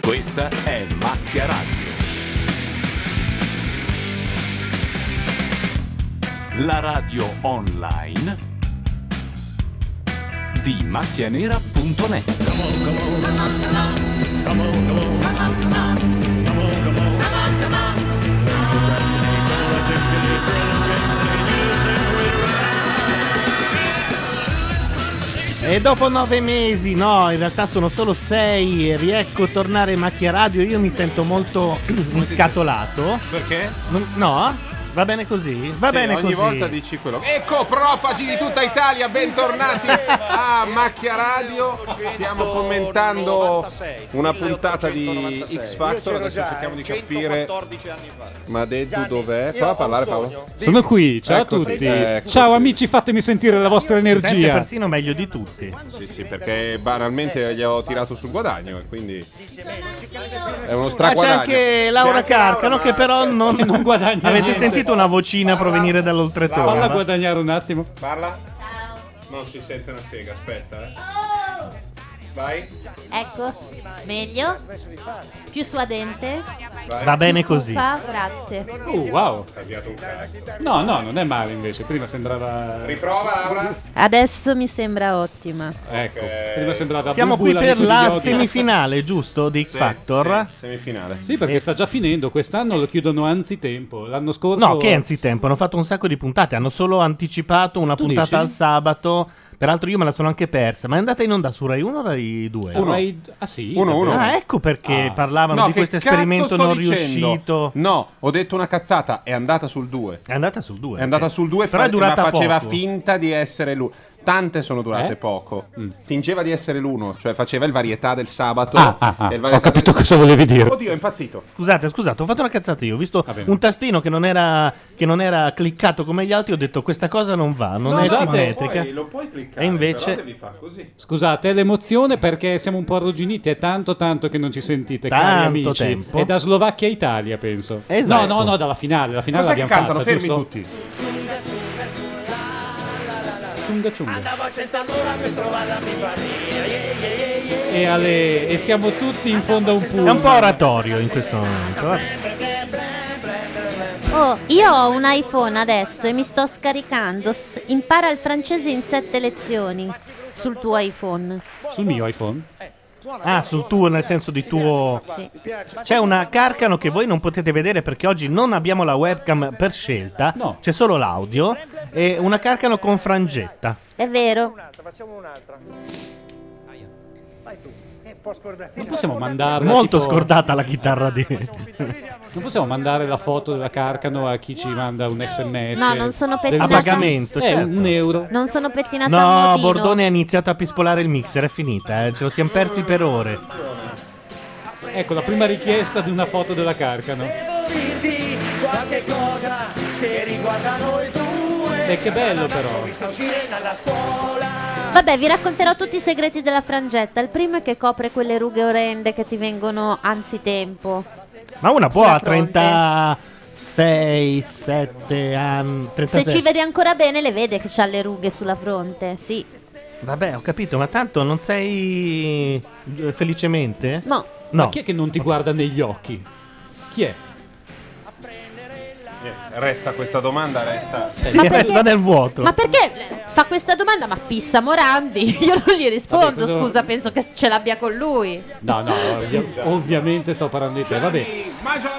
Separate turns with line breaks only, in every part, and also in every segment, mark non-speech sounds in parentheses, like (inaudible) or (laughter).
Questa è Macchia Radio. La radio online di macchianera.net.
E dopo nove mesi, no, in realtà sono solo sei, e riecco a tornare in macchia radio, io mi sento molto (clears throat) inscatolato.
Perché?
Non- No? Va bene così? Va
Sì,
bene
ogni
così. Ah,
volta dici quello. Ecco, profagi di tutta Italia, bentornati a Ah, Macchia Radio. Stiamo commentando una puntata di X Factor. Adesso cerchiamo di capire. Ma Deddu dov'è? Fa a parlare Paolo.
Sono qui, ciao
Ecco,
a tutti.
ecco.
ciao amici, fatemi sentire la vostra
Sente
energia.
persino
meglio di tutti.
Sì, sì, perché banalmente gli ho tirato sul guadagno e quindi è uno
Ah, c'è
straguadagno.
anche Laura Carcano che però non, guadagna. Avete
niente.
sentito una vocina provenire dall'oltretomba?
Falla guadagnare un attimo.
Parla. Non si sente una sega, aspetta. eh.
Oh!
Vai,
Ecco, meglio, più suadente.
vai.
Va bene così.
Fa, grazie.
Uh, wow.
Cambiato un cazzo.
No, no, non è male invece. Prima sembrava.
Riprova, Laura.
Adesso mi sembra ottima.
Ecco, prima sembrava.
Siamo
Bulbul,
qui per
amico di
la
Yogi.
semifinale, giusto, di X Factor? Eh.
semifinale.
Sì, perché sta già finendo. Quest'anno lo chiudono anzitempo. L'anno scorso.
No, che anzitempo, hanno fatto un sacco di puntate, hanno solo anticipato una
Tu
puntata
dici?
al sabato. Peraltro io me la sono anche persa, ma è andata in onda su Rai 1 o Rai 2?
Uno. Rai- ah, sì?
Uno, uno.
Ah, ecco perché parlavano
No,
di
che
questo
cazzo
esperimento
sto
non
dicendo?
riuscito.
No, ho detto una cazzata, è andata sul 2.
È andata sul 2.
È andata sul 2,
Però è durata
ma faceva
poco. Eh?
finta di essere lui. Tante sono durate poco.
Mm.
Fingeva di essere l'uno, cioè faceva il varietà del sabato.
Ah, ah, ah.
e il
Ho
varietà
capito
del-
cosa volevi dire.
Oddio, è impazzito.
Scusate, scusate, ho fatto una cazzata io. Ho visto un tastino che non, era, che non era cliccato come gli altri. Ho detto questa cosa non va, non è
Scusate.
simmetrica.
Lo puoi-
lo puoi cliccare,
ecco. E invece.
però devi far così.
Scusate, è l'emozione perché siamo un po' arrugginiti. È tanto, tanto che non ci sentite, cari
Tanto
amici.
tempo.
È da Slovacchia a Italia, penso.
Esatto.
No, no, no, dalla finale. La finale
Cos'è che
l'abbiamo
cantano?
fatta,
Fermi
giusto?
tutti.
Ciunga, ciunga.
Andavo a 100 all'ora per trovare la mia famiglia. Yeah, yeah, yeah, yeah.
E, Ale- e siamo tutti in fondo a un punto.
È un po' oratorio in questo momento. vabbè.
Oh, io ho un iPhone adesso e mi sto scaricando. S- impara il francese in sette lezioni sul tuo iPhone.
Sul mio iPhone?
Ah, sul tuo, nel senso di tuo. C'è una carcano che voi non potete vedere perché oggi non abbiamo la webcam per scelta. C'è solo l'audio. E una carcano con frangetta.
È vero.
Facciamo un'altra. Vai tu. Eh, un po' scordata.
Non possiamo mandarla.
Molto
tipo-
scordata la chitarra di.
Non possiamo mandare la foto della carcano a chi ci manda un sms.
No, non sono
del-
pettinata.
A pagamento,
Eh,
certo.
un euro.
Non sono pettinata a
No,
modino.
Bordone ha iniziato a pispolare il mixer, è finita, eh, ce lo siamo persi per ore.
Ecco la prima richiesta di una foto della carcano.
Dirti qualche cosa che riguarda noi due.
Beh, che bello però.
Sto uscire dalla scuola.
Vabbè, vi racconterò tutti i segreti della frangetta. Il primo è che copre quelle rughe orrende che ti vengono anzitempo.
Ma una può
Sulla
a 36, 7 anni.
Se
36.
ci vede ancora bene, le vede che c'ha le rughe sulla fronte. Sì.
Vabbè, ho capito, ma tanto non sei eh, felicemente?
No.
No.
Ma chi è che non ti guarda negli occhi? Chi è?
Resta questa domanda, resta.
Sì,
Ma perché-
resta nel vuoto.
Ma perché fa questa domanda? Ma fissa Morandi? (laughs) Io non gli rispondo,
Vabbè, quello-
scusa, penso che ce l'abbia con lui.
No, no, ovvia- ovviamente sto parlando di te. Vabbè.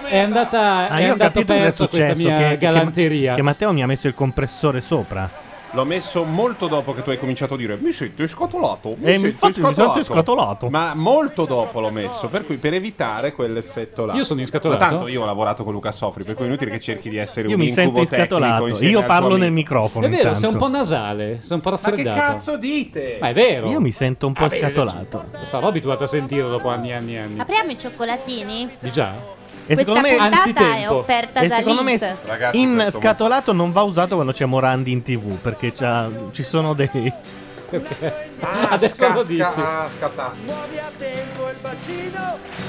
È andata
Ah,
è
io ho
andato
capito cosa è
perso questa
successo.
mia
Che, che-
galanteria.
che Matteo mi ha messo il compressore sopra.
L'ho messo molto dopo che tu hai cominciato a dire mi sento scatolato, mi
Eh,
sento
infatti mi
scatolato.
sento scatolato.
Ma molto dopo l'ho messo, per cui per evitare quell'effetto là.
Io sono inscatolato?
Ma tanto io ho lavorato con Luca Sofri, per cui è inutile che cerchi di essere
Io
un
mi sento
incubo tecnico
inscatolato.
insieme
Io
al tuo
parlo nel
amico.
microfono.
È vero, sei un
intanto.
po' nasale, sei un po'
Ma che
raffreddato.
cazzo dite?
Ma è vero.
Io mi sento un po'
Ah, beh,
scatolato.
Sarò abituato a sentirlo dopo anni e anni e anni.
Apriamo i cioccolatini?
Di già?
E
Questa
secondo me,
puntata è
anzitempo.
offerta
E
da
secondo me
Linz.
Ragazzi,
in
questo-
scatolato non va usato quando c'è Morandi in tv perché c'ha- ci sono dei
Ah,
Adesso
sca-
lo
sca-
dici.
ah, scattato.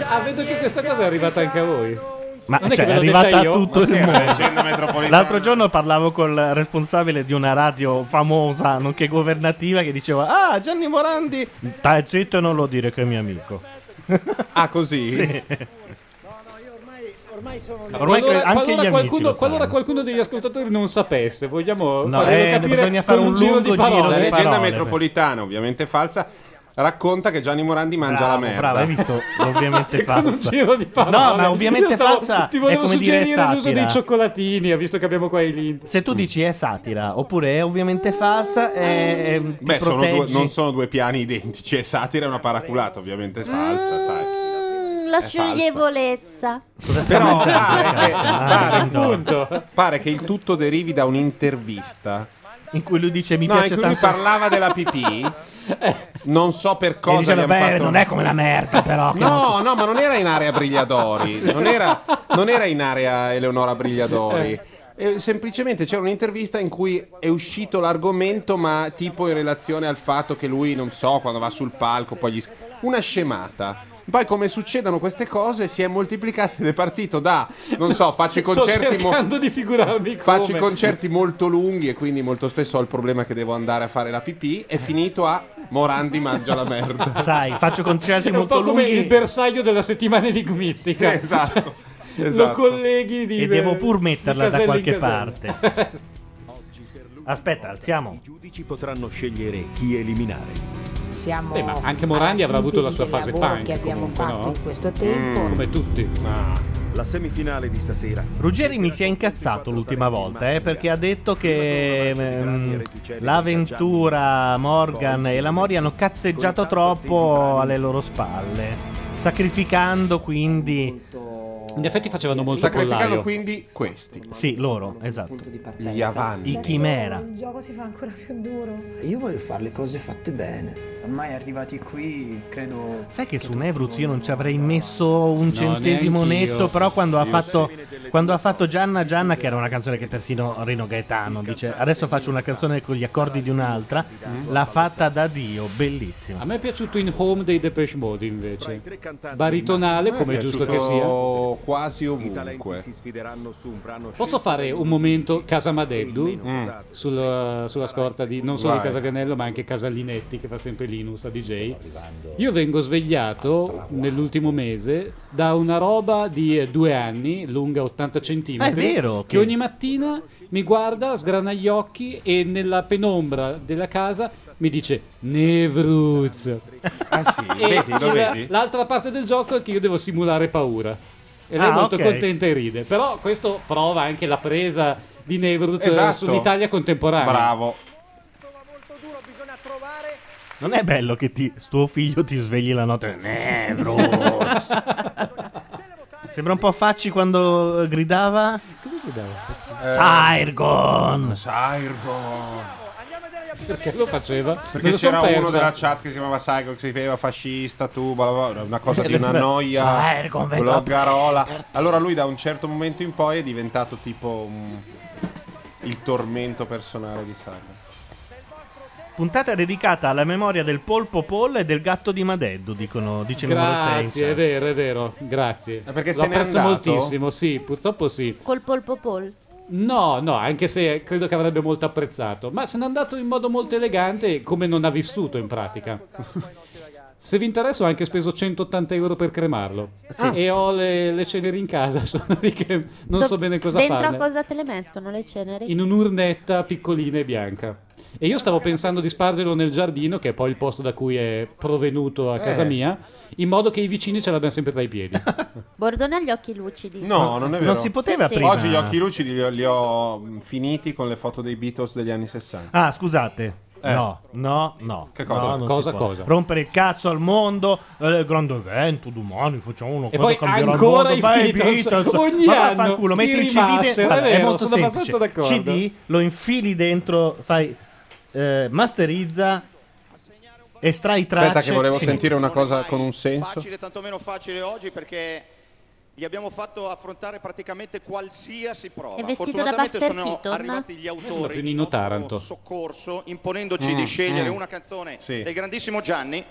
Ah, vedo che questa cosa è arrivata anche a voi.
ma
Non è che
cioè, è
ve l'ho
arrivata
detta
a
io? eh,
tutto il
Buonasera,
mondo
leggenda metropolitana.
l'altro giorno parlavo col responsabile di una radio famosa nonché governativa che diceva ah Gianni Morandi stai zitto e non lo dire che è mio amico
Ah, così?
Sì.
Ormai sono
Ormai
qualora,
cre-
qualora
anche gli amici
qualcuno,
lo sanno.
qualora qualcuno degli ascoltatori non sapesse, vogliamo
No,
farlo
eh,
capire
bisogna fare
con
un lungo
di parole.
giro
La
di
leggenda
parole,
metropolitana, ovviamente falsa, racconta che Gianni Morandi mangia la merda.
bravo, hai visto?
(laughs)
Ovviamente
Con un
falsa.
giro di parole.
No, ma ovviamente
Io stavo-
falsa
ti
è
volevo
come dire
suggerire l'uso
satira.
dei
cioccolatini, ha visto che abbiamo qua i link.
Se tu dici è satira oppure è ovviamente falsa,
Ah.
Eh.
è, è- Eh, ehm, ti
Beh, sono due-
proteggi.
non sono due piani identici. E satira è una paraculata, ovviamente falsa, sai.
Mm, la
È falsa.
scioglievolezza.
Però
Ah,
pare che,
ah,
pare-
appunto.
pare che il tutto derivi da un'intervista
in cui lui dice mi
no, in
piace
cui lui
tanto. Eh.
parlava
(laughs)
della pipì. Non so per cosa.
e diceva,
gli han
"Beh,
fatto-
non è come la merda, però. che non-
No, no, ma non era in area Brigliadori, non era, non era in area Eleonora
(laughs)
Brigliadori. Eh, semplicemente c'era un'intervista in cui è uscito l'argomento, ma tipo in relazione al fatto che lui, non so, quando va sul palco, poi gli... s- una scemata. Poi come succedono queste cose si è moltiplicato ed è partito da, non so, faccio i
(laughs) Sto
concerti... mo-
cercando di figurarmi
Faccio
come.
i concerti molto lunghi e quindi molto spesso ho il problema che devo andare a fare la pipì. È finito a Morandi mangia la merda.
Sai, (laughs) faccio concerti
(laughs) È un
molto
po' come
lunghi.
il bersaglio della settimana enigmistica.
Sì, esatto,
Cioè, Lo
esatto.
colleghi di
E devo pur metterla
di
da
casella in
qualche
casella.
Aspetta, alziamo.
giudici potranno scegliere chi eliminare.
Siamo
Eh, ma anche Morandi
alla
avrà avuto la
sintesi
sua
del
fase
lavoro
punk
che abbiamo
comunque,
fatto
no?
in questo tempo.
Mm.
Mm.
Come tutti.
La semifinale di stasera.
Ruggeri mi si è incazzato l'ultima volta, eh, perché ha detto che ehm, l'avventura, Morgan e la Mori hanno cazzeggiato troppo alle loro spalle, sacrificando quindi...
In effetti facevano molto
Sacrificano
pollaio.
quindi questi.
Sì, loro, esatto.
Gli avanti.
I chimera.
Il gioco si fa ancora più duro.
Io voglio fare le cose fatte bene. Ormai arrivati qui, credo.
Sai che su Nevruz io non ci avrei messo un centesimo
neanch'io.
netto, però quando ha,
Io
fatto,
sì.
quando ha fatto Gianna Gianna, che era una canzone che persino Rino Gaetano dice adesso faccio una canzone con gli accordi di un'altra, l'ha fatta da Dio, bellissima.
A me è piaciuto in home dei Depeche Mode invece.
cantanti
Baritonale,
rimasti-
come
Mi è
giusto che sia.
piaciuto Quasi
I talenti
ovunque.
si sfideranno su un brano
Posso
scelto
fare
dai
un
giudici?
momento Casamadeddu
Mm.
sulla, sulla scorta di non solo di
Vai.
Casaganello ma anche Casalinetti che fa sempre Linus a DJ? Io vengo svegliato nell'ultimo mese da una roba di eh, due anni, lunga 80 cm,
Ah, è vero,
che
che-
ogni mattina mi guarda, sgrana gli occhi e nella penombra della casa mi dice Nevruz.
Ah sì,
E
vedi, lo
il-
vedi?
L'altra parte del gioco è che io devo simulare paura. E lei è
Ah,
molto
ok.
contenta e ride. Però questo prova anche la presa di Nevrut eh,
Esatto.
sull'Italia contemporanea.
Bravo.
Non è bello che ti, tuo figlio ti svegli la notte. Nevro. Sembra un po' facci quando eh, gridava. Cosa
gridava?
Eh,
Sirgon!
Sirgon!
Perché lo faceva?
Perché c'era uno della chat che si chiamava Saigo, che si chiamava fascista, tu, bla bla bla, una
(laughs)
cosa di una noia,
Sirgon, vedo-
bloggarola. Allora lui da un certo momento in poi è diventato tipo mm, il tormento personale di Saigo.
Puntata dedicata alla memoria del polpo Paul e del gatto di Madeddu, dicono, dice numero 6.
Grazie, è vero, è vero, grazie.
Eh,
perché
lo
se n'è
apprezzo
andato?
moltissimo, sì, purtroppo sì.
Col polpo pol.
No, no, anche se credo che avrebbe molto apprezzato, ma se n'è andato in modo molto elegante, come non ha vissuto in pratica. (laughs) Se vi interessa, ho anche speso 180 euro per cremarlo. E ho le, le ceneri in casa, (laughs) sono lì che non so bene cosa
Dentro
farne.
a cosa te le mettono le ceneri?
in un'urnetta piccolina e bianca. E io stavo pensando di spargerlo nel giardino, che è poi il posto da cui è provenuto a casa
Eh.
mia, in modo che i vicini ce l'abbiano sempre tra i piedi.
Bordone ha gli occhi lucidi.
No, non è vero.
Sì, sì.
Oggi gli occhi lucidi li ho, li ho, mm, finiti con le foto dei Beatles degli anni 60.
Ah, scusate.
Eh.
No, no, no.
Che cosa?
No, non
Cosa,
si può.
cosa?
Rompere il cazzo al mondo. eh, grande evento, domani facciamo uno.
E poi ancora i Beatles, ogni anno, i remaster, è
Guarda,
vero,
molto
sono
semplice.
abbastanza d'accordo.
CD, lo infili dentro, fai... eh, masterizza, estrai tracce.
Aspetta che volevo
Sì.
sentire una cosa con un senso.
facile, tantomeno facile oggi perché gli abbiamo fatto affrontare praticamente qualsiasi prova.
È vestito da
Fortunatamente
Buster
sono
Keaton?
arrivati
Eh,
gli autori di
Pinino Taranto.
soccorso imponendoci
Mm,
di scegliere
mm.
una canzone
Sì.
del grandissimo Gianni.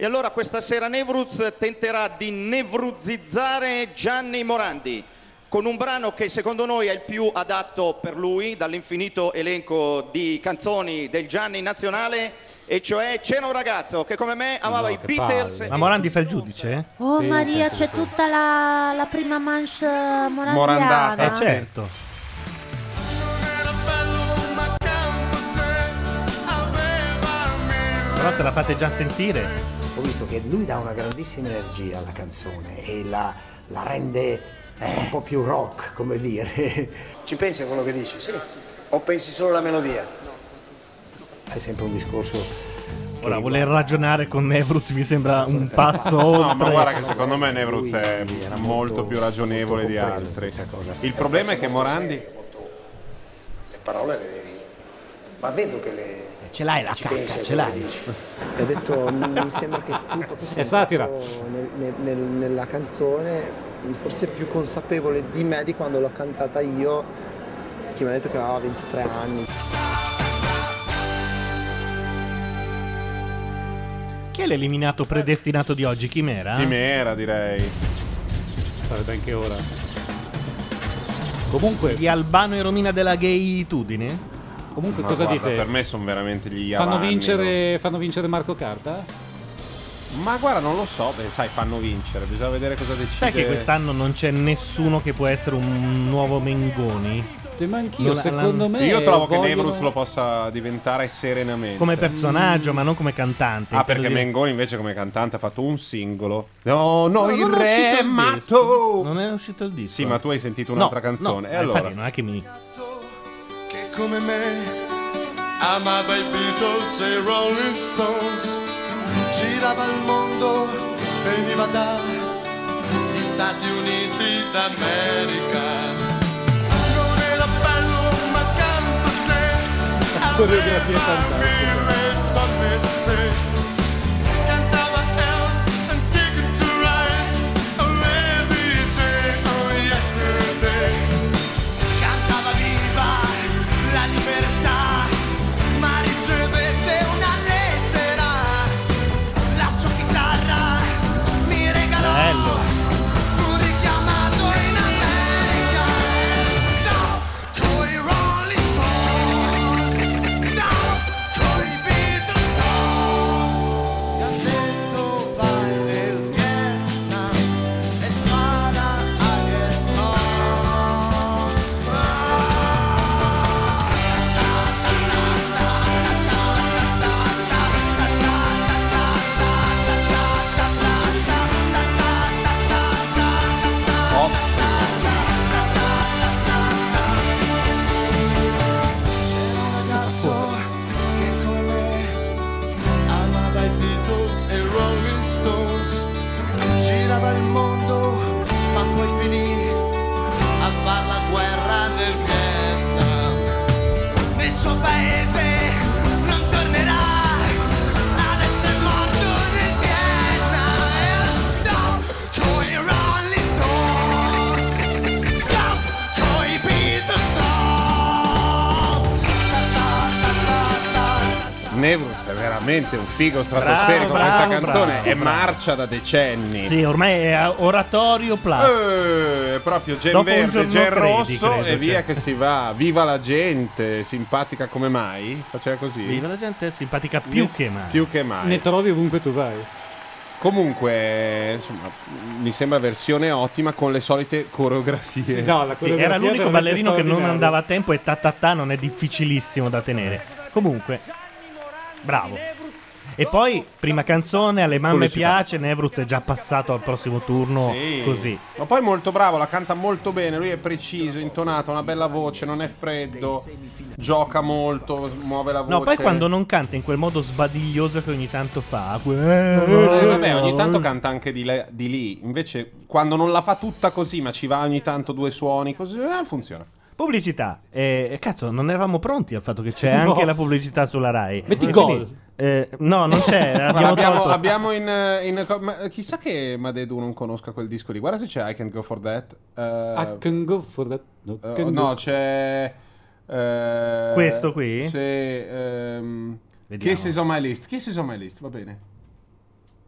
E allora questa sera Nevruz tenterà di nevruzizzare Gianni Morandi con un brano che secondo noi è il più adatto per lui dall'infinito elenco di canzoni del Gianni nazionale E cioè c'era un ragazzo che come me
Ah,
amava i Beatles.
Ma Morandi fa il giudice? eh?
Oh Maria, c'è tutta la, la prima manche morandiana.
Eh certo. Però se la fate già sentire.
Ho visto che lui dà una grandissima energia alla canzone e la, la rende eh, un po' più rock, come dire.
(laughs) Ci pensi a quello che dici? Sì. O pensi solo alla melodia?
È sempre un discorso
Ora voler ragionare con Nevruz mi sembra un passo
No,
oltre.
ma guarda che secondo me Nevruz è molto più ragionevole di altri. Il problema è che Morandi
Le parole le devi. Ma vedo che le.
Ce l'hai
Ah,
la cacca, ce l'hai.
Ho detto, mi sembra che
(laughs)
tu proprio sei
È satira.
stato nel- nel- nel- nella canzone forse più consapevole di me di quando l'ho cantata io, che mi ha detto che aveva 23 anni.
Chi è l'eliminato predestinato di oggi? Chimera?
Chimera, direi.
Sarebbe anche ora. Comunque.
Di Albano e Romina della gayitudine?
Comunque,
Ma
cosa
guarda,
dite?
Per me sono veramente gli
Fanno
avanni,
vincere, fanno vincere Marco Carta?
no? Ma guarda, non lo so, beh, sai, fanno vincere, bisogna vedere cosa decide.
Sai che quest'anno non c'è nessuno che può essere un nuovo Mengoni?
Ma
anch'io, secondo me
Io trovo che
vogliono-
Nevruz lo possa diventare serenamente. Mm.
Come personaggio, ma non come cantante.
Ah, perché
Intendo dire-
Mengoni invece come cantante ha fatto un singolo. No, no,
No,
il
non è uscito
re
il
matto.
Non è uscito il disco.
Sì, ma tu hai sentito un'altra
No,
canzone.
no,
e
ma
allora?
infatti non è che mi.
che come me amava i Beatles e i Rolling Stones girava il mondo veniva dagli Stati Uniti d'America non era bello ma canto se
coreografia
aveva mille donne se cantava Help and Ticket to Ride oh Lady Jane oh Yesterday cantava viva la libertà, ma ricevette una lettera, la sua chitarra mi regalò,
Bello.
fu richiamato in America, stop coi Rolling Stones, stop coi Beatles, no, mi ha detto vai nel Vietnam e spara a Vietnam. C'era un ragazzo che come me amava i Beatles e i Rolling Stones, girava il mondo ma poi finì a far la guerra nel Vietnam. Nel suo paese non tornerà. Adesso è morto nel Vietnam. Stop coi Rolling Stones. Stop coi Beatles.
Nevruz è veramente un figo stratosferico.
Bravo,
Questa
bravo,
canzone
bravo,
è
bravo.
marcia da decenni.
Sì, ormai è eh, oratorio plus.
Eh, è proprio Gen
Dopo un
Verde,
giorno
Gen
credi,
Rosso
credo,
e via
cioè.
che si va. Viva la gente, simpatica come mai. Faceva così.
Viva la gente è simpatica più che mai.
Più che mai.
Ne trovi ovunque tu vai.
Comunque, insomma, mi sembra versione ottima con le solite coreografie.
Sì, no, la Sì,
Sì, era l'unico ballerino che non andava a tempo e ta ta ta non è difficilissimo da tenere. Comunque, bravo. E poi, prima canzone, alle mamme
Pubblicità.
piace, Nevruz è già passato al prossimo turno
Sì.
così.
Ma poi molto bravo, la canta molto bene, lui è preciso, intonato, ha una bella voce, non è freddo, gioca molto, muove la voce.
No, poi quando non canta in quel modo sbadiglioso che ogni tanto fa...
Eh, vabbè, ogni tanto canta anche di, le- di lì. Invece, quando non la fa tutta così, ma ci va ogni tanto due suoni, così eh, funziona.
Pubblicità. Eh, cazzo, non eravamo pronti al fatto che
(laughs)
c'è
No.
anche la pubblicità sulla Rai.
Metti
E
gol.
quindi, eh, no, non
(laughs)
c'è.
Ma
abbiamo
abbiamo,
tolto.
abbiamo in, in- ma eh, Chissà che Madedu non conosca quel disco lì. Guarda se c'è I Can Go For That. Eh,
I can go for that. No,
eh,
can
no,
go.
c'è. eh,
Questo qui?
Sì. ehm,
Vediamo.
Kisses on my list. Kisses on my list, va bene.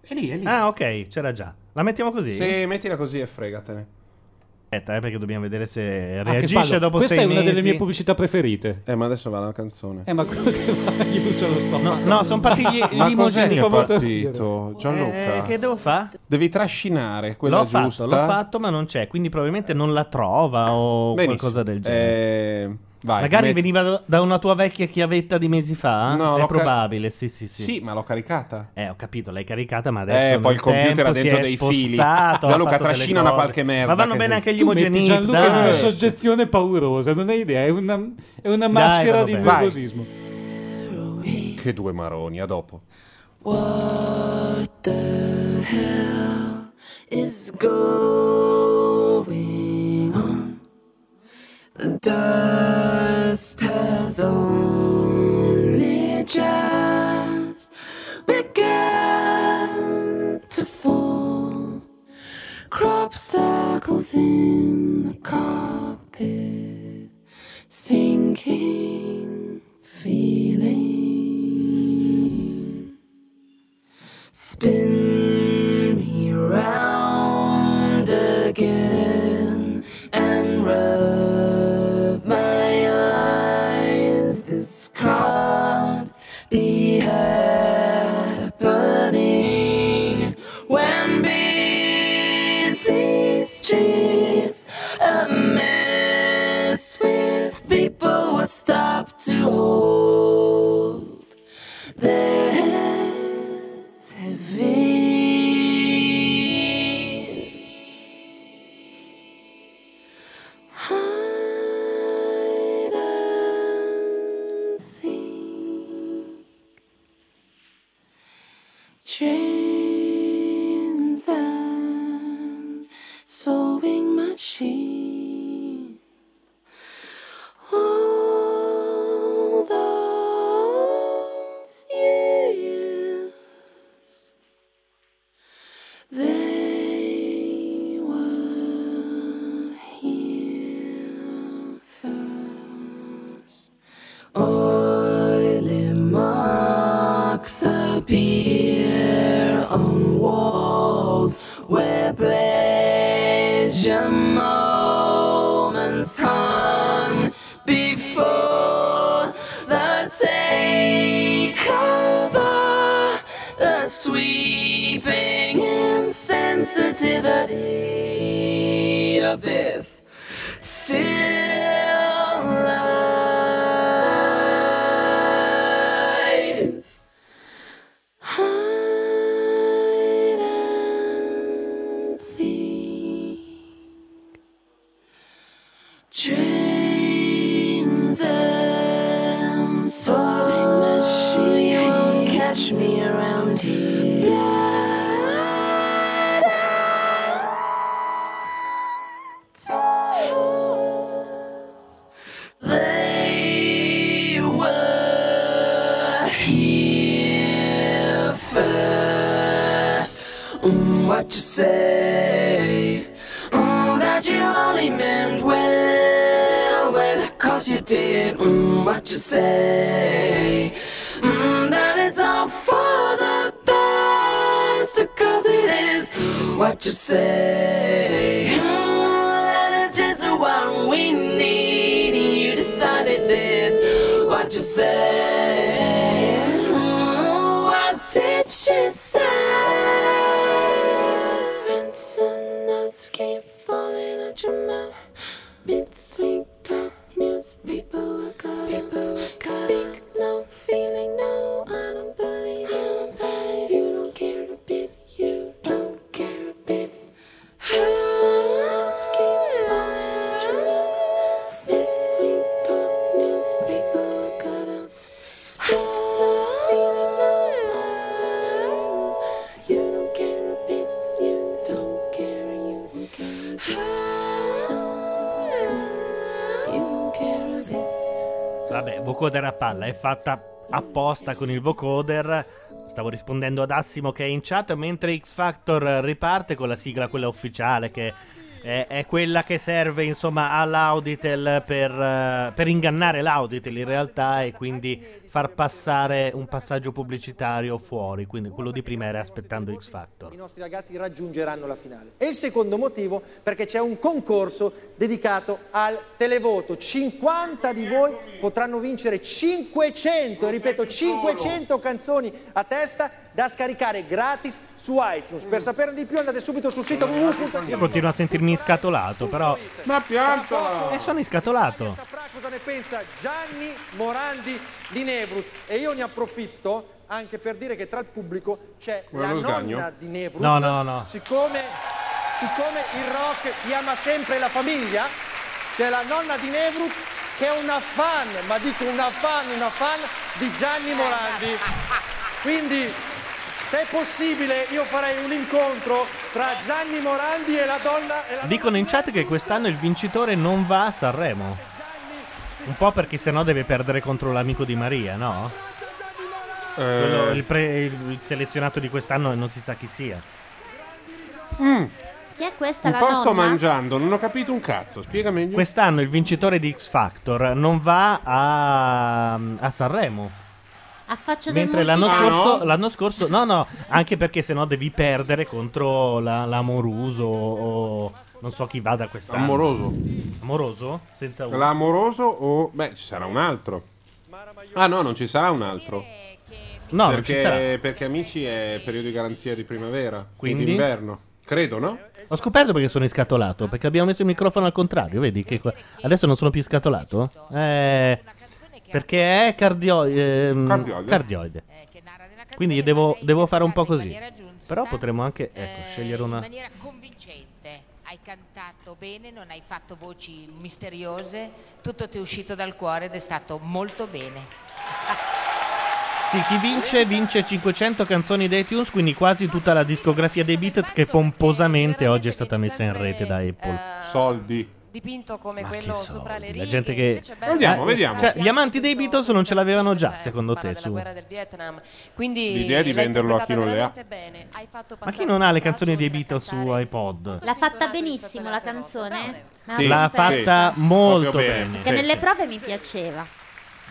È lì, è lì.
Ah, ok, c'era già. La mettiamo così?
Sì, mettila così e fregatene. Ah,
Aspetta, eh, perché dobbiamo vedere se
Ah, che
reagisce
palle.
dopo
Questa
sei
è una delle
mesi.
mie pubblicità preferite.
Eh, ma adesso va la canzone. (laughs)
Eh, ma quello che fa, gli brucia lo stomaco.
No, no,
(laughs)
son partiti gli-
Ma cos'è
Limosini,
che è
per favore.
partito? Gianluca.
Eh, che devo fare?
Devi trascinare quella
L'ho
giusta.
fatto, l'ho fatto, ma non c'è, quindi probabilmente non la trova o
Benissimo.
qualcosa del genere.
Eh, vai,
Magari
metti-
veniva da- da una tua vecchia chiavetta di mesi fa?
No,
è
l'ho ca-
probabile, sì, sì, sì.
Sì, ma l'ho caricata.
Eh, ho capito, l'hai caricata, ma adesso.
Eh, poi
nel
il computer ha
tempo si
dentro
è
dei fili.
spostato, ha
Gianluca,
fatto delle
trascina una
cose.
qualche merda
Ma vanno
che
bene
sei-
anche gli
Tu metti
omogenei.
Gianluca in una
dai.
soggezione paurosa, non hai idea, è una, è una
Dai,
maschera
va
di
bene.
nervosismo.
Che due maroni, a dopo.
What the hell is going on? The dust has only just begun to fall. Crop circles in the carpet, sinking feeling. Spin me round again and rub my eyes. This can't be happening when busy streets a mess with people would stop to hold their hands. It's heavy. Hide and seek. Trains and sewing machines. All those years. They were here first. Oily marks appear on walls where pleasure moments hung before the takeover the sweeping insensitivity of this still life. Hide and seek. Trains and sewing machines catch me around here. Blood and tears. They were here first. Mm, What you say? Oh, that you only meant well, well, cause you did mm, what you say. Mm, that it's all for the best, cause it is what you say. Mm, that it's just what we need, and you decided this, what you say. Mm, what did she say? Prince and notes keep falling out your mouth. Between dark news, people are gods. Speak no feeling, no, I don't believe it. You don't care a bit, you don't care a bit. Prince and notes keep falling out your mouth. Between dark news, people are gods. Speak no feeling, no, I don't believe it. You don't care a bit. You don't care, you don't care. You don't care. a bit.
Vabbè, vocoder a palla è fatta apposta con il vocoder. Stavo rispondendo ad Assimo che è in chat mentre X Factor riparte con la sigla, quella ufficiale che è, è quella che serve insomma all'Auditel per, eh, per ingannare l'Auditel in realtà e quindi far passare un passaggio pubblicitario fuori, quindi quello di prima era aspettando X Factor.
I nostri ragazzi raggiungeranno la finale. E il secondo motivo perché c'è un concorso dedicato al televoto. 50 di voi potranno vincere 500, ripeto 500 canzoni a testa da scaricare gratis su iTunes. Per saperne di più andate subito sul sito
Io
www.cfm.it.
continuo a sentirmi scatolato, però...
Ma
E sono iscatolato.
cosa ne pensa Gianni Morandi di Nevruz e io ne approfitto anche per dire che tra il pubblico c'è
Quello
la
lo
nonna
sgagno?
di Nevruz
No, no, no.
siccome, siccome il rock chiama sempre la famiglia c'è la nonna di Nevruz che è una fan ma dico una fan una fan di Gianni Morandi quindi se è possibile io farei un incontro tra Gianni Morandi e la donna e la
Dicono in chat che quest'anno il vincitore non va a Sanremo. Un po' perché sennò deve perdere contro l'amico di Maria, no?
Eh.
Quello- il, pre- il selezionato di quest'anno non si sa chi sia.
Chi è questa
Un
la
po'
nonna?
sto mangiando, non ho capito un cazzo. Spiega meglio.
Quest'anno il vincitore di X Factor non va a, a Sanremo.
A faccia del
Mentre
Ah,
l'anno
Monti-
scorso, l'anno scorso, no, no, anche perché sennò devi perdere contro la, l'Amoruso o non so chi vada quest'anno.
Amoroso.
Amoroso? Senza U.
L'amoroso o... Beh, ci sarà un altro. Ah no, non ci sarà un altro.
No, non ci
perché,
sarà.
perché amici è periodo di garanzia di primavera,
Quindi?
quindi d'inverno. Credo, no?
Ho scoperto perché sono iscatolato, perché abbiamo messo il microfono al contrario, vedi che qua- adesso non sono più iscatolato? Eh, perché è cardio- ehm,
Cardioide.
cardioide. Quindi devo, devo fare un po' così. Però potremmo anche ecco, scegliere
in
una...
maniera convincente. Hai cantato bene, non hai fatto voci misteriose, tutto ti è uscito dal cuore ed è stato molto bene.
Sì, chi vince vince 500 canzoni dei iTunes, quindi quasi tutta la discografia dei Beatles che pomposamente oggi è stata messa in rete da Apple.
Soldi.
dipinto come
Ma
quello
che
sopra le
soldi,
righe.
la gente
che
che...
invece è bello
Eh,
perché
Cioè,
tanti
gli amanti
hanno
dei Beatles non ce l'avevano già, secondo te,
della
su.
guerra del Vietnam. Quindi
L'idea di
l'hai
venderlo a chi non le ha.
interpretata veramente bene. Hai fatto
Ma chi
passare
non ha le
un messaggio
canzoni dei Beatles su iPod?
L'ha fatta benissimo la canzone. Ah,
Sì,
L'ha
sì.
fatta
Proprio
molto
bene.
bene.
Che nelle prove mi piaceva.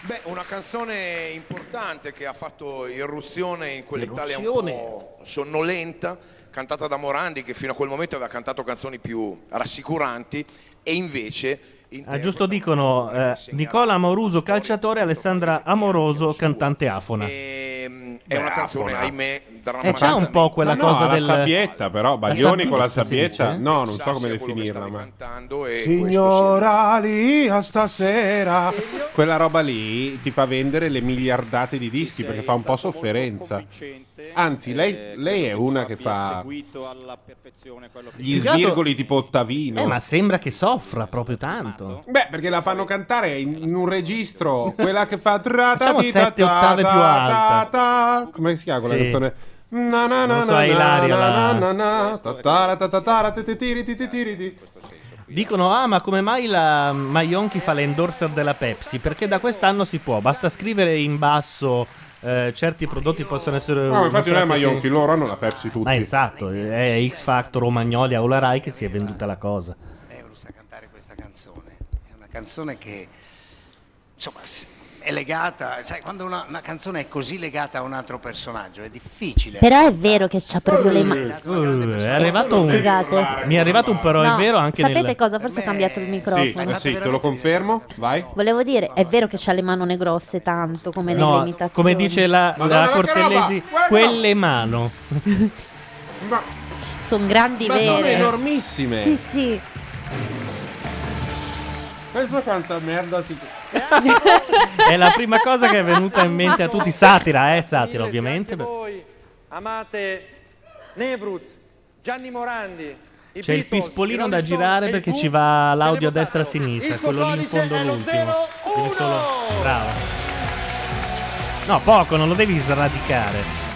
Beh, una canzone importante che ha fatto irruzione in quell'Italia
Irruzione.
un po' sonnolenta, cantata da Morandi che fino a quel momento aveva cantato canzoni più rassicuranti e invece
Ah, giusto dicono eh, Nicola Amoruso calciatore, Alessandra Amoroso cantante afona.
ehm, è una canzone,
afona.
ahimè,
E c'è Eh, un po' quella
No, no,
cosa
la
del
sabbietta, però, Baglioni con la
sabbietta,
sabbietta.
si
No, non
dice,
so come definirla, ma
Signora
Lia stasera. quella roba lì ti fa vendere le miliardate di dischi perché fa un po' sofferenza. Anzi,
eh,
lei, lei è una che fa gli
Più che altro-
svirgoli tipo
eh? Eh,
Ottavino.
ma sembra che soffra proprio tanto.
Beh, perché la fanno cantare in in un registro, quella che fa tra ta
Facciamo
ti ta
sette
ta
ottave
ta
più
ta
alte.
ta. Come si chiama quella
Sì.
canzone? Na na na
Non so,
na
è Ilaria,
na
la-
na na na, ta ta ta ta ta ra ti ti tiri ti ti tiri ti.
Dicono, ah, ma come mai la Maionchi fa l'endorser della Pepsi? Perché da quest'anno si può, basta scrivere in basso eh, certi prodotti possono essere...
No, ma infatti non è
mostrati-
Maionchi, loro hanno la Pepsi tutti.
Ma esatto, è X Factor o Magnolia o la Rai che si è venduta la cosa.
Nevrus a Eh, cantare questa canzone. È una canzone che insomma s- è legata, sai, quando una, una canzone è così legata a un altro personaggio è difficile.
Però è vero che ci ha preso le mani.
Uh, è arrivato un...
Scusate.
Mi è arrivato un però
No,
è vero anche
sapete
nel...
cosa? Forse ha cambiato il
Sì,
microfono.
sì, te lo confermo. Vai.
Volevo dire, è vero che c'ha le manone grosse tanto come nelle
No,
imitazioni.
come dice la,
Madonna,
la
ma che
Cortellesi,
roba! Guarda che
quelle mano. (laughs)
Sono grandi
Ma sono
vere.
enormissime.
Sì, sì.
Penso canta merda si-
(laughs)
è la prima cosa che è venuta in mente a tutti. Satira, eh, satira ovviamente.
amate Nevruz Gianni Morandi i
C'è il
Beatles,
pispolino
i
da
Rolling
girare perché ci va l'audio a destra e a
Il
sinistra,
suo
quello lì in
codice
fondo
è lo
l'ultimo. Quindi solo- Bravo. No, poco, non lo devi sradicare.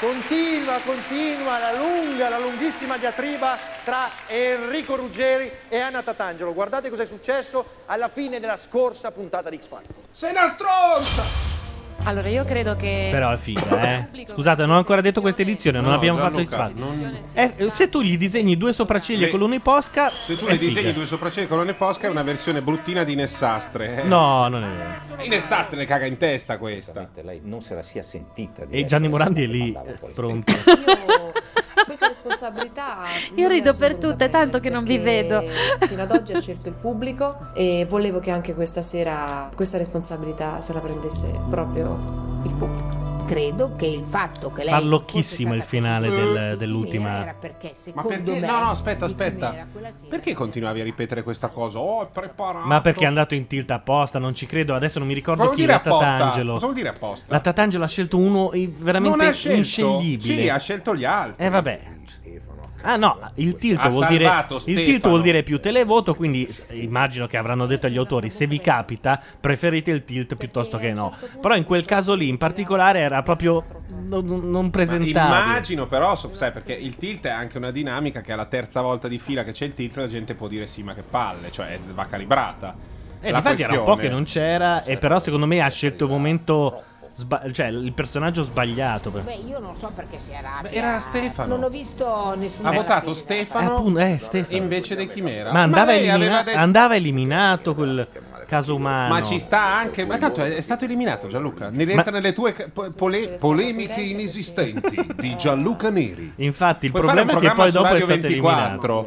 Continua, continua la lunga, la lunghissima diatriba tra Enrico Ruggeri e Anna Tatangelo. Guardate cosa è successo alla fine della scorsa puntata di X Factor.
Sei una stronza!
Allora, io credo che.
Però è figa, eh. Scusate, non ho ancora detto questa edizione, non
No,
abbiamo fatto il
Gianluca,
fatto.
non-
Eh, se tu gli disegni due sopracciglia
Le-
con l'uniposca.
Se tu
è
le disegni
figa.
due sopracciglia con le posca è una versione bruttina di Nessastre. eh.
No, non è vero.
I Nessastre ne caga in testa questa.
Lei non se la sia sentita di
E Gianni Morandi è lì, pronto.
(laughs) Questa responsabilità.
Io
non
rido
è
per tutte, tanto che non vi vedo.
assolutamente- Fino ad oggi ho scelto il pubblico e volevo che anche questa sera questa responsabilità se la prendesse proprio il pubblico. Credo che il fatto che
Fa locchissimo il finale del- dell'ultima.
perché
Ma
secondo
perché?
me
No, no, aspetta, aspetta.
era quella sera
Perché continuavi a ripetere questa cosa? Oh, è preparato.
Ma perché è andato in tilt apposta? Non ci credo. Adesso non mi
Cosa
ricordo
vuol
chi.
dire
La
apposta?
Tatangelo.
Cosa vuol dire apposta?
La Tatangelo ha scelto uno eh,
Non ha
veramente
scelto.
insceglibile.
Certo. Sì, ha scelto gli altri.
Eh vabbè. Ah no, il tilt,
Ha
vuol dire,
salvato
il
Stefano.
tilt vuol dire più televoto, quindi s- immagino che avranno detto agli autori, se vi capita preferite il tilt piuttosto che
certo
no. Però in quel caso lì in particolare era proprio non, non
Ma
presentabile.
Immagino però, so- sai, perché il tilt è anche una dinamica che è la terza volta di fila che c'è il tilt, la gente può dire sì, ma che palle, cioè va calibrata.
Eh,
La
infatti era un po'
questione-
che non c'era, e però secondo me ha scelto il momento, sba- cioè il personaggio sbagliato. per-
Beh, Eh, io non so perché si era.
era Stefano.
Non ho visto nessuno.
Ha votato Stefano,
appunto, eh, Stefano.
invece di Chimera.
Ma andava,
lei aveva
elimina-
detto-
andava eliminato quel caso umano.
Ma ci sta anche. Ma tanto è è stato eliminato Gianluca. Ne entra nelle tue ca- po- pole- polemiche inesistenti di Gianluca Neri.
Infatti, il
Puoi fare un
problema è
programma
che poi
su
dopo è
Radio
stato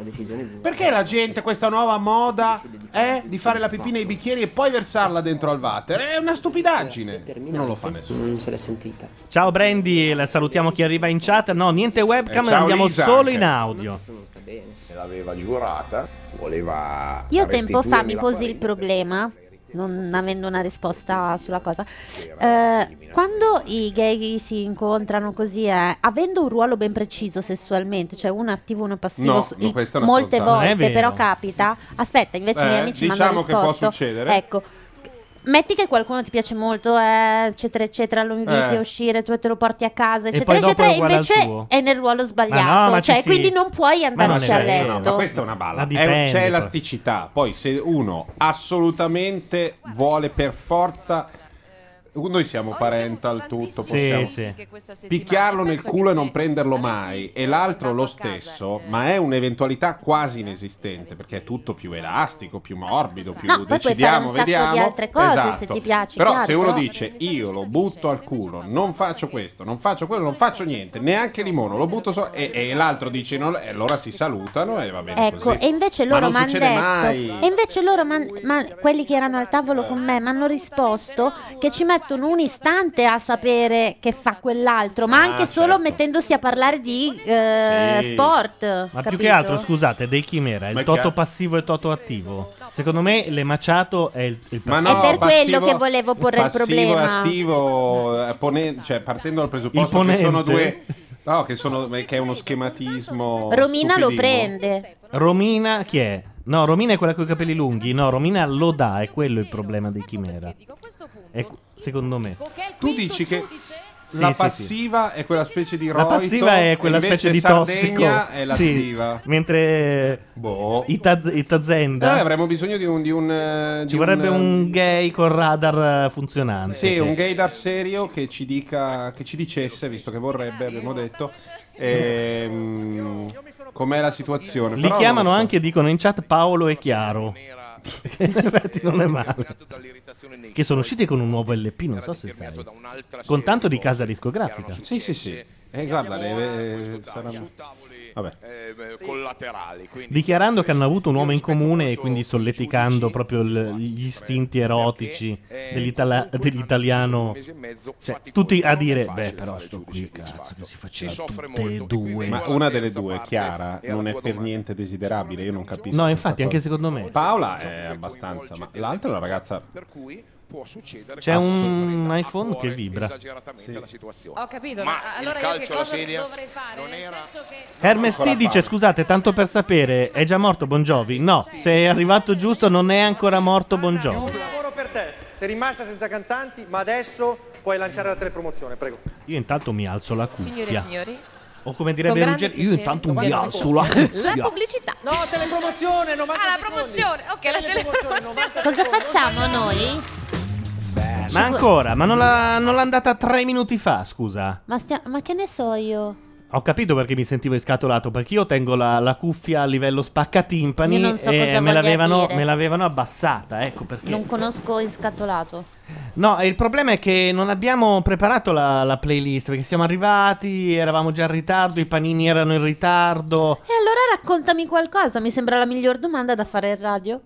24.
eliminato.
Perché la gente, questa nuova moda è di fare la pipì nei bicchieri e poi versarla dentro al water? È una stupidaggine. Non lo fa nessuno.
Non se l'è sentita.
Ciao Brandy, la salutiamo chi arriva in chat. No, niente webcam,
Eh, ciao,
andiamo
Lisa,
solo
anche.
in audio.
Me l'aveva giurata, voleva.
Io tempo fa
restituirmi
mi
la
posi il problema, non avendo una risposta sulla cosa. Eh, quando i gay si incontrano così, eh, avendo un ruolo ben preciso sessualmente, cioè uno attivo e uno passivo,
No,
su-
no,
i-
questa è una
molte
stronzata. Non è
volte
vero.
però capita. Aspetta, invece i miei
Eh,
amici mi hanno
diciamo che può
risposto.
succedere.
Ecco. Metti che qualcuno ti piace molto, eh, eccetera, eccetera, lo inviti
Eh.
a uscire, tu te lo porti a casa, eccetera,
poi dopo
eccetera,
è uguale al
invece
tuo.
è nel ruolo
Ma no,
sbagliato,
ma ci
cioè
si-
quindi non puoi andarci a letto.
no, ma questa è una balla.
Ma dipende,
È- c'è
poi.
elasticità. Poi, se uno assolutamente vuole per forza. Noi siamo parental tutto,
Sì,
possiamo
sì.
picchiarlo nel culo e non prenderlo mai, e l'altro lo stesso, ma è un'eventualità quasi inesistente perché è tutto più elastico, più morbido, più
No, poi puoi fare
decidiamo,
un sacco di
vediamo.
altre cose, se
Esatto.
ti piace,
Però
chiaro,
se uno
però-
dice io lo butto al culo, non faccio questo, non faccio quello, non faccio niente, neanche limono, lo butto so- e, e l'altro dice no, e allora si salutano e va bene
Ecco,
così.
e invece
Ma
loro
non
mi hanno
succede
detto,
mai.
e invece loro m'han- ma quelli che erano al tavolo con me mi hanno risposto che ci mettono un istante a sapere che fa quell'altro, ma
Ah,
anche solo mettendosi a parlare di eh,
Sì.
sport.
Ma più
capito?
che altro, scusate, dei chimera,
Ma
il
che-
toto passivo e il toto attivo. Secondo me le maciato è il, il
Ma no,
passivo.
È per
passivo-
quello che volevo porre il
passivo e
problema.
attivo, eh, ponen- cioè partendo dal presupposto
Il
che sono due
ponente.
no, che, sono, eh, che è uno schematismo
Romina lo
stupidino.
prende.
Romina chi è? No, Romina è quella con i capelli lunghi. No, Romina lo dà, è quello il problema dei chimera. È qu- secondo me.
Tu dici che
Sì,
la
sì, sì.
passiva è quella specie di
La
roito,
passiva è quella
invece
specie di tossico.
Sardegna è Boh.
Sì,
l'attiva.
mentre Itaz-
Secondo me
Itazenda
avremmo bisogno di un... Di un eh, di
ci vorrebbe
un,
un gay con radar eh, funzionante.
Sì, un gaydar serio che ci dica, che ci dicesse, visto che vorrebbe, abbiamo detto, ehm, com'è la situazione.
Li
Però non
chiamano
lo so.
anche, dicono in chat, Paolo e (laughs) Chiaro. Che in effetti non è male. Che sono usciti con un nuovo LP, non so se sai. Con tanto di casa discografica.
Sì, sì, sì. E Eh, guarda, le, eh, sarà... Vabbè.
collaterali. Quindi
Dichiarando che hanno avuto un uomo in comune e quindi solleticando proprio il- gli istinti erotici dell'itala- dell'italiano. Cioè, tutti a dire, beh, però sto qui, cazzo, che si faceva tutte e due.
Ma una delle due, Chiara, non è per niente desiderabile, io non capisco.
No,
questa
infatti, anche
cosa.
secondo me.
Paola è abbastanza, ma l'altra è una ragazza... Può succedere
C'è un iPhone che vibra.
esageratamente la situazione.
Ho capito,
Ma
ma, allora
il
io che
calcio alla
cosa
sedia
dovrei fare? Nel senso che
Hermes
ancora
T dice:
fatto.
Scusate, tanto per sapere, è già morto Bon Jovi? No, se è arrivato giusto, non è ancora morto Bon Jovi.
Lavoro per te. Sei rimasta senza cantanti, ma adesso puoi lanciare la telepromozione, prego.
Io intanto mi alzo la
Signore e
cuffia.
signori,
O
con
come direbbe
grande
Ruggeri, io
piacere-
intanto mi
90
alzo
secondi.
la (laughs)
La
cuffia.
pubblicità.
No, telepromozione, 90
Ah, la promozione. Ok, la telepromozione.
Cosa facciamo noi? ci
Eh, Ma
vu-
ancora, ma non, l'ha, non l'ha andata tre minuti fa, scusa.
Ma, stia- ma che ne so io?
Ho capito perché mi sentivo iscatolato, perché io tengo la, la cuffia a livello spaccatimpani
Io non so
e
cosa
me
voglia
l'avevano,
dire.
me l'avevano abbassata, ecco perché.
Non conosco Inscatolato.
No, e il problema è che non abbiamo preparato la, la playlist perché siamo arrivati, eravamo già in ritardo, i panini erano in ritardo.
E allora raccontami qualcosa, mi sembra la miglior domanda da fare in radio.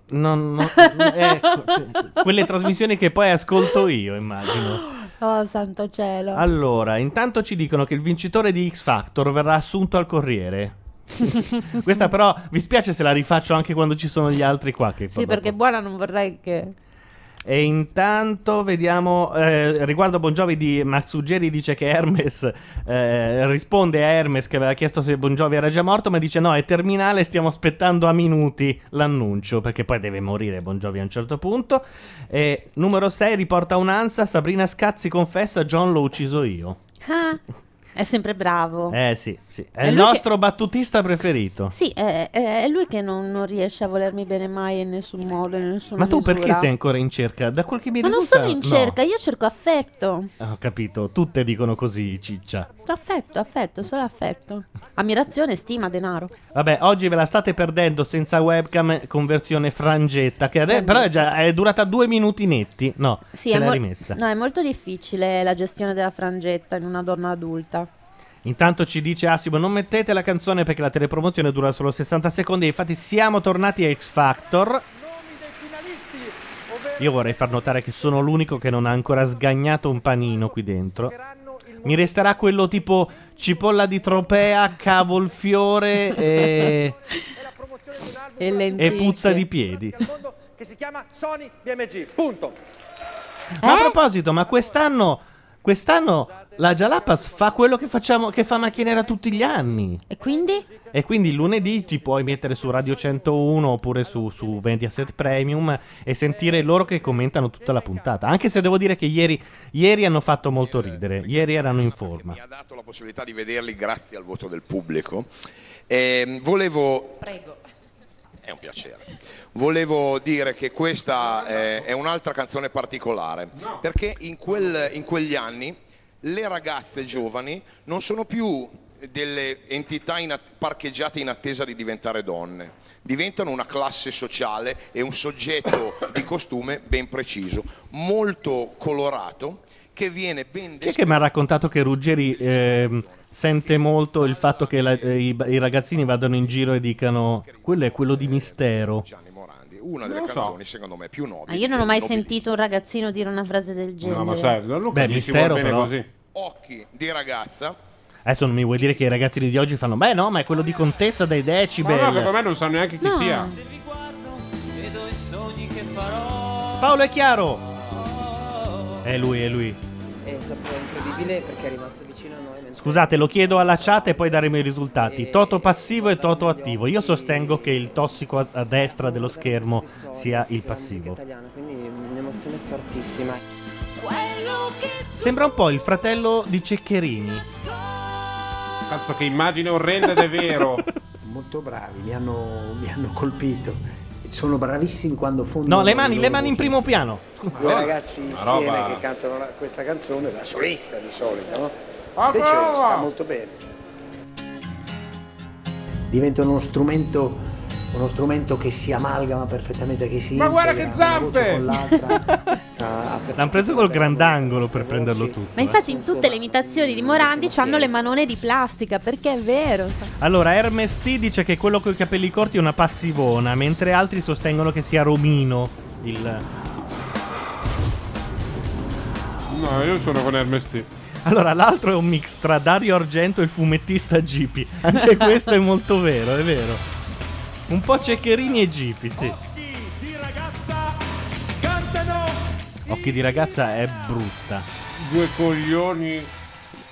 (laughs)
Non, non- ecco, cioè, quelle trasmissioni che poi ascolto io, immagino.
Oh, santo cielo.
Allora, intanto ci dicono che il vincitore di X Factor verrà assunto al Corriere. Questa però vi spiace se la rifaccio anche quando ci sono gli altri qua. Che
sì, perché buona non vorrei che...
E intanto vediamo, eh, riguardo a Bongiovi di Max Uggeri dice che Hermes eh, risponde a Hermes che aveva chiesto se Bongiovi era già morto, ma dice no, è terminale, stiamo aspettando a minuti l'annuncio, perché poi deve morire Bongiovi a un certo punto. E numero 6 riporta un'ansa, Sabrina Scazzi confessa, John l'ho ucciso io.
Ah, è sempre bravo.
Eh sì, sì. è
È
il
lui che-
nostro battutista preferito.
Sì, è, è- è lui che non, non riesce a volermi bene mai in nessun modo, in nessuna
Ma tu
misura.
perché sei ancora in cerca? Da quel che mi
Ma non
risulta...
sono in
no. Ah,
cerca, io cerco affetto.
Ho capito, tutte dicono così, ciccia.
Affetto, affetto, solo affetto. Ammirazione, stima, denaro.
Vabbè, oggi ve la state perdendo senza webcam con versione frangetta, che adè- però è, già, è durata due minuti netti. No,
Sì,
se
è
l'ha
mol-
rimessa.
No, è molto difficile la gestione della frangetta in una donna adulta.
Intanto ci dice Asimo, non mettete la canzone perché la telepromozione dura solo 60 secondi e infatti siamo tornati a X Factor. Io vorrei far notare che sono l'unico che non ha ancora sgagnato un panino qui dentro. Mi resterà quello tipo cipolla di tropea, cavolfiore e,
E,
e
lenticchie.
puzza di piedi.
che si chiama Sony BMG. Punto.
Ma a proposito, ma quest'anno, quest'anno la Jalapas fa quello che, facciamo, che fa Macchinera tutti gli anni.
E quindi?
E quindi lunedì ti puoi mettere su Radio 101 oppure su, su 20 Asset Premium e sentire loro che commentano tutta la puntata. Anche se devo dire che ieri, ieri hanno fatto molto ridere, ieri erano in forma.
Mi ha dato la possibilità di vederli grazie al voto del pubblico. Ehm, volevo... È un piacere. Volevo dire che questa eh, è un'altra canzone particolare, perché in, quel- in quegli anni le ragazze giovani non sono più delle entità in at- parcheggiate in attesa di diventare donne, diventano una classe sociale e un soggetto di costume ben preciso, molto colorato, che viene ben
Chi è che mi ha raccontato che Ruggeri ehm, sente molto il fatto che la- eh, i, i ragazzini vadano in giro e dicano quello è quello di mistero?
una delle canzoni secondo me più
Ma
nobili.
io non ho mai
nobili.
sentito un ragazzino dire una frase del genere.
Beh, mistero però.
Occhi di ragazza,
Adesso non mi vuoi dire che i ragazzini di oggi fanno beh no, ma è quello di Contessa dei Decibel.
Ma no, che per me non sanno neanche chi
No.
sia.
Vedo i sogni che farò.
Paolo è chiaro. È lui, è lui.
È stato incredibile perché è rimasto vicino a noi. mentre-
Scusate, lo chiedo alla chat e poi daremo i risultati. Toto passivo e Toto attivo. Io sostengo che il tossico a- a destra dello schermo sia il passivo.
Italiano, quindi un'emozione fortissima.
Sembra un po' il fratello di Ceccherini.
Cazzo, che immagine orrenda ed è
(laughs)
vero.
Molto bravi, mi hanno, mi hanno colpito. Sono bravissimi quando fondono.
No, le mani,
loro
le mani in
voci.
primo piano.
Due ragazzi
Una
insieme
roba.
che cantano la- questa canzone da solista di solito, no?
Ah,
Invece
brava!
sta molto bene. Diventano uno strumento, uno strumento che si amalgama perfettamente, che si
Ma guarda
integra
che
una voce
zampe!
con l'altra.
L'hanno preso col grandangolo per prenderlo tutto. eh.
Ma infatti in tutte le imitazioni di Morandi hanno le manone di plastica, perché è vero.
Allora, Hermes T dice che quello con i capelli corti è una passivona, mentre altri sostengono che sia Romino. Il...
No, io sono con Hermes T.
Allora, l'altro è un mix tra Dario Argento e il fumettista Gipi. Anche questo è molto vero, è vero. Un po' Ceccherini e Gipi, sì. Occhi di ragazza è brutta.
Due coglioni.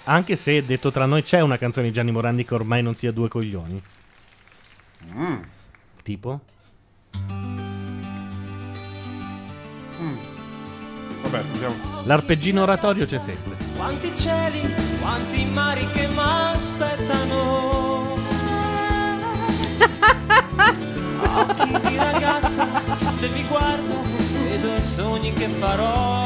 Anche se, detto tra noi, c'è una canzone di Gianni Morandi che ormai non sia due coglioni. Tipo?
Vabbè, andiamo.
L'arpeggino oratorio c'è sempre.
Quanti cieli, quanti mari che mi aspettano. Occhi di ragazza, se vi guardo, vedo i sogni che farò.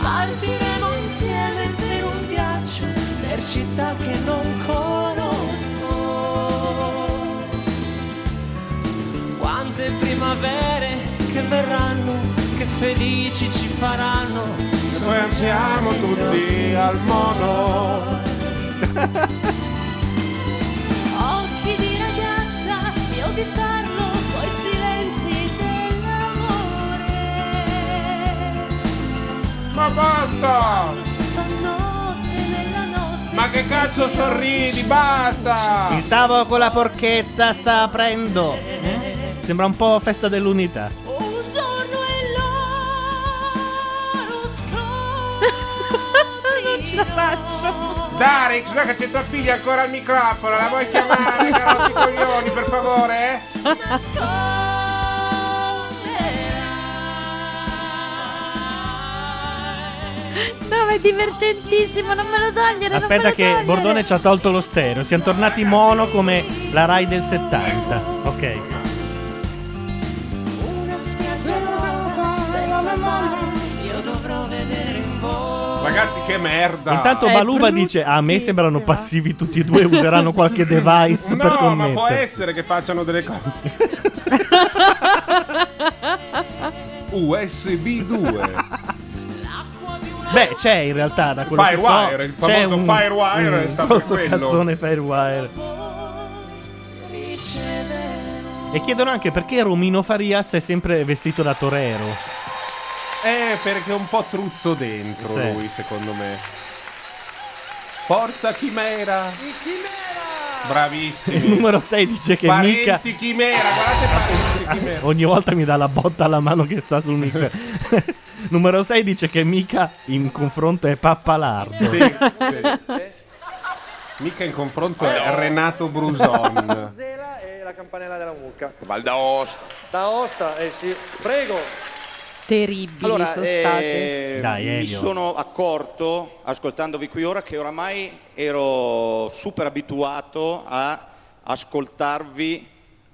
Partiremo insieme per un viaggio per città che non conosco. Quante primavere che verranno, che felici ci faranno.
Siamo tutti al mono.
Occhi di ragazza, io vi parlo, poi silenzi dell'amore.
Ma basta!
Notte nella notte.
Ma che cazzo sorridi? Basta!
Il tavolo con la porchetta sta aprendo. eh? Sembra un po' festa dell'unità.
Un giorno è l'oro
(laughs)
Non ce la faccio.
Darix, guarda che c'è tua figlia ancora al microfono, la vuoi chiamare, carotti coglioni, per
(laughs)
favore?
No, ma è divertentissimo, non me lo togliere. non me
Aspetta
lo
che
togliere.
Bordone ci ha tolto lo stereo. Siamo tornati mono come la Rai del 70. Ok.
Una spiaggia vuota senza mare. Io dovrò vedere in voi.
Ragazzi, che merda!
Intanto Baluba dice "A me sembrano passivi tutti e due, useranno qualche device per
No, ma può
connettersi".
essere che facciano delle
(laughs)
cose. USB
(laughs)
2.
Beh, c'è in realtà da quello
Firewire,
che
il
so, c'è
famoso
un,
Firewire
un
è stato
grosso
quello.
cazzone Firewire. E chiedono anche perché Romino Farias è sempre vestito da torero.
Eh, perché è un po' truzzo dentro
Sì.
lui, secondo me. Forza Chimera! Bravissimi.
Il numero 6 (laughs) dice che
Parenti
mica
Chimera, guardate Parenti Chimera.
ogni volta mi dà la botta alla mano che sta sul
(laughs)
mixer. numero 6 dice che mica in confronto è pappalardo.
Sì, Mica in confronto è Renato Bruson.
Zela e la campanella della mucca.
Val d'Aosta.
D'Aosta, eh sì. Prego.
Terribili
Allora,
sono
eh,
state.
mi sono accorto, ascoltandovi qui ora, che oramai ero super abituato a ascoltarvi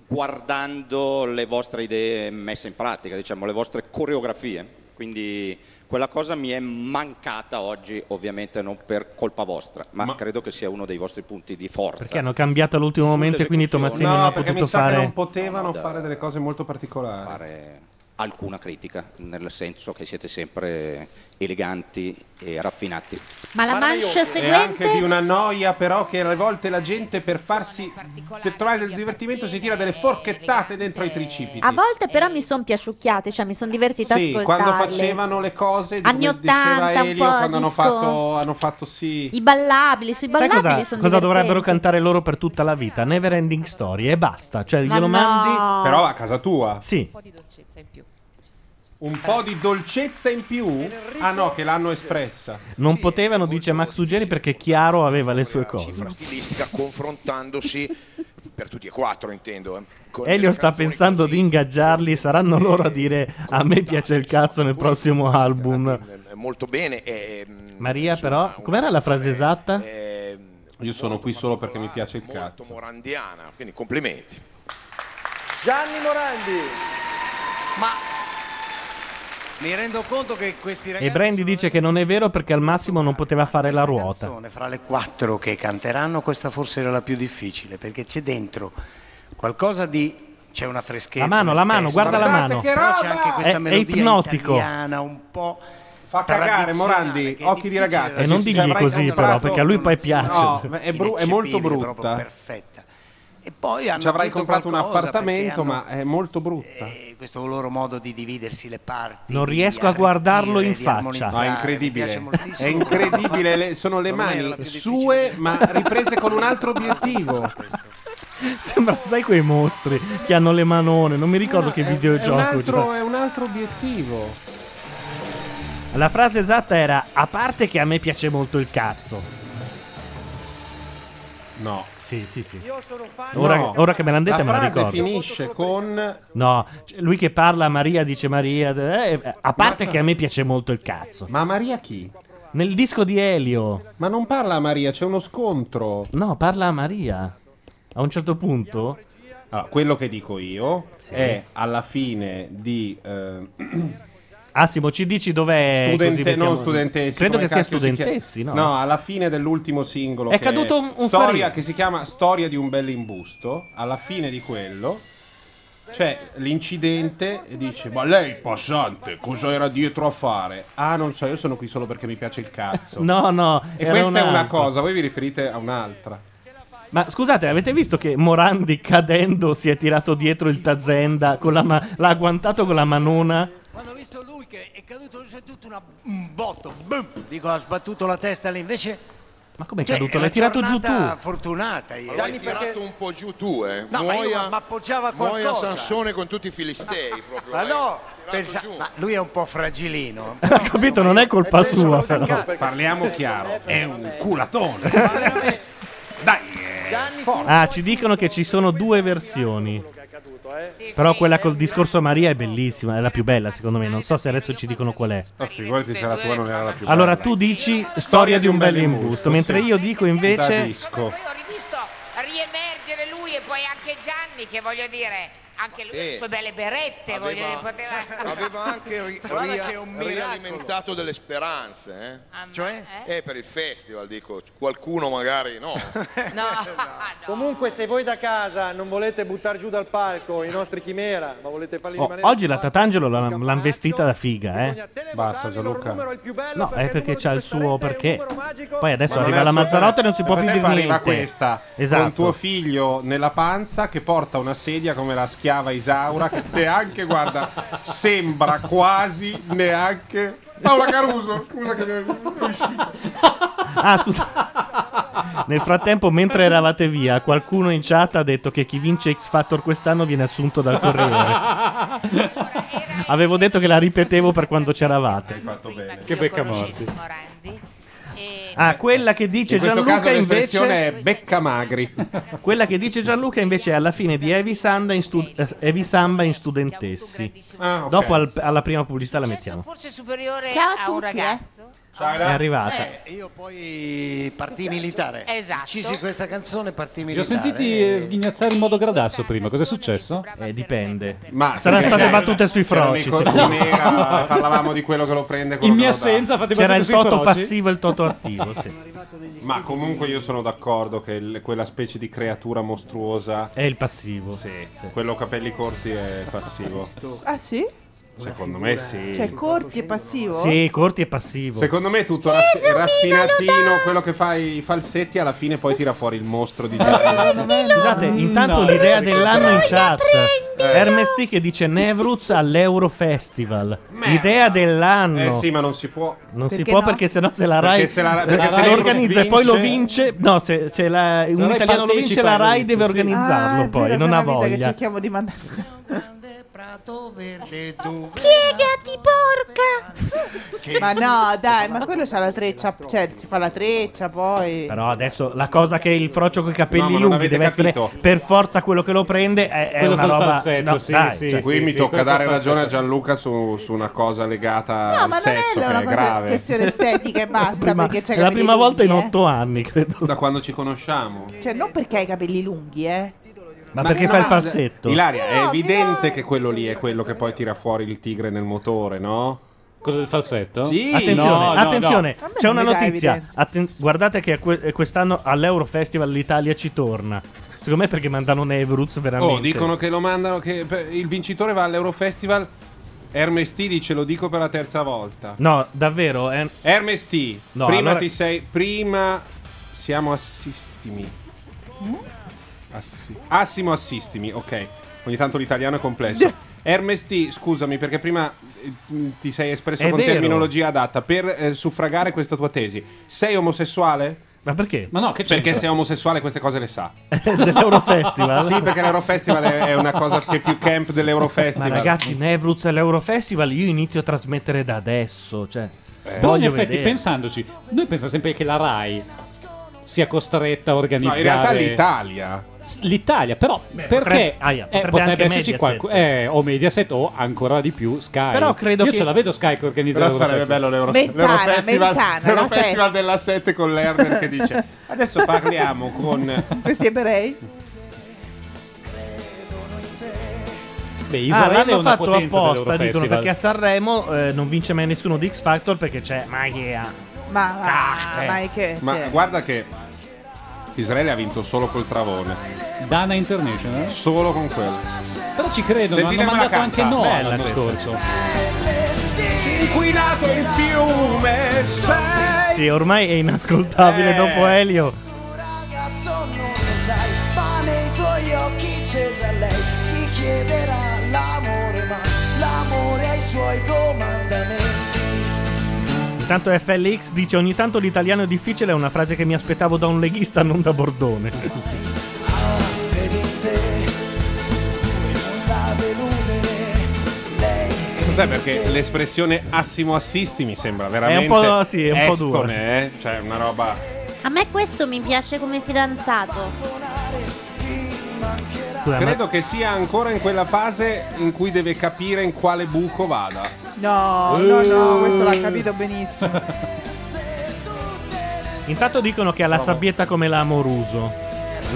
guardando le vostre idee messe in pratica, diciamo, le vostre coreografie. Quindi quella cosa mi è mancata oggi, ovviamente non per colpa vostra, ma, credo che sia uno dei vostri punti di forza.
Perché hanno cambiato all'ultimo momento e quindi Tomassini non
No,
ha
perché
potuto
mi sa
fare
che non potevano
No, da-
fare delle cose molto particolari.
Eh, alcuna critica, nel senso che siete sempre eleganti e raffinati.
Ma la manche
E
seguente.
anche di una noia però che alle volte la gente per farsi per trovare del divertimento si tira delle forchettate dentro ai tricipiti.
A volte però mi sono piasciucchiate, cioè mi sono divertita a
Sì,
ascoltarle.
quando facevano le cose
Anni
come diceva
80, un
Elio,
po'
quando hanno
disco.
fatto, hanno fatto sì.
I ballabili, sui
Sai
ballabili
cosa,
sono
cosa
divertenti.
dovrebbero cantare loro per tutta la vita? Never Ending Story e basta. Cioè,
Ma
glielo
no.
mandi.
Però a casa tua.
Sì.
po' di dolcezza in più. Un po' di dolcezza in più? Ah no, che l'hanno espressa.
Non potevano, dice Max Suggeri, perché Chiaro aveva le sue cose.
Cifra stilistica confrontandosi (laughs) per tutti e quattro, intendo. eh, con
Elio
delle
sta
canzoni
pensando di ingaggiarli, saranno loro a dire a me piace il cazzo nel prossimo album.
eh, molto bene e mm,
Maria però, com'era la frase esatta?
Io sono qui solo perché mi piace il cazzo.
morandiana, quindi complimenti.
Gianni Morandi.
Mi rendo conto che questi
E
ragazzi
Brandy dice che non è vero perché al massimo non poteva fare la (laughs) ruota.
sono fra le quattro che canteranno, questa forse era la più difficile perché c'è dentro qualcosa di c'è una freschezza.
La mano,
nel
la mano,
testo.
guarda la mano.
Però c'è anche
È-
questa
è
melodia
ipnotico.
italiana un po'
Fa cagare
tradizionale,
Morandi,
che è
occhi di ragazza.
E non
Sì, sì,
digli
avrai
così però,
comprato-
perché a lui poi piace.
No, è, bru- è molto brutta.
perfetta. E poi hanno
Ci avrai
aggiunto
comprato un
qualcosa
appartamento,
perché hanno-
ma è molto brutta.
questo loro modo di dividersi le parti.
Non
di
riesco a guardarlo in
di
faccia.
armonizzare,
No, è
mi piace
incredibile. È
moltissimo.
incredibile, (laughs) le- sono le
Ormai è
mani
la più
sue, ma riprese con un altro obiettivo.
Sembra, sai, quei mostri che hanno le manone, non mi ricordo che
È un,
videogioco.
altro, è un altro obiettivo.
La frase esatta era: A parte che a me piace molto il cazzo.
No.
Sì, sì, sì.
No.
Ora, ora che me l'hanno detta,
La
me la
frase
ricordo.
finisce con
No, c- lui che parla a Maria dice: Maria, eh, eh, a parte che a me piace molto il cazzo.
Ma Maria chi?
Nel disco di Elio.
Ma non parla a Maria, c'è uno scontro.
No, parla a Maria. A un certo punto.
A Allora, Ah, quello che dico io è alla fine di eh,
Assimo, ci dici dov'è? così
studente,
mettiamo-
non studentessi.
Credo
come
che sia
cacchio si
studentessi,
chiama?
no?
No, alla fine dell'ultimo singolo.
È
che
caduto un- un
storia
farina.
che si chiama Storia di un bel imbusto. Alla fine di quello c'è l'incidente e dice: Ma lei, passante, cosa era dietro a fare? Ah, non so, io sono qui solo perché mi piace il cazzo.
(laughs) No, no.
E
era
questa è una
un'altra.
cosa, voi vi riferite a un'altra.
Ma scusate, avete visto che Morandi cadendo si è tirato dietro il Tazenda? con la ma- l'ha agguantato con la manona? (laughs)
Quando ho visto lui che è caduto, c'è tutto una- un botto, boom, dico ha sbattuto la testa lì, invece...
Ma com'è
Cioè,
caduto?
è
L'hai
una
tirato giù tu?
giornata fortunata ieri.
L'hai tirato un po' giù tu, eh.
No, ma io
Moia,
m'appoggiava a
Moia
qualcosa.
Sansone con tutti i filistei proprio.
Ma
l'hai
no,
tirato
pensa-
giù.
ma lui è un po' fragilino.
Ha capito, non è colpa sua. però. (laughs)
Parliamo chiaro, è un culatone.
Ah, ci dicono che ci sono due versioni. Però quella col discorso a Maria è bellissima, è la più bella secondo me. Non so se adesso ci dicono qual è.
Ma Oh, figurati se la tua non era la più
Allora
bella.
tu dici storia di un bel imbusto, mentre
sì.
io dico
Da
invece.
disco.
Ho rivisto riemergere lui e poi anche Gianni, che voglio dire, anche lui con le sue belle berette, voglio dire, poteva...
Aveva anche ri-
Guarda
ria-
che è un miracolo.
rialimentato delle speranze. Eh?
Cioè?
Eh, per il festival, dico, qualcuno
(laughs)
magari no.
Comunque, se voi da casa non volete buttare giù dal palco i nostri chimera, ma volete farli
Oh,
rimanere.
oggi la Tatangelo l'ha- l'hanno vestita da figa, eh.
Basta Gianluca.
No, è perché c'ha il suo perché. Poi adesso
Ma non
arriva
è
la
solo-
Mazzarotta e non si può
Per
più
te
dire
fa
niente.
arriva questa con tuo
Esatto.
figlio nella panza che porta una sedia come la schiava Isaura che neanche guarda sembra quasi neanche Paola Caruso scusa che
Ah, scusa. (laughs) Nel frattempo, mentre eravate via, qualcuno in chat ha detto che chi vince X Factor quest'anno viene assunto
(laughs)
dal Corriere. Avevo detto che la ripetevo per quando c'eravate.
fatto bene
Che beccamorti.
Morandi.
Ah, quella che dice
in questo
Gianluca
caso l'espressione
invece
è
(laughs)
becca magri
quella che dice Gianluca invece è alla fine di Heavy Samba in, stu- eh, Heavy Samba in studentessi.
Ah, ok.
Dopo al- alla prima pubblicità la
(laughs)
mettiamo.
Forse superiore
Ciao a
a un
tutti, eh.
ragazzo.
È arrivata.
Eh, io poi partii militare.
Esatto.
Uccisi questa canzone, partii
Li ho
militare.
sentiti eh, sghignazzare in modo gradasso prima. Cos'è successo?
Eh, dipende.
Ma
Saranno
perché
state
c'era-
battute sui
c'erano
froci,
i co-
secondo
i
me.
nera, parlavamo di quello che lo prende quello
In mia
che lo dà.
assenza fate
C'era il
battute sui
toto
froci?
passivo e il (laughs) toto attivo. sì.
ma comunque io sono d'accordo che il- quella specie di creatura mostruosa
È il passivo.
sì, quello capelli corti è passivo
Ah sì?
secondo me sì
Cioè corti e passivo?
Sì, corti e
Boh.
passivo.
Secondo me è tutto raff- raffinatino, quello che fa i falsetti alla fine poi tira fuori il mostro di Giacomo.
Scusate,
No,
intanto l'idea
perché-
dell'anno in
Troia,
chat. Hermesti che dice Nevruz all'Eurofestival. Idea dell'anno.
Eh sì, ma non si può.
Non si può perché sennò se la Rai
Perché se, la, perché
se
se
lo
Rai
organizza e
vince-
poi lo vince, no, se, se la- un
Rai
italiano lo
partecipa,
vince, la
lo
Rai
vince,
deve
sì.
organizzarlo
Ah, è
poi,
vero,
non
è
ha
una vita Che
voglia.
cerchiamo di mandarci.
Piegati, porca!
Ma no, dai, ma quello c'ha la treccia, cioè si fa la treccia poi.
Però adesso la cosa che il frocio con i
No,
capelli
ma non
lunghi
avete
deve essere
capito.
per forza quello che lo prende è, è
Quello
una
col
roba
falsetto,
no,
sì,
dai,
sì,
cioè,
qui mi tocca dare ragione a Gianluca su, su una cosa
Ah,
legata
No,
al
ma non è
sesso che
una
è
cosa
grave.
questione estetica
(laughs)
e basta,
Prima-
perché c'è
è la
capelli
prima volta in
lunghi, eh.
otto anni, credo.
Da quando ci conosciamo.
Cioè, non perché hai i capelli lunghi, eh.
Ma, perché
no,
fa il
ma-
falsetto?
Ilaria, è evidente che quello lì è quello che poi tira fuori il tigre nel motore, no?
Quello del falsetto?
Sì.
Attenzione, attenzione,
A me
c'è
non
una
mi dà
notizia.
evidente.
Atten- guardate che que- quest'anno all'Eurofestival l'Italia ci torna. Secondo me perché mandano Nevruz veramente.
Oh, dicono che lo mandano, che per- il vincitore va all'Eurofestival. Hermes T dice, lo dico per la terza volta.
No, davvero, è...
Hermes T,
No,
prima
allora-
ti sei. Prima siamo assistimi. Assi- Assimo assistimi, ok. Ogni tanto l'italiano è complesso. Hermes T, scusami perché prima eh, ti sei espresso
È
con
vero.
terminologia adatta per eh, suffragare questa tua tesi. Sei omosessuale?
Ma perché?
Ma no, che
Perché sei omosessuale queste cose le sa.
(laughs) dell'Eurofestival.
Sì, perché l'Eurofestival è è una cosa che è più camp
Ma
dell'Eurofestival.
ragazzi, Nevruz all'Eurofestival io inizio a trasmettere da adesso, cioè
Eh.
Però Eh, in
voglio
effetti,
vedere.
pensandoci, noi pensiamo sempre che la Rai sia costretta a
No,
organizzare.
in realtà l'Italia.
L'Italia, però, perché
potrebbe- ah, yeah,
eh,
potrebbe
potrebbe,
anche
esserci
Mediaset.
qualcuno, eh, o Mediaset o ancora di più Sky.
Però credo
Io
che-
ce la vedo Sky che organizza
Però sarebbe bello l'Euro-
Mentana,
l'Eurofestival,
Mentana, la
l'Eurofestival
sette.
della 7 con l'Erner che dice adesso parliamo con
Questi ebrei?
Beh,
Ah,
Israele è
l'hanno
una
fatto
potenza del
apposta, dicono,
Eurofestival.
perché a Sanremo eh, non vince mai nessuno di X Factor perché c'è Maia.
Ma, ma,
eh.
ma è che... cioè.
Ma
che-
guarda che Israele ha vinto solo col Travone.
Dana International?
Solo con quello.
Però ci credono, hanno
Sentite come la
mandato anche
canta.
no
Bella
l'anno
questa.
scorso.
Inquinato il fiume, sei
Sì, ormai è inascoltabile
Eh.
dopo Elio.
Cazzo non lo sai, ma nei tuoi occhi c'è già lei. Ti chiederà l'amore, ma l'amore ha i suoi comandamenti.
Intanto FLX dice ogni tanto l'italiano è difficile, è una frase che mi aspettavo da un leghista, non da Bordone.
La deludere, lei
Sai perché l'espressione assimo assisti mi sembra veramente
È un po', sì, è un po'
estone,
dura.
eh? Cioè una roba
A me questo mi piace come fidanzato.
Scusa, ma-
Credo che sia ancora in quella fase in cui deve capire in quale buco vada.
No, no,
Eh.
no, questo l'ha capito benissimo.
(laughs)
Intanto dicono che ha la sabbietta come la Moruso.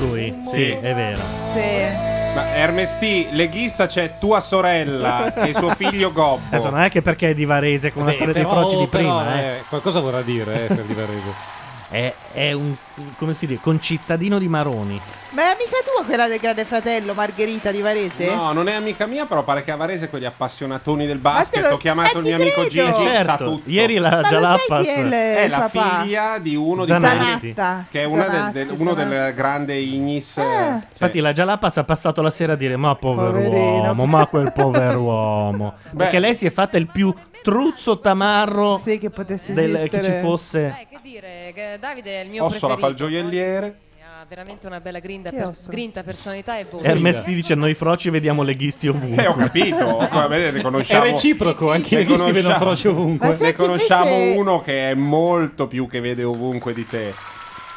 Lui, sì,
Sì.
è vero.
Sì.
Ma Hermes T, leghista c'è tua sorella e suo figlio
Adesso
Gobbo.
non è che perché è di Varese come la
Beh,
storia dei
però-
froci di
però,
prima, eh.
eh, Qualcosa vorrà dire eh, essere di Varese.
(laughs) È, è un come si dice, concittadino di Maroni.
Ma è amica tua quella del grande fratello Margherita di Varese?
No, non è amica mia, però pare che a Varese quegli appassionatoni del basket.
te lo-
Ho chiamato Certo, il mio amico Gigi,
credo.
sa
Certo,
tutto.
ieri la eh, Ma lo sai Jalapas-
chi è il-
è
il
la
papà?
figlia di uno
Zanotti.
di quelli che è una del, del- uno del grande Ignis. eh, sì.
Ah. Infatti la Jalapas ha passato la sera a dire ma pover'uomo,
(laughs)
ma quel
(laughs)
pover'uomo. Perché lei si è fatta il più truzzo tamarro
che potesse
del, che ci
esistere.
fosse.
Ecco,
Che dire, che Davide è Eh, il mio
Ossola fa il
preferito.
gioielliere.
Ha veramente una bella grinda,
Chi
per-
Ossola?
grinta personalità e voce.
Hermes ti dice noi froci vediamo leghisti ovunque.
Eh, ho
(laughs)
capito, come riconosciamo.
È reciproco, anche
Ne
i leghisti
conosciamo-
vedono froci ovunque. Ma
Ne
senti,
conosciamo
invece-
uno che è molto più che vede ovunque di te.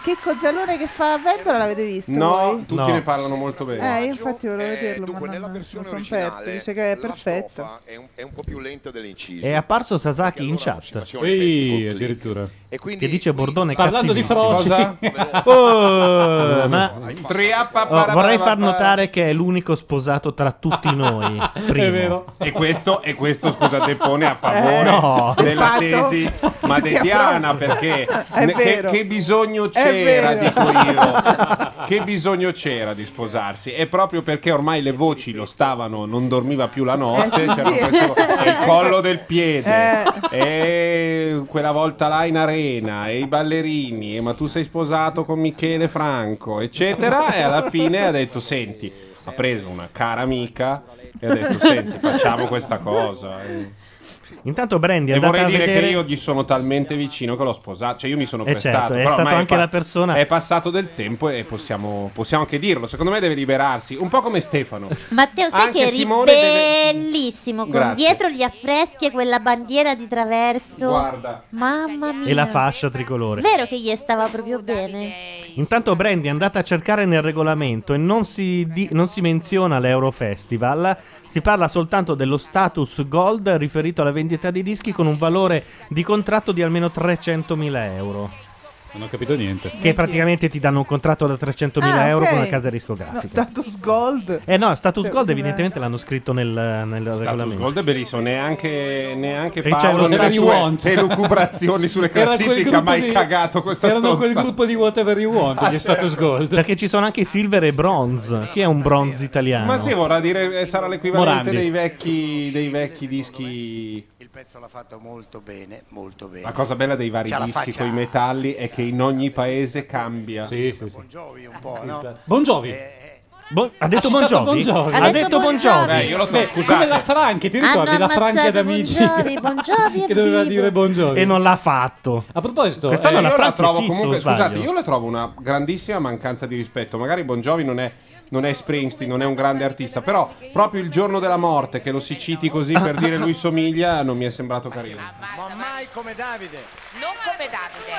Che cozzalone che fa a Ventola l'avete visto?
No,
voi?
tutti ne parlano molto bene.
Eh, io infatti volevo vederlo. ma non- non son perso. Dice che è perfetto.
è un, è un po' più lenta dell'inciso.
È apparso Sasaki in chat.
facevano i pezzi con click.
addirittura.
E quindi
Che dice Bordone
Parlando di
(laughs) cattivissimo.
froci. Cosa? Eh.
Oh, ma
Triappa
Oh, vorrei
paraparapapa.
far notare che è l'unico sposato tra
(laughs)
tutti noi. primo.
E questo, e questo scusate, pone a favore
Eh, no.
della
Esatto.
tesi
(laughs)
madediana
Siamo-
perché
È
ne- che,
vero.
che bisogno c'era, dico
(laughs)
io, che bisogno c'era di sposarsi? E proprio perché ormai le voci lo stavano, non dormiva più la notte,
Eh, sì,
c'era
sì. (laughs)
questo, il collo del piede,
Eh.
e quella volta là in arena, e i ballerini, e ma tu sei sposato con Michele Franco, eccetera, e alla fine ha detto, senti, ha preso una cara amica e ha detto, senti, facciamo questa cosa. eh.
Intanto Brandy è
E
andata
vorrei
a
dire
vedere
che io gli sono talmente vicino che l'ho sposato, cioè io mi sono
Eh certo,
prestato.
è
però
stato
ormai
anche la persona-
È passato del tempo e possiamo, possiamo anche dirlo. Secondo me deve liberarsi, un po' come Stefano.
Matteo, sai
Anche
che eri
Simone deve-
bellissimo. Con
Grazie.
dietro gli affreschi e quella bandiera di traverso.
Guarda.
Mamma mia.
e la fascia tricolore.
Vero che gli stava proprio bene.
Intanto Brandy è andata a cercare nel regolamento e non si, di- non si menziona l'Eurofestival, si parla soltanto dello status gold riferito alla vendita di dischi con un valore di contratto di almeno 300.000 euro.
Non ho capito niente.
Che praticamente ti danno un contratto da 300.000
Ah,
euro
ok.
con una casa
No, (laughs)
discografica.
status gold.
eh no, status
Sì,
gold
sì,
evidentemente l'hanno scritto nel, nel
Status
(laughs) regolamento.
Gold è bellissimo, neanche, neanche
E c'è
Paolo
lo
nelle
Whatever You
sue
(laughs)
(laughs)
Want.
elucubrazioni sulle
(laughs) Era quel
classifiche ha
gruppo
mai
di-
cagato questa Ah, certo.
erano
stronza.
quel gruppo di Whatever You Want, gli status gold.
Perché ci sono anche i silver e bronze. Chi è un bronze italiano?
Ma sì, vorrà dire eh, sarà l'equivalente
Morandi.
dei vecchi, dei vecchi dischi.
Il pezzo l'ha fatto molto bene, molto bene.
La cosa bella dei vari
C'ha la
dischi
faccia
con i metalli è che in ogni paese cambia. Sì,
sì,
sì.
un po', no?
Buongiovi.
ha detto
eh. Bon
Buongiovi?
Jovi?
Ha Ha detto detto Bon Bon Jovi. Jovi.
Eh, io lo so,
Beh,
scusate. Come la Franchi, ti ricordi?
Hanno
la Franchi ad
ammazzato
amici.
Bon Jovi,
Bon
(laughs)
Jovi è
che doveva
vivo.
dire buongiorno.
E non l'ha fatto.
A proposito,
Se stanno
eh,
alla
io la
Franchi
trovo
è fisso,
comunque-
o sbaglio?
scusate,
io la trovo una grandissima mancanza di rispetto. Magari Bon Jovi non è, non è Springsteen, non è un grande artista, però proprio il giorno della morte che lo si citi così per dire lui somiglia non mi è sembrato carino.
Ma mai come Davide.
Non come
(laughs)
Davide.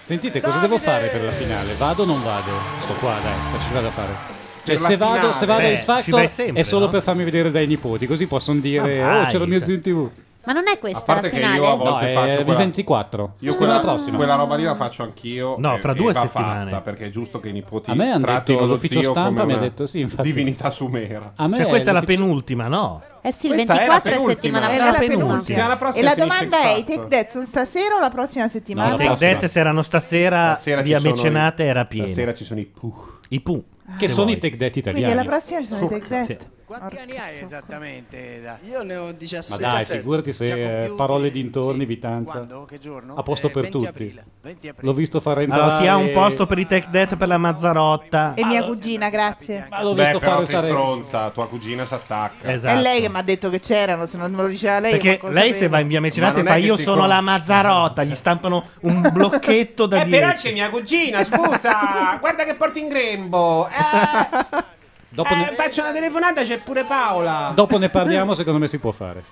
Sentite, cosa devo fare per la finale? Vado o non vado? Sto qua, dai, facci vado a fare. Cioè,
Per la
se vado, se
finale?
vado
Beh,
a X
ci vai
Factor
sempre,
è solo
no?
per farmi vedere dai nipoti, così possono dire
Ma vai,
"Oh, c'era mio
cioè."
zio in TV".
Ma non è questa
A parte
la
che
finale?
io a volte
No, è
faccio
il
quella...
24.
Io
Settimana
quella,
prossima.
quella roba lì la faccio anch'io.
No,
e-
fra
e
due
va
settimane.
fatta, perché è giusto che i nipoti
A me han
trattino
detto
lo
l'ufficio
zio
stampa,
come
mi ha
una
detto sì, infatti.
divinità sumera.
A me
Cioè, questa è la
l'ufficio-
penultima, no?
Eh sì, il
Questa è la
24 è,
penultima.
settimana
È la
prossima.
penultima. Settimana
E
prossima
la
finisce
domanda
X
è: i
Factor.
Take That sono stasera o la prossima settimana?
I Take That se erano stasera,
Stasera ci
via
sono i-
Mecenate era pieno.
Stasera ci sono i Puh.
I Puh.
Che
se
sono
vuoi.
i Take That
Ah. Quindi
italiani.
alla prossima ci sono i Take That.
Sì.
Quanti anni hai esattamente? Da...
Io ne ho
Ma
17.
dai, figurati se eh, parole dintorni, Vitanza. A posto per tutti. L'ho visto fare entrare.
Allora, chi ha un posto per i Tech Death per la Mazzarotta?
E mia cugina, grazie.
Cioè,
Beh, però sei
stare-
stronza, tua cugina si attacca.
Esatto.
È lei che mi ha detto che c'erano, se non me lo diceva lei.
Perché lei se va in via Mecenate fa io sono la Mazzarotta, gli stampano un blocchetto da
Eh, però c'è
10.
mia cugina,
(laughs)
scusa, guarda che porti in grembo. Eh, eh, faccio una telefonata, c'è pure Paola.
Dopo ne
(laughs)
parliamo, secondo me si può fare.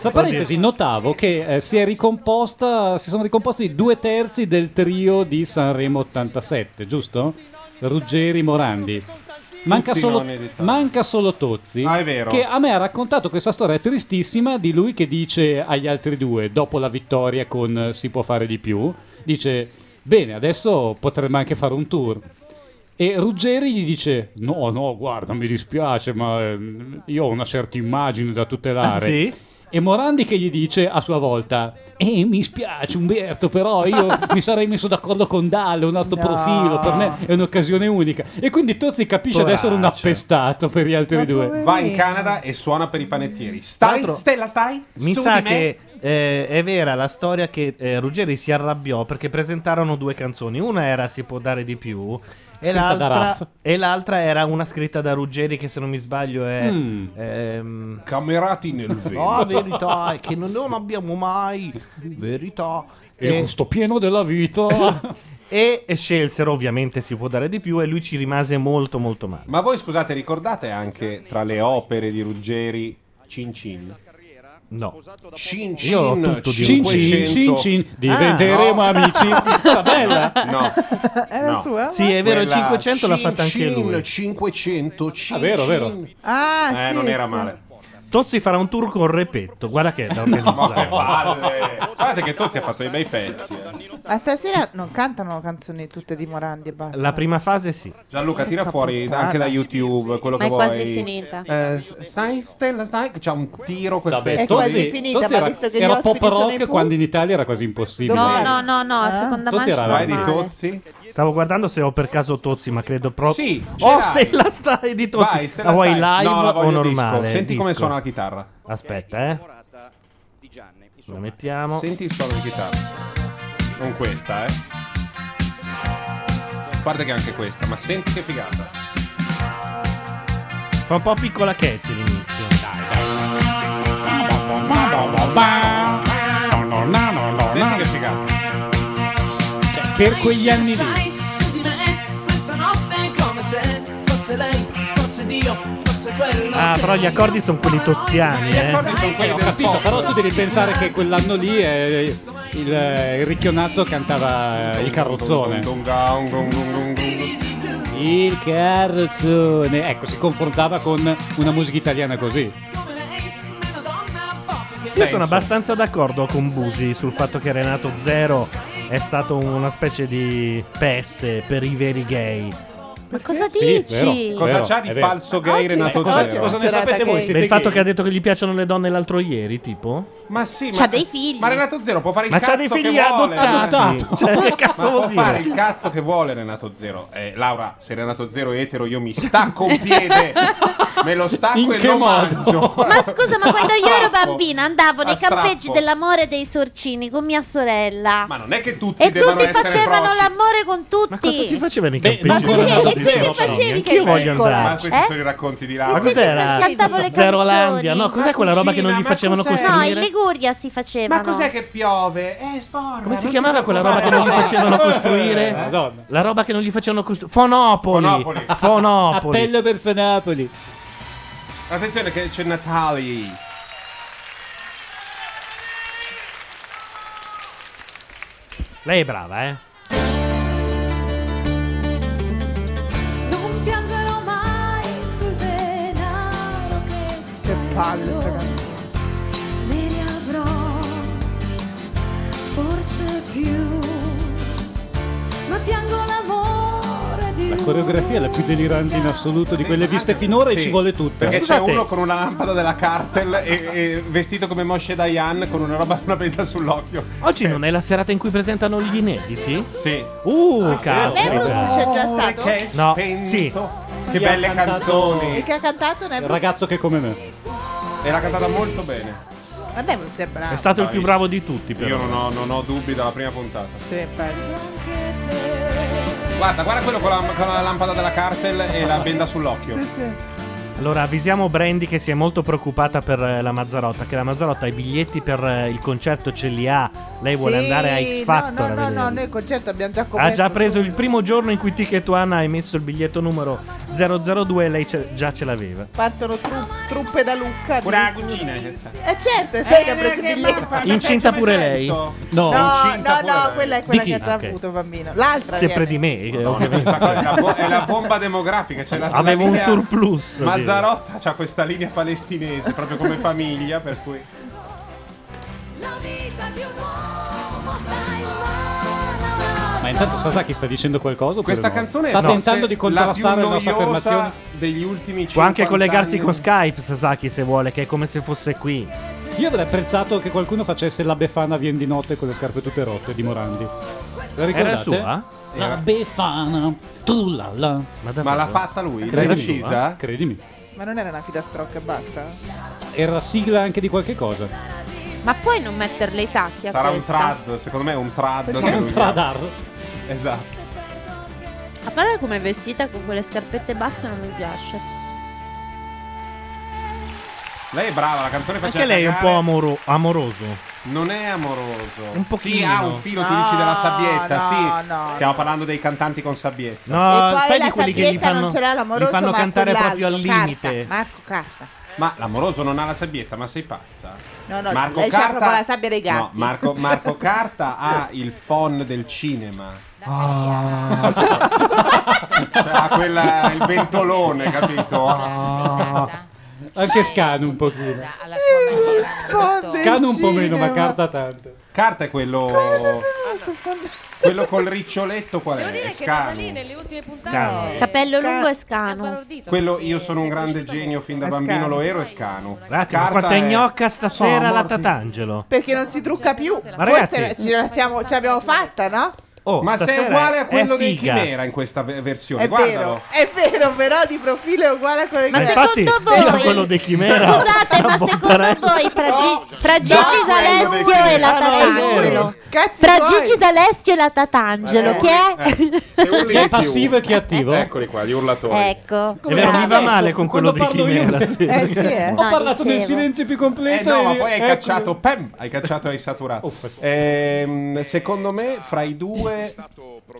Tra parentesi, notavo che eh, si è ricomposta, si sono ricomposti due terzi del trio di Sanremo 87, giusto? Ruggeri Morandi. Manca
Tutti
solo,
non editati.
manca solo Tozzi,
Ah, è vero.
che a me ha raccontato questa storia tristissima di lui che dice agli altri due, dopo la vittoria con eh, Si può fare di più, dice, bene, adesso potremmo anche fare un tour. E Ruggeri gli dice: No, no, guarda, mi dispiace, ma ehm, io ho una certa immagine da tutelare.
Ah, sì?
E Morandi che gli dice a sua volta: Eh, mi spiace, Umberto, però
(laughs)
io mi sarei messo d'accordo con Dalle, un altro
No.
profilo. Per me è un'occasione unica. E quindi Tozzi capisce di essere un
Poraccio.
appestato per gli altri due.
Va in Canada e suona per i panettieri.
Tra
Stai,
l'altro,
Stella, stai?
Mi
Su
sa
di me?
che eh, è vera la storia che eh, Ruggeri si arrabbiò perché presentarono due canzoni. Una era Si può dare di più. E
Scritta da
l'altra,
Raff.
e l'altra era una scritta da Ruggeri che se non mi sbaglio è...
Mm.
ehm,
Camerati nel vento.
(laughs) No, verità, è che
(laughs)
non, non abbiamo mai verità.
E sto pieno della vita.
(laughs) e scelsero, ovviamente si può dare di più, e lui ci rimase molto molto male.
Ma voi scusate, ricordate anche tra le opere di Ruggeri Cin Cin?
No.
Cin Cin,
Io ho tutto di
Cin
Ruggeri.
cin,
500.
cin cin,
Ah,
diventeremo
no. (laughs)
amici. Era bella.
No.
Era
no.
sua?
Sì, è vero, il
Quella
500 l'ha
Cin
fatta anche
Cin,
lui.
500, Cin
Ah, vero,
Cin.
vero.
Ah,
Eh,
sì,
non era
sì.
male.
Tozzi farà un tour con Repetto, guarda che è
(laughs)
da
Ma che
organizzare.
palle. Guardate che Tozzi ha fatto dei bei pezzi. eh.
Ma stasera non cantano canzoni tutte di Morandi e basta.
La prima fase sì.
Gianluca, tira fuori
puttana.
anche da YouTube quello
Ma
che
è quasi
vuoi.
finita.
Eh, s- sai, Stella, sai che c'ha un tiro quel
Vabbè,
pezzo
È quasi
lì.
finita,
Tozzi
ma
era,
visto che gli
era
ospiti
pop
sono i
rock
Pooh?
quando in Italia era quasi impossibile.
No, no, no, no, seconda
Forse
mancia
era
Vai di
normale.
Tozzi.
Stavo guardando se ho per caso Tozzi, ma credo proprio...
Sì, ce
Oh,
l'hai.
Stella Stai di Tozzi.
Vai, Stella
la vuoi
Stai.
live
No, la
o
voglio disco.
normale?
Senti come
Disco.
suona la chitarra.
Aspetta, eh. La mettiamo.
Senti il suono di chitarra. Non questa, eh. A parte che anche questa, ma senti che figata.
Fa un po' piccola Katie l'inizio.
Senti che figata.
Per quegli anni lì.
Stai su di me, questa notte come se fosse lei, fosse Dio, fosse quello.
Ah, però gli accordi sono quelli tozziani, eh.
Sono quelli
Ho
del
capito,
pop.
però tu devi pensare che quell'anno lì eh, il, eh, il ricchionazzo cantava eh, il carrozzone. Il carrozzone. Ecco, si confrontava con una musica italiana così.
Io sono
Penso.
abbastanza d'accordo con Busi sul fatto che Renato Zero è stato una specie di peste per i veri gay.
Ma cosa
Sì,
dici?
vero.
Cosa c'ha
è
di
vero.
falso gay Renato
cosa,
Zero?
cosa ne
Serata
sapete voi?
gay.
Siete
Per il fatto
gay?
che ha detto che gli piacciono le donne l'altro ieri, tipo?
Ma sì,
C'ha
ma,
dei figli.
ma Renato Zero può fare il
Ma
cazzo
c'ha dei figli
che vuole.
adottati. Cioè, che
Ma
cazzo
può
vuol
fare
dire?
il cazzo che vuole Renato Zero. Eh, Laura, se Renato Zero è etero, io mi stacco un piede. Me lo stacco
In
e
che
lo
modo?
mangio.
Ma scusa,
(laughs)
ma quando io ero
Strappo.
bambina andavo nei
A strappo.
campeggi dell'amore dei sorcini con mia sorella.
Ma non è che tutti
E
devono
tutti
essere
facevano
proci.
l'amore con tutti.
Ma cosa si faceva nei
Beh,
campeggi?
ma
di
perché-
Renato
e
Zero?
perché
Anch'io
facevi che
voglio
piccola?
Ma
andare.
questi
Eh?
sono i racconti di
Ma
Laura.
cos'era?
Cantavo le canzoni.
Zerolandia, no? Cos'è
Ma
quella roba che non gli
cucina, ma
facevano
cos'è?
No, in
costruire?
Liguria si facevano.
che piove? Eh, sporca.
Come si chiamava quella roba che non gli facevano costruire?
Madonna.
La roba che non gli facevano costruire. Fonopoli.
Fonopoli.
Fonopoli.
Appello per Fanapoli.
Attenzione che c'è Natali.
Lei è brava, eh?
Non piangerò mai sul denaro che
Che palle, sta
spendo.
canzone.
più, ma piango l'amore di
La coreografia è la più delirante in assoluto di quelle viste finora e
Sì,
ci vuole tutta.
Perché c'è uno con una lampada della cartel e, e vestito come Moshe Dayan con una roba una venda sull'occhio.
Oggi non è la serata in cui presentano gli inediti?
Sì.
Uh,
Ah, sì?
Nevruz
cazzo.
c'è già stato?
Che
No,
spento.
sì.
Che
Chi ha
belle
cantato-
canzoni.
E che ha cantato
Il
Nevruz?
ragazzo che come me.
Era cantata molto bene.
Ma Nevruz è bravo.
Bravissimo.
bravo di tutti, però.
Io non ho, non ho dubbi dalla prima puntata. Guarda, guarda quello con la, con la lampada della cartel e la benda sull'occhio.
Allora avvisiamo Brandy che si è molto preoccupata per eh, la Mazzarotta, che la Mazzarotta i biglietti per eh, il concerto ce li ha, lei vuole
Sì,
andare a X Factor.
No, no,
a
no, no,
vederli.
noi il concerto abbiamo già coperto.
Ha già preso il primo giorno in cui Ticket One ha emesso il biglietto numero 002 e lei ce- già ce l'aveva.
Partono tru- truppe da Lucca.
Pure la cioè.
di-
cucina.
Eh certo, è lei che ha preso il biglietto.
Incinta
Cioè,
pure lei?
No,
No, no,
Incinta pure
no,
lei.
quella è
Di
quella
chi?
che ha già
Ok.
avuto bambino. L'altra viene.
Sempre di me. eh,
Madonna,
ovviamente.
questa cosa è la, bo- è la bomba demografica. Cioè la,
Avevo
la
un
linea-
surplus,
Mazzarotta c'ha questa linea palestinese proprio come famiglia, per cui.
Ma intanto Sasaki sta dicendo qualcosa? oppure
Questa
no?
canzone
sta
è
tentando di
forse la più
contrastare la nostra
noiosa
affermazione.
degli ultimi 50
Può anche collegarsi
anni.
con Skype Sasaki se vuole, che è come se fosse qui.
Io avrei apprezzato che qualcuno facesse la Befana vien di notte con le scarpe tutte rotte di Morandi. La ricordate?
Era sua?
La
Era.
Befana. Tu la la.
Ma l'ha fatta lui? L'ha
Credimi,
incisa?
eh, Credimi.
Ma non era una fidastrocca basta?
Era sigla anche di qualche cosa.
Ma puoi non metterle i tacchi a
Sarà un
questa?
trad, secondo me è un trad.
Perché?
che lui
Un tradar.
ha. Esatto.
A parte come è vestita con quelle scarpette basse non mi piace.
Lei è brava, la canzone faceva
Anche lei è un po'
cagare.
amoro- amoroso.
Non è amoroso.
Un pochino.
Sì, ha un filo, tu
No,
dici, della sabbietta.
no,
sì,
no,
stiamo parlando dei cantanti con sabbietta.
No,
e poi
sai
la
di quelli che gli
sabbietta
fanno,
non ce l'ha l'amoroso,
li fanno
ma
cantare
quell'altro,
proprio al
Carta,
limite.
Marco Carta.
Ma l'amoroso non ha la sabbietta, ma sei pazza?
No, no, lei c'ha proprio la sabbia dei
No,
gatti.
Marco, Marco Carta ha il phon del cinema. Cioè, ha quella, il ventolone, capito?
Ah.
(laughs) Anche Scanu un pochino.
alla sua maniera.
Scanu un po' meno, ma carta tanto.
Carta è quello. quello col riccioletto qual
Devo
è?
dire che Natalie
Scano.
nelle ultime puntate
Scanu.
Capello
Ca-
lungo e
mi ha
scano.
sbalordito.
Certo. Quello io sono un grande genio fin da
È
bambino
Scanu.
lo ero e Scanu.
Grazie, ma quanto è gnocca stasera la Tatangelo.
Perché non si trucca più.
Ma ragazzi-
Forse ce la siamo, ce l'abbiamo fatta, no?
Oh,
Ma sei
stasera
uguale
è-
a quello
è
dei
figa.
Chimera in questa ve- versione,
È
guardalo.
vero, è vero, però di profilo è uguale a quello di
Ma
Chimera.
infatti, io quello dei Chimera.
Scusate, ma secondo voi fra, Gi- fra Gigi D'Alessio e la
Ah,
Tatangelo? Fra Gigi D'Alessio e la Tatangelo,
Eh.
che è?
Chi è passivo e chi è attivo?
Eccoli qua, gli urlatori.
Ecco.
È vero, mi va male con quello di
parlo io.
(laughs)
Chimera. sì.
Eh, sì, eh. Ho
No,
parlato
dicevo.
nel silenzio più
Eh
completo.
no,
e- ecco.
ma poi hai
eccolo.
cacciato Pem, hai cacciato e hai saturato. Ehm, secondo me, fra i due,
Cos'è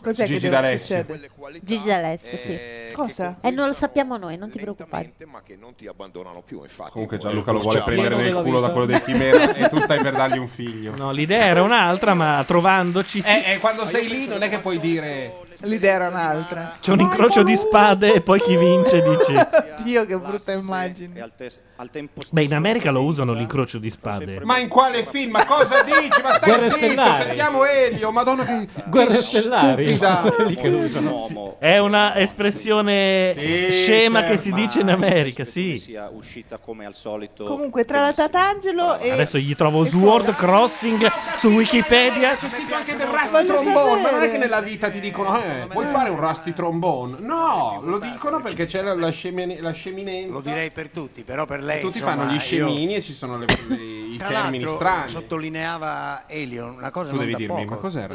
che
Gigi
deve
D'Alessio. eh,
succedere? Gigi D'Alessio, sì. Cosa? E non lo sappiamo noi, non ti preoccupare.
ma che non ti abbandonano più, infatti.
Comunque
poi-
Gianluca lo vuole
Ciao.
prendere nel culo da quello
(laughs)
dei Chimera e tu stai per dargli un figlio.
No, l'idea era un'altra, ma trovandoci si-
Eh, eh, quando sei lì non è che puoi dire...
L'idea era un'altra.
c'è un incrocio di spade e poi chi vince dice.
Dio, che brutta immagine.
E al, tes- al tempo
Beh, in America lo usano l'incrocio di spade.
Ma in quale film? Ma
(laughs)
cosa dici? Ma stai
Guerre
zitto,
stellari.
sentiamo Elio. Madonna che...
Guerre
che
stellari.
stupida.
(laughs) Quelli che lo usano. È una espressione
Sì,
scema
certo.
che si dice in America, sì.
sia uscita come al solito.
Comunque, tra la Tatangelo e.
Adesso gli trovo Sword Crossing su Wikipedia.
C'è scritto anche del rusty trombone, ma non è che nella vita ti dicono eh, vuoi fare un rusty trombone? No, lo dicono perché c'è la, la, scemine- la sceminenza. Lo direi per tutti, però per
lei,
Tutti
insomma,
fanno gli
io-
scemini e ci sono le- le- i
Tra
termini
l'altro,
strani.
sottolineava Elio una cosa
Tu
non
devi
da
dirmi,
poco.
ma cos'era?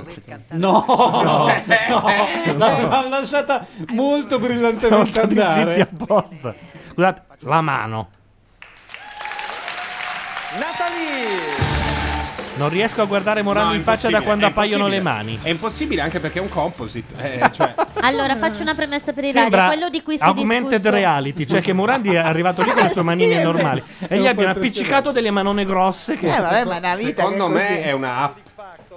No, (laughs) no, l'avevamo lasciata molto
Siamo
brillantemente
stati zitti
andare.
apposta. Scusate, la mano. Non riesco a guardare Morano
No,
in faccia da
impossibile,
quando
è
appaiono le
impossibile.
mani.
È impossibile anche perché è un composite. eh, (laughs) cioè,
Allora, faccio una premessa per i
Sembra
radio. Quello di cui si
augmented
discusso...
reality, cioè che Morandi è arrivato lì con le sue manine
(laughs) Sì,
normali
è
e
vero.
gli abbiano appiccicato delle manone grosse che...
Eh, vabbè, ma è una vita
secondo
che è
me
così.
è una app.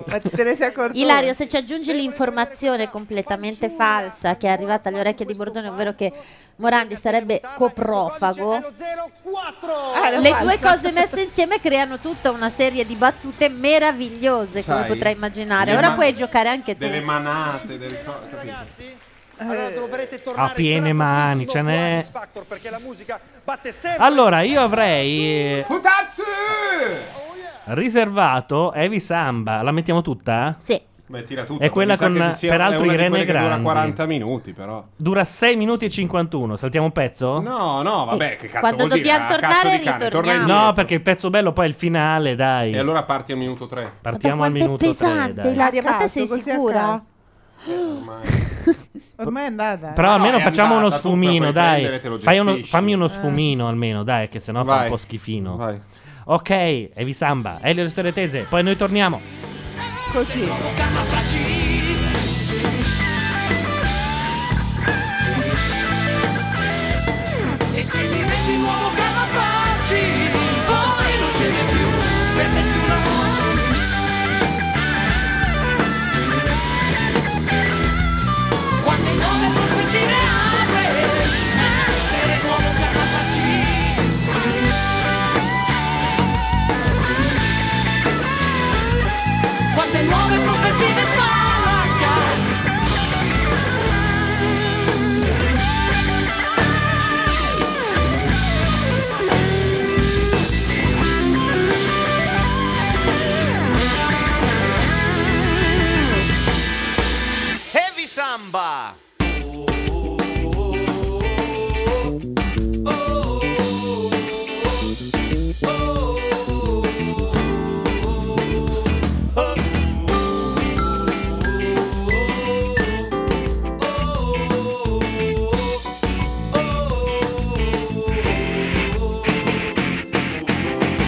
Ma te ne sei accorto?
Ilario, se ci aggiungi l'informazione completamente falsa che è arrivata alle orecchie di Bordone, ovvero che Morandi sarebbe coprofago.
Ah,
era
Le
falso.
due cose messe insieme creano tutta una serie di battute meravigliose, come
Sai,
potrai immaginare.
le
Ora
ma-
puoi giocare anche tu.
Delle manate, delle cose. capito?
Allora dovrete tornare
A piene mani, ce n'è.
perché la musica batte sempre.
eh,
Allora, io avrei eh,
Futatsu!
riservato Heavy Samba. La mettiamo tutta?
Sì.
Beh, tira tutto.
È quella
mi sa
con,
che sia-
peraltro,
è una di
Irene
quelle che dura
Grandi.
40 minuti, però.
Dura 6 minuti e 51. Saltiamo un pezzo?
No, no, vabbè, che cazzo
Eh, Quando
vuol dire?
dobbiamo
Ah, cazzo
tornare,
di cane, torna
ritorniamo.
indietro.
No, perché il pezzo bello poi è il finale, dai.
E allora parti al minuto 3.
Partiamo al
Quanto è
minuto 3.
pesante, Ilaria, ma te
Cazzo,
sei
così a
sicura?
caso.
(laughs)
Ormai è andata. eh.
Però almeno
è
facciamo
andata,
uno
tu puoi
sfumino,
prendere,
dai.
te lo
Fai uno-
gestisci. Eh.
fammi uno sfumino almeno, dai, che sennò fa
Vai.
un po' schifino. Ok, Evi Samba, Elio e le Storie Tese, poi noi torniamo.
Così.
E se mi metti un uomo Carnapaci, poi non ce n'è più per nessuno. Quante nuove prospettive apre, essere uomo Carnapaci. Quante nuove prospettive spalanca,
Heavy Samba!
Oh, oh.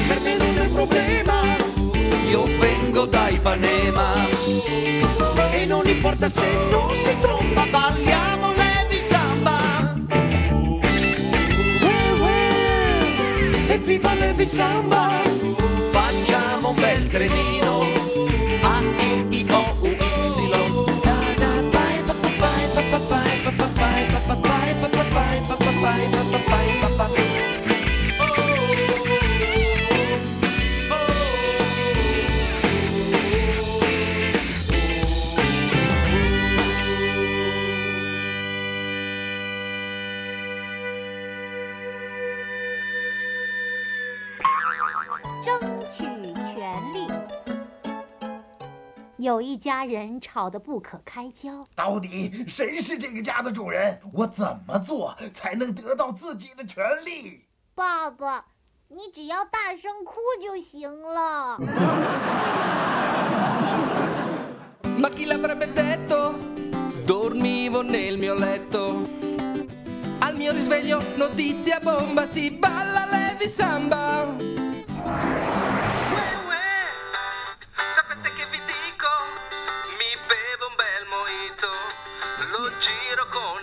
per me non è un problema, io vengo da Ipanema e non importa se non si tromba, balliamo levi samba. Uè, uè, Evviva levi samba, facciamo un bel trenino, A, E, I, O, U, Y. Da, da, pai, pa, pa, pai, pa, pa, pai, pa, pa, pai, pa, pa, pai, pa, pa, pai, pa, pa, pai, pa, pa, pai, pa, pa, pai.
争取权利。有一家人吵得不可开交，
到底谁是这个家的主人？我怎么做才能得到自己的权利？
爸爸，你只要大声哭就行了。
Ma chi l'avrebbe detto? Dormivo nel mio letto. Al mio risveglio notizia bomba, si balla levi samba.
Sapete che vi dico? Mi bevo un bel mojito, lo giro con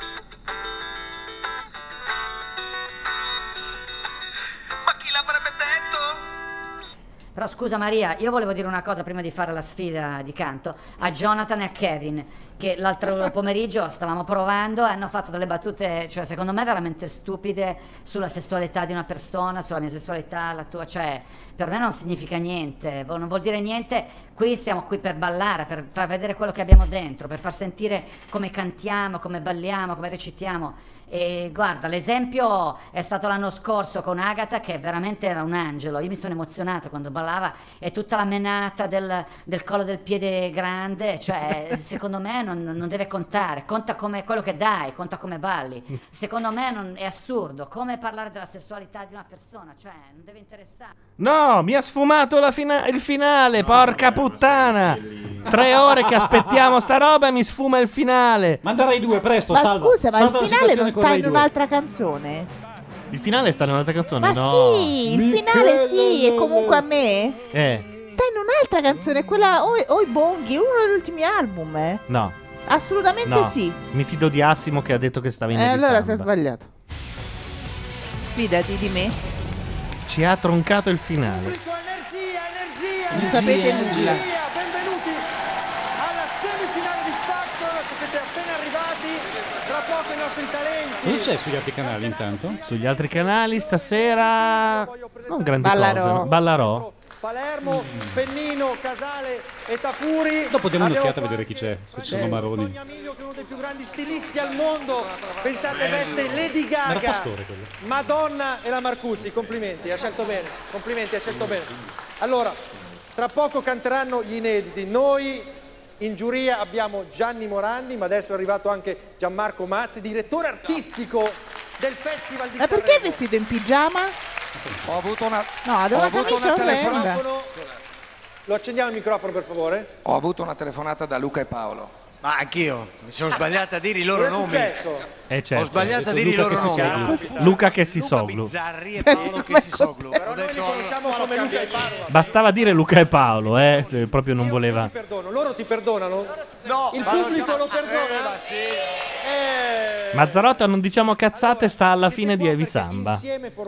Ma chi l'avrebbe detto?
Però scusa Maria, io volevo dire una cosa prima di fare la sfida di canto a Jonathan e a Kevin, che l'altro pomeriggio stavamo provando e hanno fatto delle battute, cioè secondo me veramente stupide sulla sessualità di una persona, sulla mia sessualità, la tua, cioè per me non significa niente, vo- non vuol dire niente, qui siamo qui per ballare, per far vedere quello che abbiamo dentro, per far sentire come cantiamo, come balliamo, come recitiamo. E guarda, l'esempio è stato l'anno scorso con Agatha che veramente era un angelo. Io mi sono emozionata quando ballava e tutta la menata del, del collo del piede grande,
(laughs)
cioè secondo me non, non deve contare, conta come quello che dai, conta come balli. Secondo me non- è assurdo, come parlare della sessualità di una persona, cioè non deve interessare.
No, mi ha sfumato la fina- il finale,
eh,
porca puttana. Tre ore che aspettiamo sta roba e mi sfuma il finale.
Manderai due, presto,
Ma scusa, ma il finale non sta in un'altra canzone?
Il finale sta in un'altra canzone,
Ma
no?
sì, il finale sì, e comunque a me
Eh,
sta in un'altra canzone, quella o, o i Bonghi, uno degli ultimi album, eh.
no.
Assolutamente
no.
sì.
Mi fido di Assimo che ha detto che stava in
Eh,
Heavy
allora si è
Samba.
sbagliato. Fidati di me.
Ci ha troncato il finale.
Energia, energia. Energia,
Non sapete
energia,
nulla.
energia. Benvenuti alla semifinale di X Factor. Se siete appena arrivati, tra poco i nostri talenti.
Cosa c'è sugli altri canali intanto?
Sugli altri canali stasera. Non grandi
Ballarò.
cose. Ballarò.
Palermo, Pennino, Casale e Tafuri.
Dopo diamo
Abbiamo
un'occhiata a vedere chi c'è, se ci sono Maroni.
grandi stilisti al mondo. Pensate veste Lady
Era
Gaga,
Pastore quello.
Madonna e la Marcuzzi. Complimenti, ha scelto bene. Complimenti, ha scelto bene. Allora, tra poco canteranno gli inediti. Noi in giuria abbiamo Gianni Morandi, ma adesso è arrivato anche Gianmarco Mazzi, direttore artistico del Festival di
Ma
Sanremo.
perché è vestito in pigiama?
Ho avuto una
No, ha
ho
una camicia
avuto una
orrenda.
telefonata. Lo accendiamo il microfono per favore?
Ho avuto una telefonata da Luca e Paolo. Ma (laughs) anch'io, mi sono sbagliato a dire i loro
Cosa è
nomi.
successo?
Eh, certo.
Ho sbagliato a dire i
Luca
loro eh. nomi.
che si soglu. Luca che si soglu.
Bizzarri e Paolo che si soglu. Ho detto,
Facciamo come Luca e Paolo.
Bastava dire Luca e Paolo, eh, se proprio non voleva.
Perdono. Loro ti perdonano?
No,
il pubblico lo
Eh,
perdona.
Mazzarotta non diciamo cazzate sta alla fine di Evi Samba.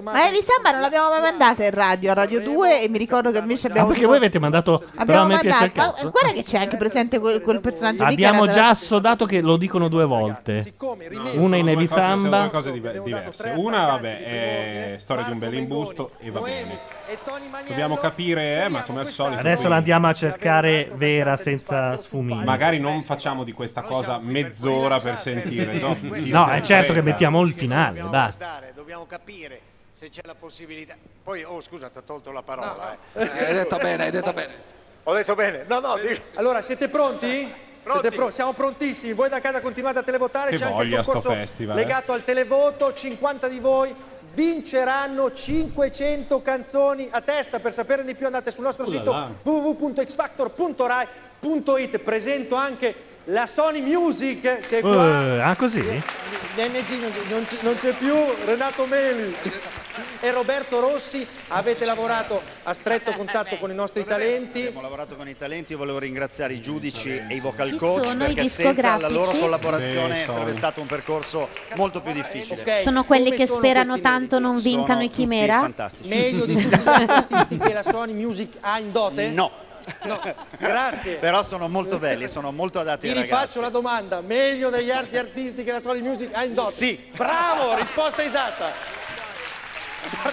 Ma Evi Samba non l'abbiamo mai mandata in radio, a Radio 2 e mi ricordo che invece
Ah,
abbiamo
perché voi avete mandato però a
abbiamo
me piace il
mandato, ma
cazzo.
guarda che c'è anche presente quel, quel personaggio lì che
Abbiamo
era
già
della-
assodato che lo dicono due volte. Una in Evi
Sono due
Samba.
cose dive- diverse. Una, vabbè, è storia di un bel imbusto e va bene. Dobbiamo capire, eh, ma come al solito.
Adesso la
quindi
andiamo a cercare vera senza sfumini.
Magari non facciamo di questa cosa mezz'ora per sentire. (laughs) No, Ci
No, è
si
certo che
frega.
mettiamo il finale, basta.
dobbiamo capire se c'è la possibilità. Poi, oh scusa, ti ho tolto la parola.
Eh, (laughs) hai detto bene, hai detto
bene. Ho detto bene.
No, no, di- allora siete pronti? Siete pro- siamo prontissimi, voi da casa continuate a televotare,
Che
c'è anche
voglia
il
sto
concorso
festival, eh.
legato al televoto, 50 di voi vinceranno 500 canzoni a testa, per saperne di più andate sul nostro
Uhlala.
sito www.xfactor.rai.it, presento anche la Sony Music che è qua,
Eh, ah, così?
NG non c'è- non c'è, non c'è più, Renato Meli e Roberto Rossi, avete lavorato a stretto contatto con i nostri talenti.
Abbiamo lavorato con i talenti, io volevo ringraziare i giudici e i
Chi
vocal
sono
coach
i
perché senza la loro
discografici?
collaborazione
Sì, sono. Eh,
sarebbe stato un percorso molto più difficile.
Sono quelli che sperano tanto non
Sono
vincano i
tutti
chimera?
fantastici. (laughs)
Meglio di tutti gli artisti che la Sony Music ha in dote?
No.
No, grazie.
Però sono molto belli, sono molto adatti
Ti
ai ragazzi.
rifaccio la domanda, meglio degli altri artisti che la Sony Music ha in dote?
Sì.
Bravo, risposta esatta.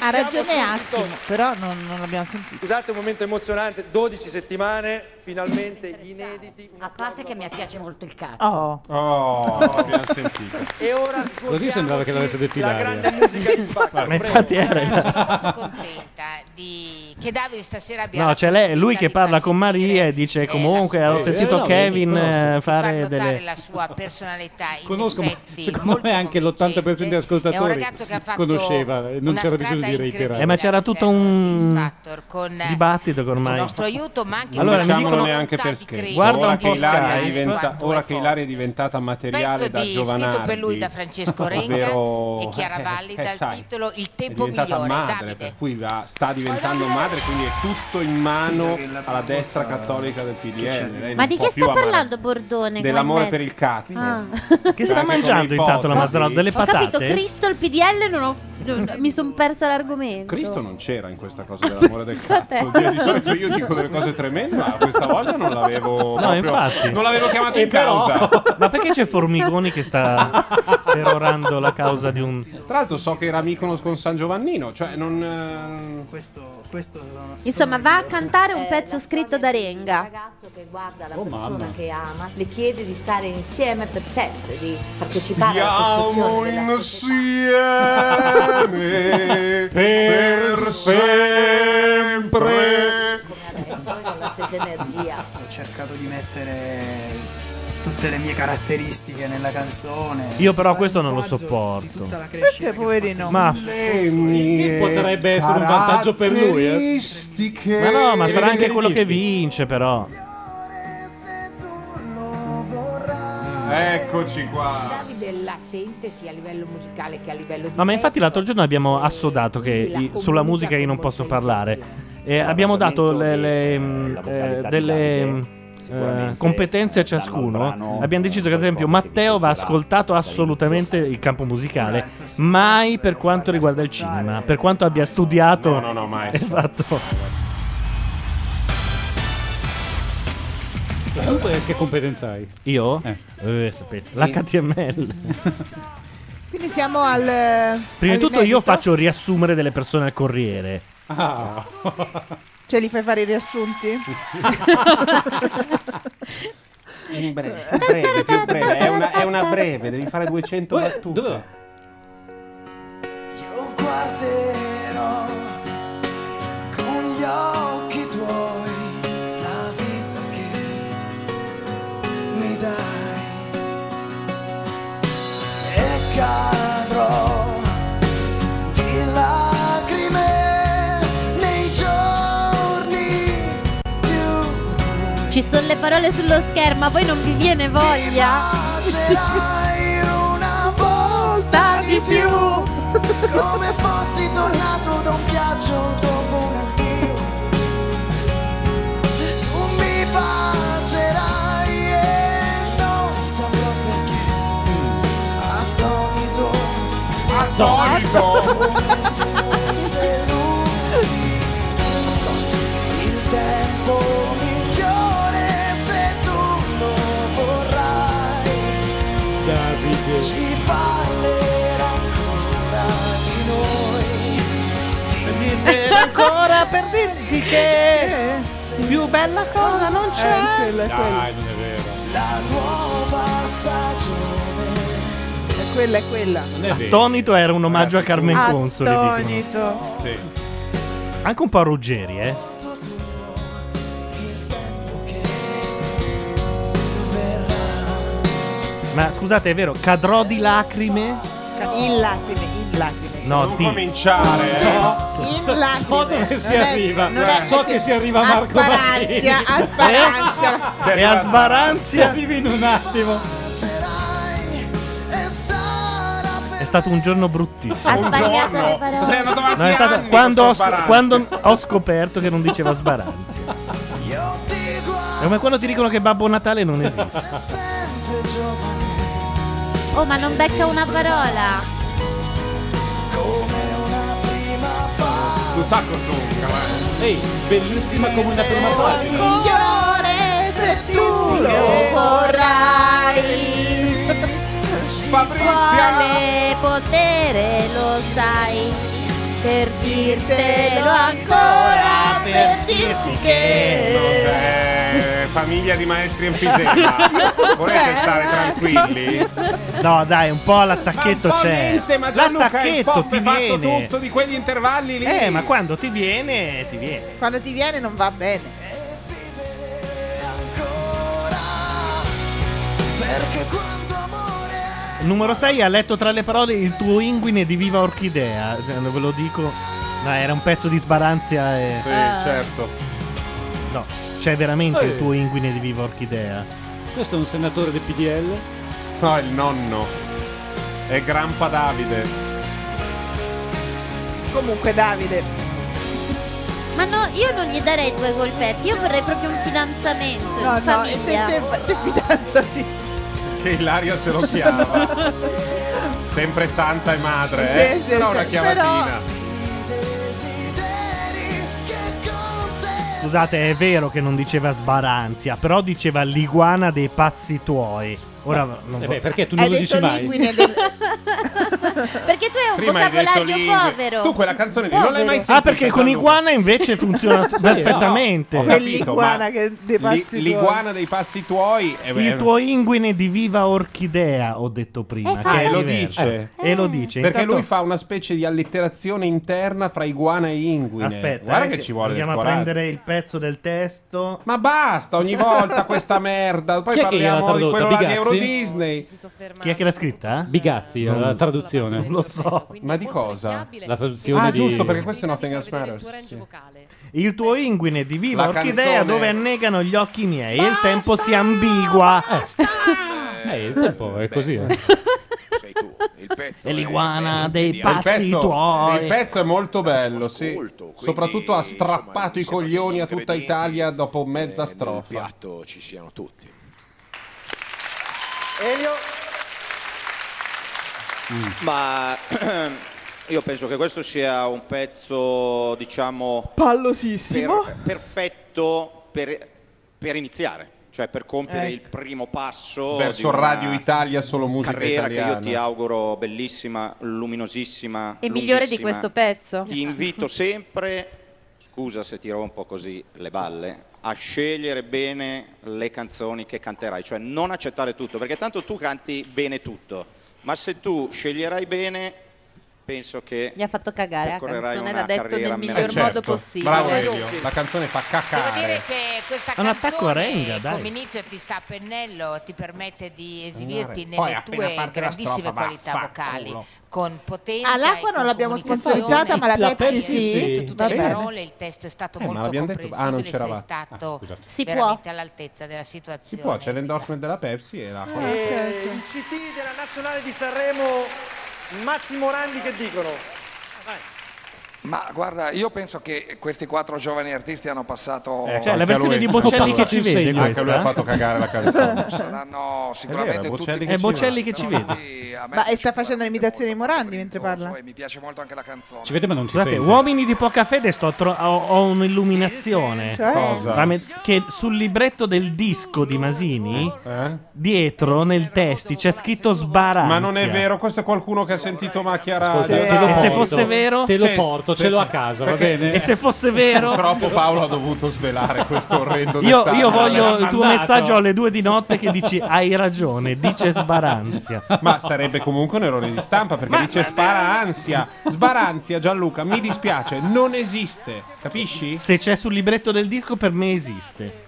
Ha ragione
Partiamo subito.
Assimo, però non, non l'abbiamo sentito.
Scusate, un momento emozionante, 12 settimane, finalmente gli inediti.
A parte che mi piace molto il cazzo.
Oh.
Oh, abbiamo sentito.
E ora
Così sembrava che l'avesse detto
la
Ilaria.
grande
(laughs)
musica di X-Factor.
Ma infatti era-
contenta di... che Davide stasera abbia
No,
la
c'è lei, lui che parla con Maria e dice comunque ho
eh,
sentito
no,
Kevin
vedi,
eh,
no.
fare
possibilità
delle...
della sua personalità in
Conosco, ma
effetti
secondo me anche l'80% degli
È un
ascoltatori
ragazzo che ha fatto
conosceva, eh, non
una
c'era
strada
bisogno di
Eh, ma
reiterare.
c'era tutto un
con
Mm, dibattito che ormai...
il nostro aiuto, ma anche
Allora,
Allora,
mi
diciamolo
dicono-
neanche per scherzo.
Guarda
ora
un
che
po'
Ilaria è
Skype.
diventa-
Quanto
ora che Ilaria è diventata materiale
pezzo
da
di scritto
Giovanardi
per lui da Francesco Renga
ovvero-
e Chiara
(laughs) eh,
Valli
eh,
dal
sai,
titolo Il
è
tempo
diventata
migliore.
madre,
Davide,
per cui va- sta diventando madre, quindi è tutto in mano alla destra cattolica del PDL. Lei
Ma
non
di
può
che
più
sta
amare-
parlando Bordone?
Dell'amore
qua
per
in
il cazzo.
Ah.
Che sta mangiando intanto la Mazzarotta? Delle
Ho capito,
patate?
Cristo, il PDL, non ho- non- mi sono persa l'argomento.
Cristo non c'era in questa cosa dell'amore del
Aspetta.
cazzo. Di di solito io dico delle cose tremende, ma questa volta non l'avevo
No,
proprio-
infatti.
non l'avevo chiamato
E
in causa.
però- (laughs) Ma perché c'è Formigoni
(laughs)
che sta sterorando la causa di un...
Tra l'altro so che era amico con San Giovannino, cioè non... eh,
Questo, questo sono...
Insomma, va a cantare un
Eh,
pezzo scritto da Renga.
ragazzo che guarda la
Oh,
persona
mamma.
che ama, le chiede di stare insieme per sempre, di partecipare alla costruzione della
insieme per sempre.
adesso con la stessa energia.
Ho cercato di mettere tutte le mie caratteristiche nella canzone.
Io però questo non lo sopporto.
Perché poverino?
Ma-
potrebbe essere un vantaggio per lui, eh.
Ma no, ma sarà anche quello che vince però.
Eccoci qua.
Davide la sente sia a livello musicale che a livello di
No, ma infatti l'altro giorno abbiamo assodato che i- sulla musica io non posso parlare. E abbiamo dato le- le, mm, eh, delle mm, eh, competenze a ciascuno. Abbiamo deciso che ad esempio Matteo va ascoltato assolutamente il campo musicale, mai per (laughs) quanto riguarda il cinema, per quanto abbia studiato
No, no, no, mai.
e fatto.
Tu poi che competenza hai?
Io?
Eh.
sapete. (laughs) L'HTML.
Quindi siamo al. eh,
Prima di tutto
all'inedito?
io faccio riassumere delle persone al Corriere.
Ah.
Cioè, li fai fare i
(laughs)
riassunti?
In breve, più breve, più breve. È una, è una breve, devi fare 200
Dove-
battute.
guarderò con gli occhi tuoi la vita che mi dai e cadrò di lacrime nei giorni
Ci sono le parole sullo schermo, a voi non vi viene voglia?
Facerai una volta di più Come fossi tornato da un viaggio dopo un addio Tu mi bacerai e non saprò perché Attonito
Attonito.
Come se fosse lui Il tempo migliore se tu lo vorrai ci parlerà ancora di noi.
C'era ancora per dirti che più bella cosa non c'è.
Dai, non è vero.
La nuova stagione.
È quella, è quella.
Attonito era un omaggio a Carmen Consoli. dicono.
Attonito.
Anche un po' a Ruggeri, eh. Ma scusate, è vero, cadrò di lacrime?
Il lacrime, il lacrime.
No,
non
di-
cominciare. eh.
In lacrime.
so dove si
Non è-
arriva.
non è-
so che si arriva a Marco Eh? Massini.
Asparanzia, asparanzia.
E a Svaranzia
Arrivi in un attimo.
è stato un giorno bruttissimo.
Ha Un sbagliato giorno? le parole. Cos'è, hanno davanti
è stato-
anni
quando,
con
ho,
sto Sbaranzia.
quando ho scoperto che non diceva Sbaranzia. È come quando ti dicono che Babbo Natale non esiste.
Sempre giovane
Oh, ma non becca una parola.
come una prima parte.
Un sacco Ehi, bellissima come una prima parte.
Migliore se tu lo
vorrai.
Fabrizia.
Quale potere lo sai per dirtelo ancora, per dirti che...
Eh, famiglia di maestri in
(laughs)
pisella. Volete stare tranquilli?
No, dai, un po' l'attacchetto
Ma un po'
c'è.
niente, ma Gianluca, il
l'attacchetto
pop
ti
è fatto
viene.
tutto di quegli intervalli lì.
Eh, ma quando ti viene, ti viene.
Quando ti viene non va bene.
Perché quando
Numero 6 ha letto tra le parole il tuo inguine di Viva Orchidea. Cioè, Ve lo dico. No, era un pezzo di sbaranzia e. Eh.
Sì, certo.
No, c'è veramente
Eh.
il tuo inguine di Viva Orchidea.
Questo è un senatore del PDL.
No, il nonno. È Grampa Davide.
Comunque, Davide.
Ma no, io non gli darei due golpetti, io vorrei proprio un fidanzamento
No,
in
no, e
famiglia.
te, te, te fidanzati.
Che Ilaria se lo
(laughs)
chiama. Sempre santa e madre, eh?
Sì, sì,
Però
sì,
una chiavatina.
Scusate, è vero che non diceva sbaranzia, però diceva l'iguana dei passi tuoi. Ora non
Eh
vo-
beh, perché tu non Hai lo detto dici mai?
(laughs)
l'inguine
Perché tu hai un vocabolario povero.
Tu quella canzone lì non l'hai mai sentita.
Ah, perché con iguana invece funziona
(laughs) Sì,
perfettamente.
no, ho capito,
Quell'iguana
ma
che dei
li-
passi tuoi.
L'iguana dei passi tuoi è
Il tuo inguine di viva orchidea, ho detto prima.
Eh,
che è
ah, lo
diverso.
dice. Mm.
Eh, E lo dice.
Perché
Intanto-
lui fa una specie di allitterazione interna fra iguana e inguine.
Aspetta,
Guarda
eh,
che ci vuole del
Andiamo a
coraggio.
prendere il pezzo del testo.
Ma basta, ogni volta questa merda. Poi
Chi è che gliel'ha
parliamo di
tradotta?
quello là di
Bigazzi?
Euro Disney.
Chi è che l'ha scritta? Eh?
Bigazzi,
Non-
eh, la traduzione.
Lo so.
Ma di cosa?
La traduzione
Ah,
di-
giusto, perché questo è Nothing Else Matters.
Il tuo inguine di viva
La
orchidea
canzone.
dove annegano gli occhi miei e il tempo si ambigua. (laughs)
Eh, il tempo è così. eh.
Il pezzo
E l'iguana dei
Il
passi
pezzo-
tuoi.
Il pezzo è molto bello, sì. Soprattutto ha strappato i coglioni a tutta Italia dopo
Eh,
mezza strofa. piatto ci siano tutti.
Elio,
Mm. Ma (clears throat) io penso che questo sia un pezzo, diciamo,
Pallosissimo.
per- perfetto per, per iniziare. cioè per compiere
Eh.
Ecco.
il primo passo di
Verso
una
Radio Italia, solo musica
carriera
italiana.
che io ti auguro bellissima, luminosissima
E migliore di
lunghissima.
questo pezzo.
Ti invito sempre, scusa se ti rompo così le balle, a scegliere bene le canzoni che canterai, cioè non accettare tutto, perché tanto tu canti bene tutto, ma se tu sceglierai bene, penso che
Gli ha fatto cagare eh, la
Percorrerai
canzone,
una
l'ha detto
carriera
nel miglior
meravigliosa.
modo
Certo.
possibile.
Bravo Elio, la canzone fa cacare.
Devo dire che Eh, questa
È un attacco
canzone
a Renga, dai.
come inizio ti sta a pennello, ti permette di esibirti
Andare. Poi
nelle
appena
tue
parte la
grandissime
strofa,
qualità
vaffanculo.
vocali con potenza.
All'acqua
e
Ah, non
con
l'abbiamo
comunicazione.
sponsorizzata, ma la La Pepsi Pepsi sì. sì.
Tutte
Va
le
bene.
parole, il testo è stato
Eh, ma
molto
l'abbiamo detto- ah, non
comprensibile, sei
c'eravamo.
stato
Ah, scusate. Si può.
veramente all'altezza della
Si
situazione.
può, c'è l'endorsement della Pepsi e la
Ah, certo.
E i CT della nazionale di Sanremo, Mazzi Morandi che dicono?
Ma guarda, io penso che questi quattro giovani artisti hanno passato.
Ecco, Cioè, la anche versione lui. di (laughs) Bocelli che ci vede, Anche lui ha questa? fatto cagare la canzone.
Saranno
È
sicuramente
vero,
tutti.
Bocelli
molto bravi.
che ci vede. È Bocelli che ci
No,
vede.
lui a me
Ma e sta facendo l'imitazione di Morandi mentre parla?
mi piace molto anche la canzone.
Ci vede ma non ci
Scusate,
sente.
uomini di poca fede, sto tro- ho, ho un'illuminazione.
Cioè? Cosa?
La me- Che sul libretto del disco di Masini, dietro nel testi c'è scritto sbaranzia.
Eh? Ma non è vero, questo è qualcuno che ha sentito Macchia Radio.
Ascolta, te lo
Dai.
porto. E se fosse vero? Te lo
Cioè,
porto, ce l'ho a casa, va bene? E se fosse
(laughs)
vero?
Purtroppo Paolo ha dovuto svelare questo orrendo
Io,
dettaglio.
io voglio il tuo messaggio alle due di notte che dici hai ragione, dice sbaranzia.
Ma sarebbe comunque un errore di stampa perché dice sparanzia. Sbaranzia, Gianluca, mi dispiace, non esiste. Capisci?
Se c'è sul libretto del disco per me esiste.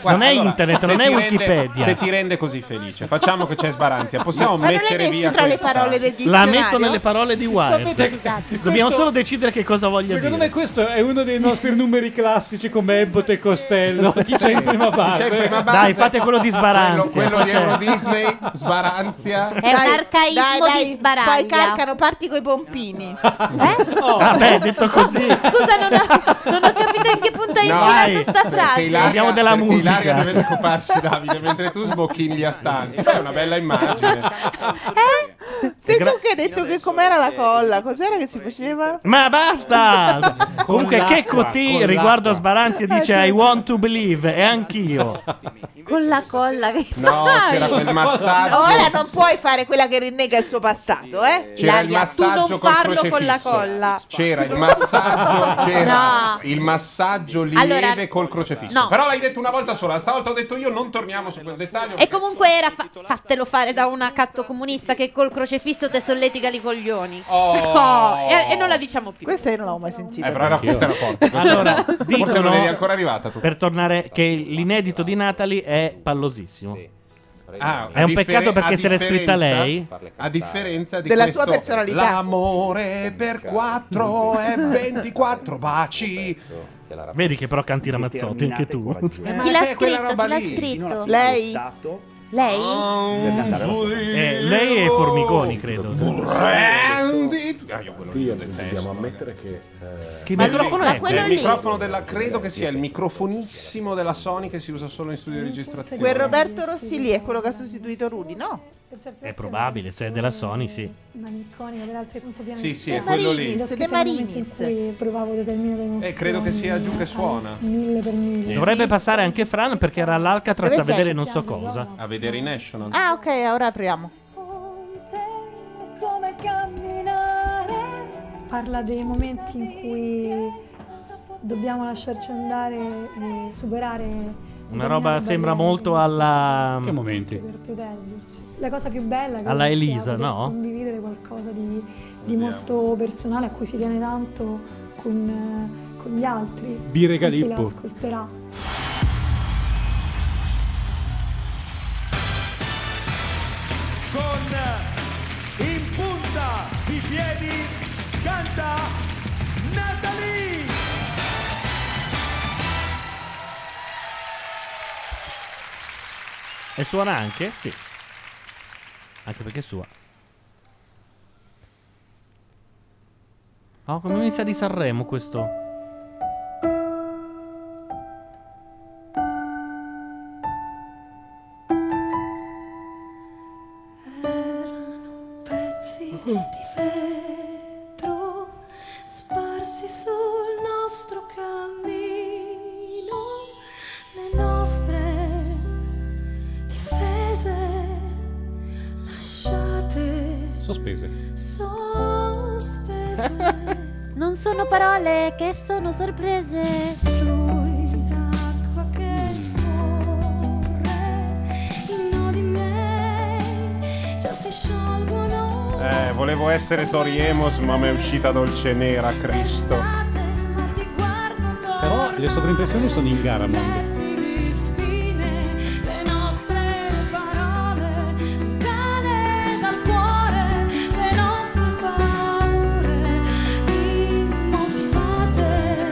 Guarda,
non è
allora,
internet,
se
non è
ti rende-
Wikipedia.
se ti rende così felice, facciamo che c'è sbaranzia. Possiamo
Ma non l'hai
mettere
messo
via
tra le
questa.
parole del
La
dizionario?
metto nelle parole di
eh.
Wired.
Sapete-
Dobbiamo
questo-
solo decidere che cosa voglio dire.
Secondo me questo è uno dei nostri numeri classici come Ebbot e Costello. Chi c'è in prima base?
Dai, fate quello di sbaranzia.
Cioè, Quello, quello di
Cioè-
Euro Disney, sbaranzia.
Dai,
un arcaismo
dai,
di
dai,
sbaraglia.
Fai carcano, parti coi pompini.
Vabbè, detto così.
Scusa, non ho, non ho
(laughs)
capito in che punto hai
No,
infilato sta
perché
frase.
Ilaria,
Abbiamo della
perché
musica.
Ilaria deve scoparsi Davide mentre tu sbocchigli a stanti. Cioè, è una bella immagine.
Sei tu che hai detto che com'era la colla? Cos'era che si faceva?
Ma
(laughs)
basta! Comunque,
l'acqua,
che
con
Cotti riguardo a Sbaranzia dice
Eh, sì.
I want to believe,
(laughs)
e anch'io.
Con la colla che
No,
fai.
c'era quel massaggio.
Ora non puoi fare quella che rinnega il suo passato, eh?
C'era il massaggio
tu non farlo
col
con la
crocefisso.
colla.
C'era il massaggio, c'era
(laughs) No.
il massaggio lieve
Allora-
col crocefisso.
no.
Però l'hai detto una volta sola, stavolta ho detto io, non torniamo su quel dettaglio.
E comunque era fa- fatelo fare da una catto comunista che col crocefisso te solletica i coglioni. (laughs) Oh, e, e non la diciamo più.
Questa io non l'ho mai sentita.
Eh, però era- questa era forte. questa era
(laughs) Allora,
forte.
dicono,
Forse non eri ancora arrivata tu.
Per tornare, che l'inedito di Natali è pallosissimo.
Ah,
è un
a differen-
peccato
a
perché se l'è scritta
differenza-
lei.
A differenza di
Della
questo,
sua personalità.
L'amore per 4 e 24 baci.
Vedi che però canti Ramazzotti anche tu. (laughs)
Chi l'ha
è quella
scritto?
roba
Chi l'ha
lì.
scritto?
Lei?
Lei?
Eh, lei è Formigoni, credo.
Ah, io quello lì lo detesto.
Dobbiamo ammettere che.
eh,
Che microfono è?
il microfono della credo che sia il microfonissimo della Sony che si usa solo in studio di registrazione.
Quel Roberto Rossi lì è quello che ha sostituito Rudy, no?
È probabile, se è della Sony, sì.
Malinconica per altri appunto piani
Sì, sì,
di
è quello lì.
L'ho scritta
De
nel momento in
Marinis.
cui provavo determinate emozioni.
Eh, credo che sia giù che suona.
Mille per mille.
Dovrebbe passare anche Fran perché era all'Alcatraz
Dove
a vedere
sei?
non so cosa.
A vedere i National.
Ah, ok, ora apriamo.
Come camminare. Parla dei momenti in cui dobbiamo lasciarci andare e superare. determinate
Una roba sembra
barriere
molto alla.
Che
momenti?
Per proteggerci. La cosa più bella credo
Alla
che sia
Elisa,
poter
no?
condividere qualcosa di, di molto personale a cui si tiene tanto con, eh, con gli altri.
Bire
con Chi la
Galippo.
ascolterà.
Con eh, in punta di piedi canta Natalie!
E suona anche? Sì. Anche perché è sua. Oh, come mi sa di Sanremo questo.
pezzi di vetro sparsi sul nostro cammino, le nostre
Sospese.
Non sono parole che sono sorprese.
Già si sciolgono
Eh, volevo essere Tori Amos, ma mi è uscita dolce nera, Cristo.
Però le sovraimpressioni sono in gara, Mondo.
di spine le nostre parole lontane dal cuore le nostre paure immotivate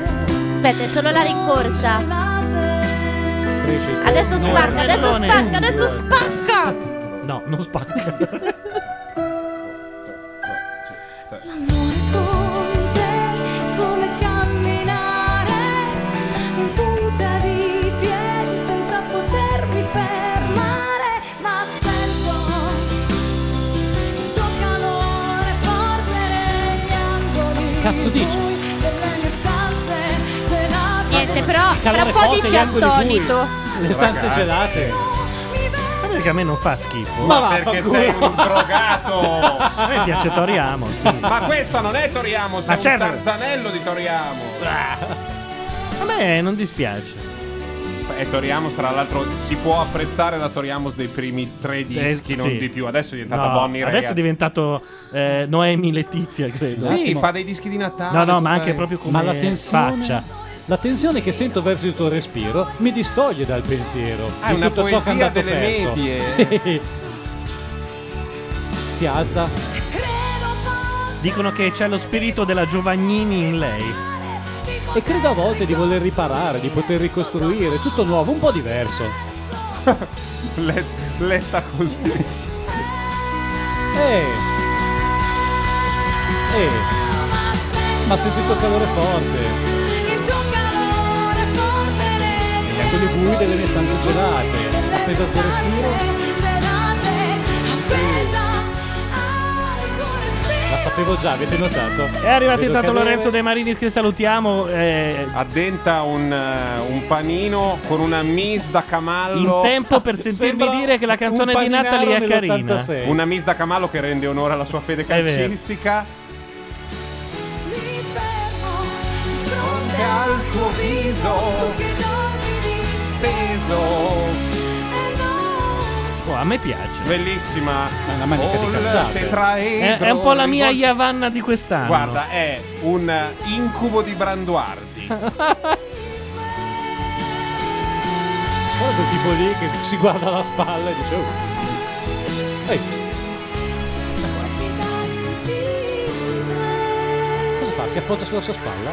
Aspetta, è solo la rincorsa. Adesso
No,
spacca, adesso
Rennone.
spacca, adesso spacca.
No, non spacca.
come camminare in punta di piedi senza potermi fermare ma sento il tuo calore forte negli angoli
Cazzo dici?
delle mie stanze gelate
Niente, però tra
Calore
un po'
forte,
dici
gli angoli
Antonito.
bui.
Le stanze gelate.
Guarda che a me non fa schifo.
Ma va, perché fa sei culo. un drogato.
A me piace Toriamo.
Ma questo non è Tori Amos,
Ma
è un
certo.
tarzanello di Tori Amos.
A me non dispiace.
E Eh, Tori Amos, tra l'altro, si può apprezzare la Tori Amos dei primi tre dischi,
Eh,
non
sì.
di più. Adesso è diventata
No,
Bonnie Ray.
Adesso è diventato eh, Noemi Letizia, credo.
Sì, fa dei dischi di Natale.
No, no, ma
tutta-
anche proprio come
Ma la tensione,
faccia.
La tensione che sento verso il tuo respiro mi distoglie dal pensiero.
Ah,
di
è una
tutto ciò che è
poesia
andato
delle
perso. (laughs)
medie.
Sì. si alza.
Dicono che c'è lo spirito della Giovannini in lei.
E credo a volte di voler riparare, di poter ricostruire, tutto nuovo, un po'
(laughs)
diverso.
letta così.
Eh. Eh. Ma sentito il calore forte.
il tuo calore forte
E a Eh, quelli bui delle mie stanze gelate. Appesa al tuo respiro.
gelate appesa
La sapevo già, avete notato?
È arrivato
Vedo
intanto
cadere.
Lorenzo De Marini che salutiamo. eh,
Addenta un, eh, un panino con una mis da camallo.
in tempo per sentirmi
Sembra
dire che la
(laughs)
canzone
un
di Natalie è
paninaro
carina.
nell'86. Una mis da camallo che rende onore alla sua fede
È vero.
calcistica.
fronte al tuo viso che non mi disteso
Oh, a me piace.
Bellissima. È una
manica di cazzate.
È, è un po' la mia Iavanna di quest'anno.
Guarda, è un eh, incubo di Branduardi. (laughs)
(laughs)
Poi quel tipo lì che si guarda alla spalla e dice "Oh". Ehi. Cosa fa? Si appoggia sulla sua spalla?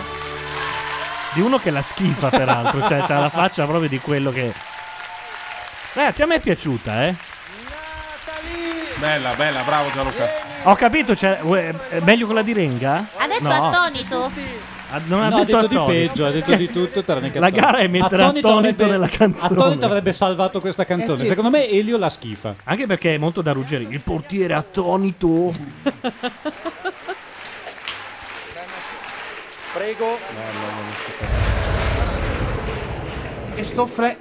Di uno che la schifa, peraltro. cioè, c'ha la faccia proprio di quello che. Ragazzi, a me è piaciuta, eh.
bella, bella, bravo Gianluca.
Ho capito, c'è- uè, è meglio quella di Renga?
Ha detto
no.
Antonito.
Ah, Non ha
No,
detto,
ha detto di
Antonio.
peggio, ha detto di tutto tranne che
(laughs) La
Antonio.
gara è mettere
Antonio
Antonito
dovrebbe-
nella canzone.
Antonio avrebbe salvato questa
Eh,
canzone.
sì.
Secondo me Elio la schifa.
Anche perché è molto da ruggere. Il portiere attonito.
Prego.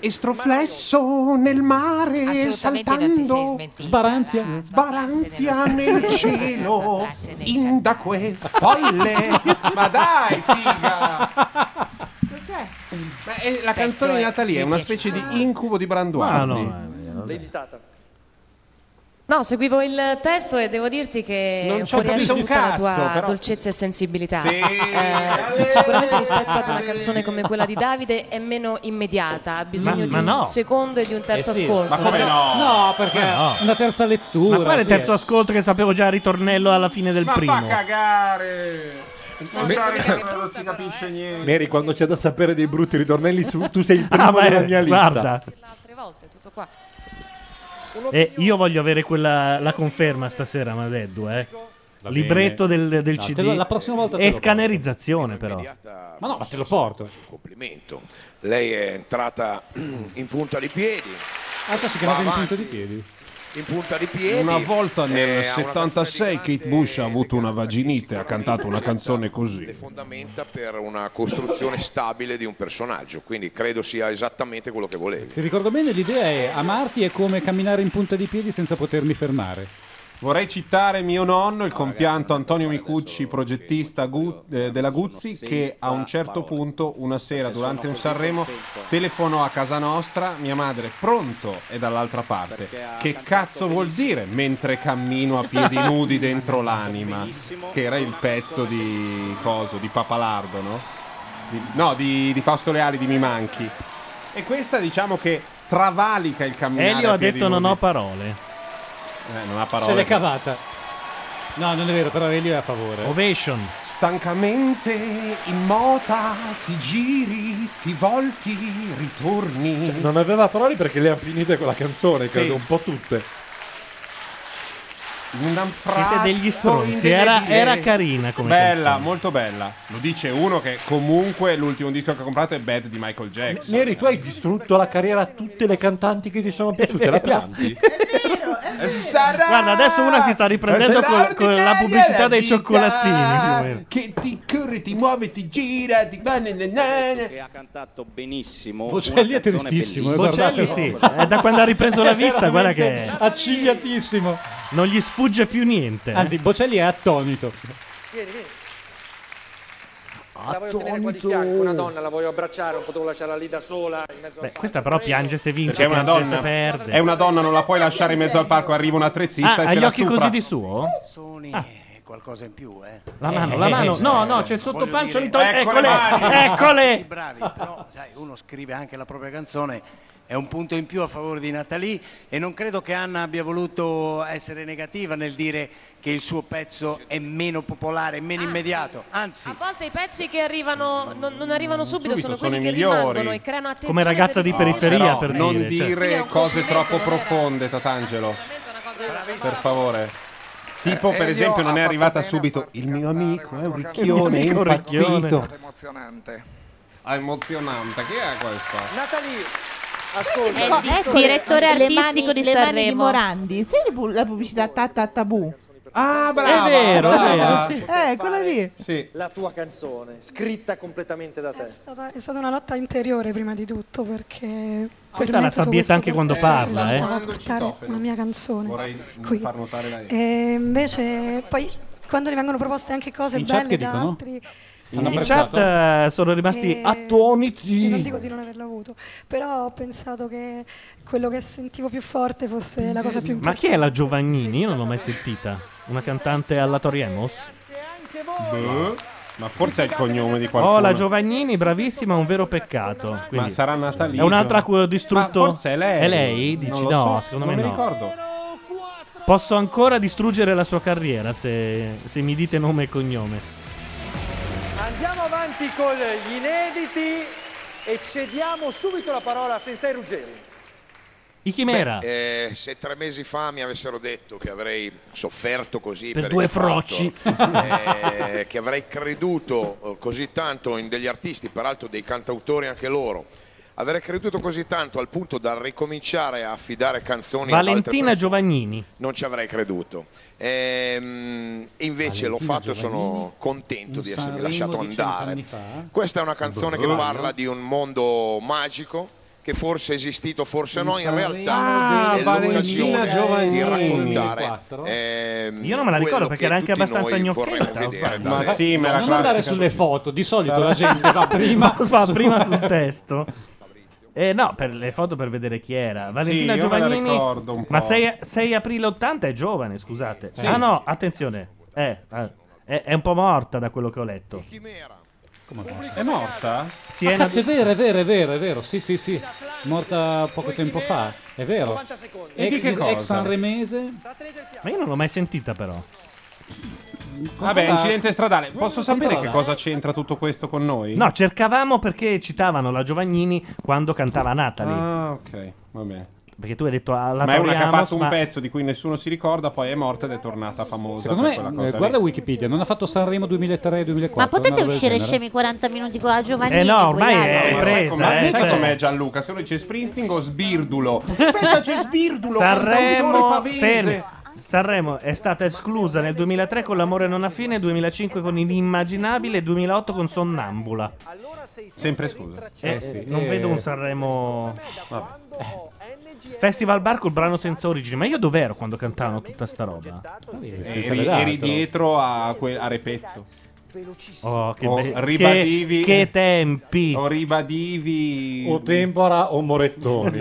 Estroflesso nel mare, saltando.
Sbaranzia.
Sbaranzia nel cielo, indaque folle. Ma dai,
Cos'è?
Ma è eh, la canzone di Natalie è una specie di incubo di Branduardi.
Ma
eh,
Lady Tata.
No, seguivo il testo e devo dirti che
Non ci ho
fuoriesce
capito un
tutta la
cazzo,
tua
però.
dolcezza e sensibilità.
Sì.
Eh, sicuramente rispetto ad una canzone come quella di Davide è meno immediata, ha bisogno
Ma-
di
ma
un
no.
secondo e di un terzo
Eh sì,
ascolto.
ma come no? No, perché una terza lettura.
Ma qual è il
sì.
terzo ascolto che sapevo già il ritornello alla fine del
Ma fa
primo?
cagare. Non, non si capisce niente.
Mary, quando c'è da sapere dei brutti ritornelli, su- tu sei il primo
Ah, ma
della
è-
mia lista.
guarda.
Altre volte, tutto qua.
E io voglio avere quella la conferma stasera, Madeddu, eh.
Va bene.
Libretto del, del
No,
CD
te lo- la prossima volta te
e
lo porto.
scannerizzazione, però.
Ma no, ma te lo porto.
Complimento. Lei è entrata in punta di piedi.
Ah, cioè si
Va
chiamava in
avanti,
punta di piedi.
in punta di piedi.
Una volta nel
Eh, ha una
76 Kate esatto. Bush ha avuto una vaginite, ha cantato una canzone così.
fondamenta per una costruzione stabile di un personaggio, quindi credo sia esattamente quello che volevi.
Se ricordo bene l'idea è amarti è come camminare in punta di piedi senza potermi fermare.
Vorrei citare mio nonno, il compianto Antonio Micucci, progettista Gu- eh, della Guzzi, che a un certo punto, una sera durante un Sanremo, telefonò a casa nostra, mia madre pronto è dall'altra parte. Che cazzo vuol dire mentre cammino a piedi nudi dentro l'anima? Che era il pezzo di coso, di Papalardo, no? Di- no, di, di Fausto Leali, di Mi Manchi. E questa diciamo che travalica il camminare
Elio
a
ha
piedi
detto non
nudi.
ho parole.
Eh, non ha parole.
Se l'è cavata. No, non è vero, però Elio è a favore.
Ovation.
Stancamente in mota ti giri, ti volti, ritorni.
Non aveva parole perché le ha finite con la canzone,
Sì.
credo, un po' tutte.
Siete degli stronzi. Era, era carina come
Bella,
canzone.
molto bella. Lo dice uno che comunque l'ultimo disco che ha comprato è Bad di Michael Jackson.
Neri, tu hai distrutto la carriera a tutte le cantanti che ti sono piaciute, la pianti.
Sarà
(laughs) Guarda, adesso una si sta
Eh,
riprendendo col- con, la pubblicità dei cioccolatini. più o meno.
Che ti corre, ti muove, ti gira, ti va
Che ha cantato benissimo.
Bocelli
una
è
canzone
tristissimo,
bellissima.
Bocelli sì, è da quando ha ripreso
(laughs)
la vista, guarda che
Eh, Veramente accigliatissimo.
Non gli sfugge più niente.
Anzi, Bocelli è attonito.
Vieni, vieni. La voglio tenere qua di fianco, una donna, la voglio abbracciare, non potevo lasciarla lì da sola. In mezzo
Beh, questa però piange se vince,
Perché è una
piange se
donna.
perde.
È una donna, non la puoi lasciare in mezzo al palco. Arriva un attrezzista
Ah,
e
ha
se
gli
la
occhi
stupra.
così di suo?
Sony
Ah.
eh,
e qualcosa in più, eh.
La mano, la mano. No, no, c'è il
Voglio
sottopancio
dire-
di Tony.
Ecco le
Eccole,
mani. I
eccole.
bravi, però sai, uno scrive anche la propria canzone. È un punto in più a favore di Nathalie e non credo che Anna abbia voluto essere negativa nel dire che il suo pezzo è meno popolare, meno
Ah,
immediato. Anzi, Mm,
A volte i pezzi che arrivano non, non arrivano subito,
Subito
sono
sono
quelli
i
che
migliori.
rimangono e creano attenzione.
Come ragazza
per
di
i
periferia,
No,
per
non
dire, cioè.
dire
Quindi è un
cose
complimento,
troppo
non era-
profonde, Tatangelo. Per favore. Tipo,
Eh,
per
Elio
esempio, non è
ha
arrivata subito. Il mio amico è un ricchione
Il mio amico è un
impazzito.
ricchione. Emozionante.
Ah,
(laughs)
emozionante. Chi è questa?
Nathalie, ascolta.
Ma
visto
ecco,
che-
Eh, direttore
le mani-
artistico di
le mani di
Sanremo.
Morandi. Sai le pu- la pubblicità Tata Tabù?
Ah,
brava,
È
vero, è brava. vero, sì.
Eh, quella lì.
La tua canzone, scritta completamente da te.
È stata- È stata una lotta interiore prima di tutto perché per
Questa
me
la
tutto
sabbietta
questo
anche quando
percorso
parla, eh.
significava
Quando
portare
Citofano.
una mia canzone.
Vorrei
qui.
far notare la
E invece poi quando ne vengono proposte anche cose
In chat
belle
che
da
dicono?
altri
In
eh,
chat eh, sono rimasti
Eh,
attoniti.
Non dico di non averlo avuto, però ho pensato che quello che sentivo più forte fosse Eh, la cosa più
Ma
importante.
chi è la Giovannini? Io non l'ho mai sentita. Una cantante alla Toriemos?
Boh. Ma forse è il cognome di qualcuno.
Oh, la Giovannini, bravissima, un vero peccato. Quindi-
sarà Natalia?
È un'altra a cui ho distrutto.
Ma forse è lei.
È lei? Dici
Non lo
no,
so,
secondo
non
me
mi
no.
ricordo.
Posso ancora distruggere la sua carriera se, se mi dite nome e cognome.
Andiamo avanti con gli inediti e cediamo subito la parola a Sensei Ruggeri.
I Chimera.
Beh, eh, se tre mesi fa mi avessero detto che avrei sofferto così
Per
per,
due
X
froci.
Factor, eh, che avrei creduto eh, così tanto in degli artisti, peraltro dei cantautori anche loro, avrei creduto così tanto al punto da ricominciare a affidare canzoni ad altre
Valentina
persone.
Giovannini.
Non ci avrei creduto. Ehm, invece l'ho fatto e sono contento di essermi lasciato andare. Questa è una canzone che
Bravo.
parla di un mondo magico che forse è esistito, forse no, in
Sanremo
realtà
del
è l'occasione
2024.
di raccontare ehm,
Io non me la ricordo
quello
perché
che
era anche
tutti
abbastanza
noi vorremmo
gnocchetta,
vedere
o sbaglio?
dalle-
Ma sì, ma la
non andare
classica.
sulle foto, di solito
Sarà-
la gente
(laughs)
va prima,
Va
su-
prima sul testo. Eh, no, per le foto per vedere chi era. Valentina
io me la
Giovannini.
ricordo un po'.
Ma 6, 6 aprile 80 è giovane, scusate.
Sì.
Ah no, attenzione. Eh, eh, è, è un po' morta da quello che ho letto.
È morta?
Sì,
Ah,
è-
cazzo, è vero, è vero, è vero, è vero. Sì, sì, sì. Morta poco tempo fa. È vero.
90 secondi.
E di
Ex,
che cosa?
ex sanremese.
Ma io non l'ho mai sentita però.
Vabbè,
Cosa-
incidente stradale. Posso sapere che
Controlla.
cosa c'entra tutto questo con noi?
No, cercavamo perché citavano la Giovannini quando cantava Natalie.
Ah, ok, va bene.
Perché tu hai detto alla
ma è una che ha
Toriamos,
fatto un
ma-
pezzo di cui nessuno si ricorda, poi è morta ed è tornata famosa
Secondo
per
me,
quella
eh,
cosa.
guarda Wikipedia, non ha fatto Sanremo 2003-2004.
Ma potete uscire scemi 40 minuti con la Giovannini? voi altri?
Ma sai com'è,
eh,
sai
cioè-
com'è Gianluca? Se uno dice Springsteen o Sbirdulo.
(laughs)
Aspetta, c'è Sbirdulo.
Sanremo,
cantautore pavese.
fermo. Sanremo è stata esclusa nel 2003 con L'amore non ha fine, 2005 con Inimmaginabile, 2008 con Sonnambula.
Sempre scusa.
Eh, non vedo un Sanremo. Festival Bar col brano senza origine. Ma io dov'ero quando cantavano tutta sta roba?
Eri, eri dietro a, que- a Repetto.
Oh, che,
Oh,
be-
ribadivi-
che, che tempi.
Oh,
O ribadivi.
O Tempora o (laughs) Morettoni.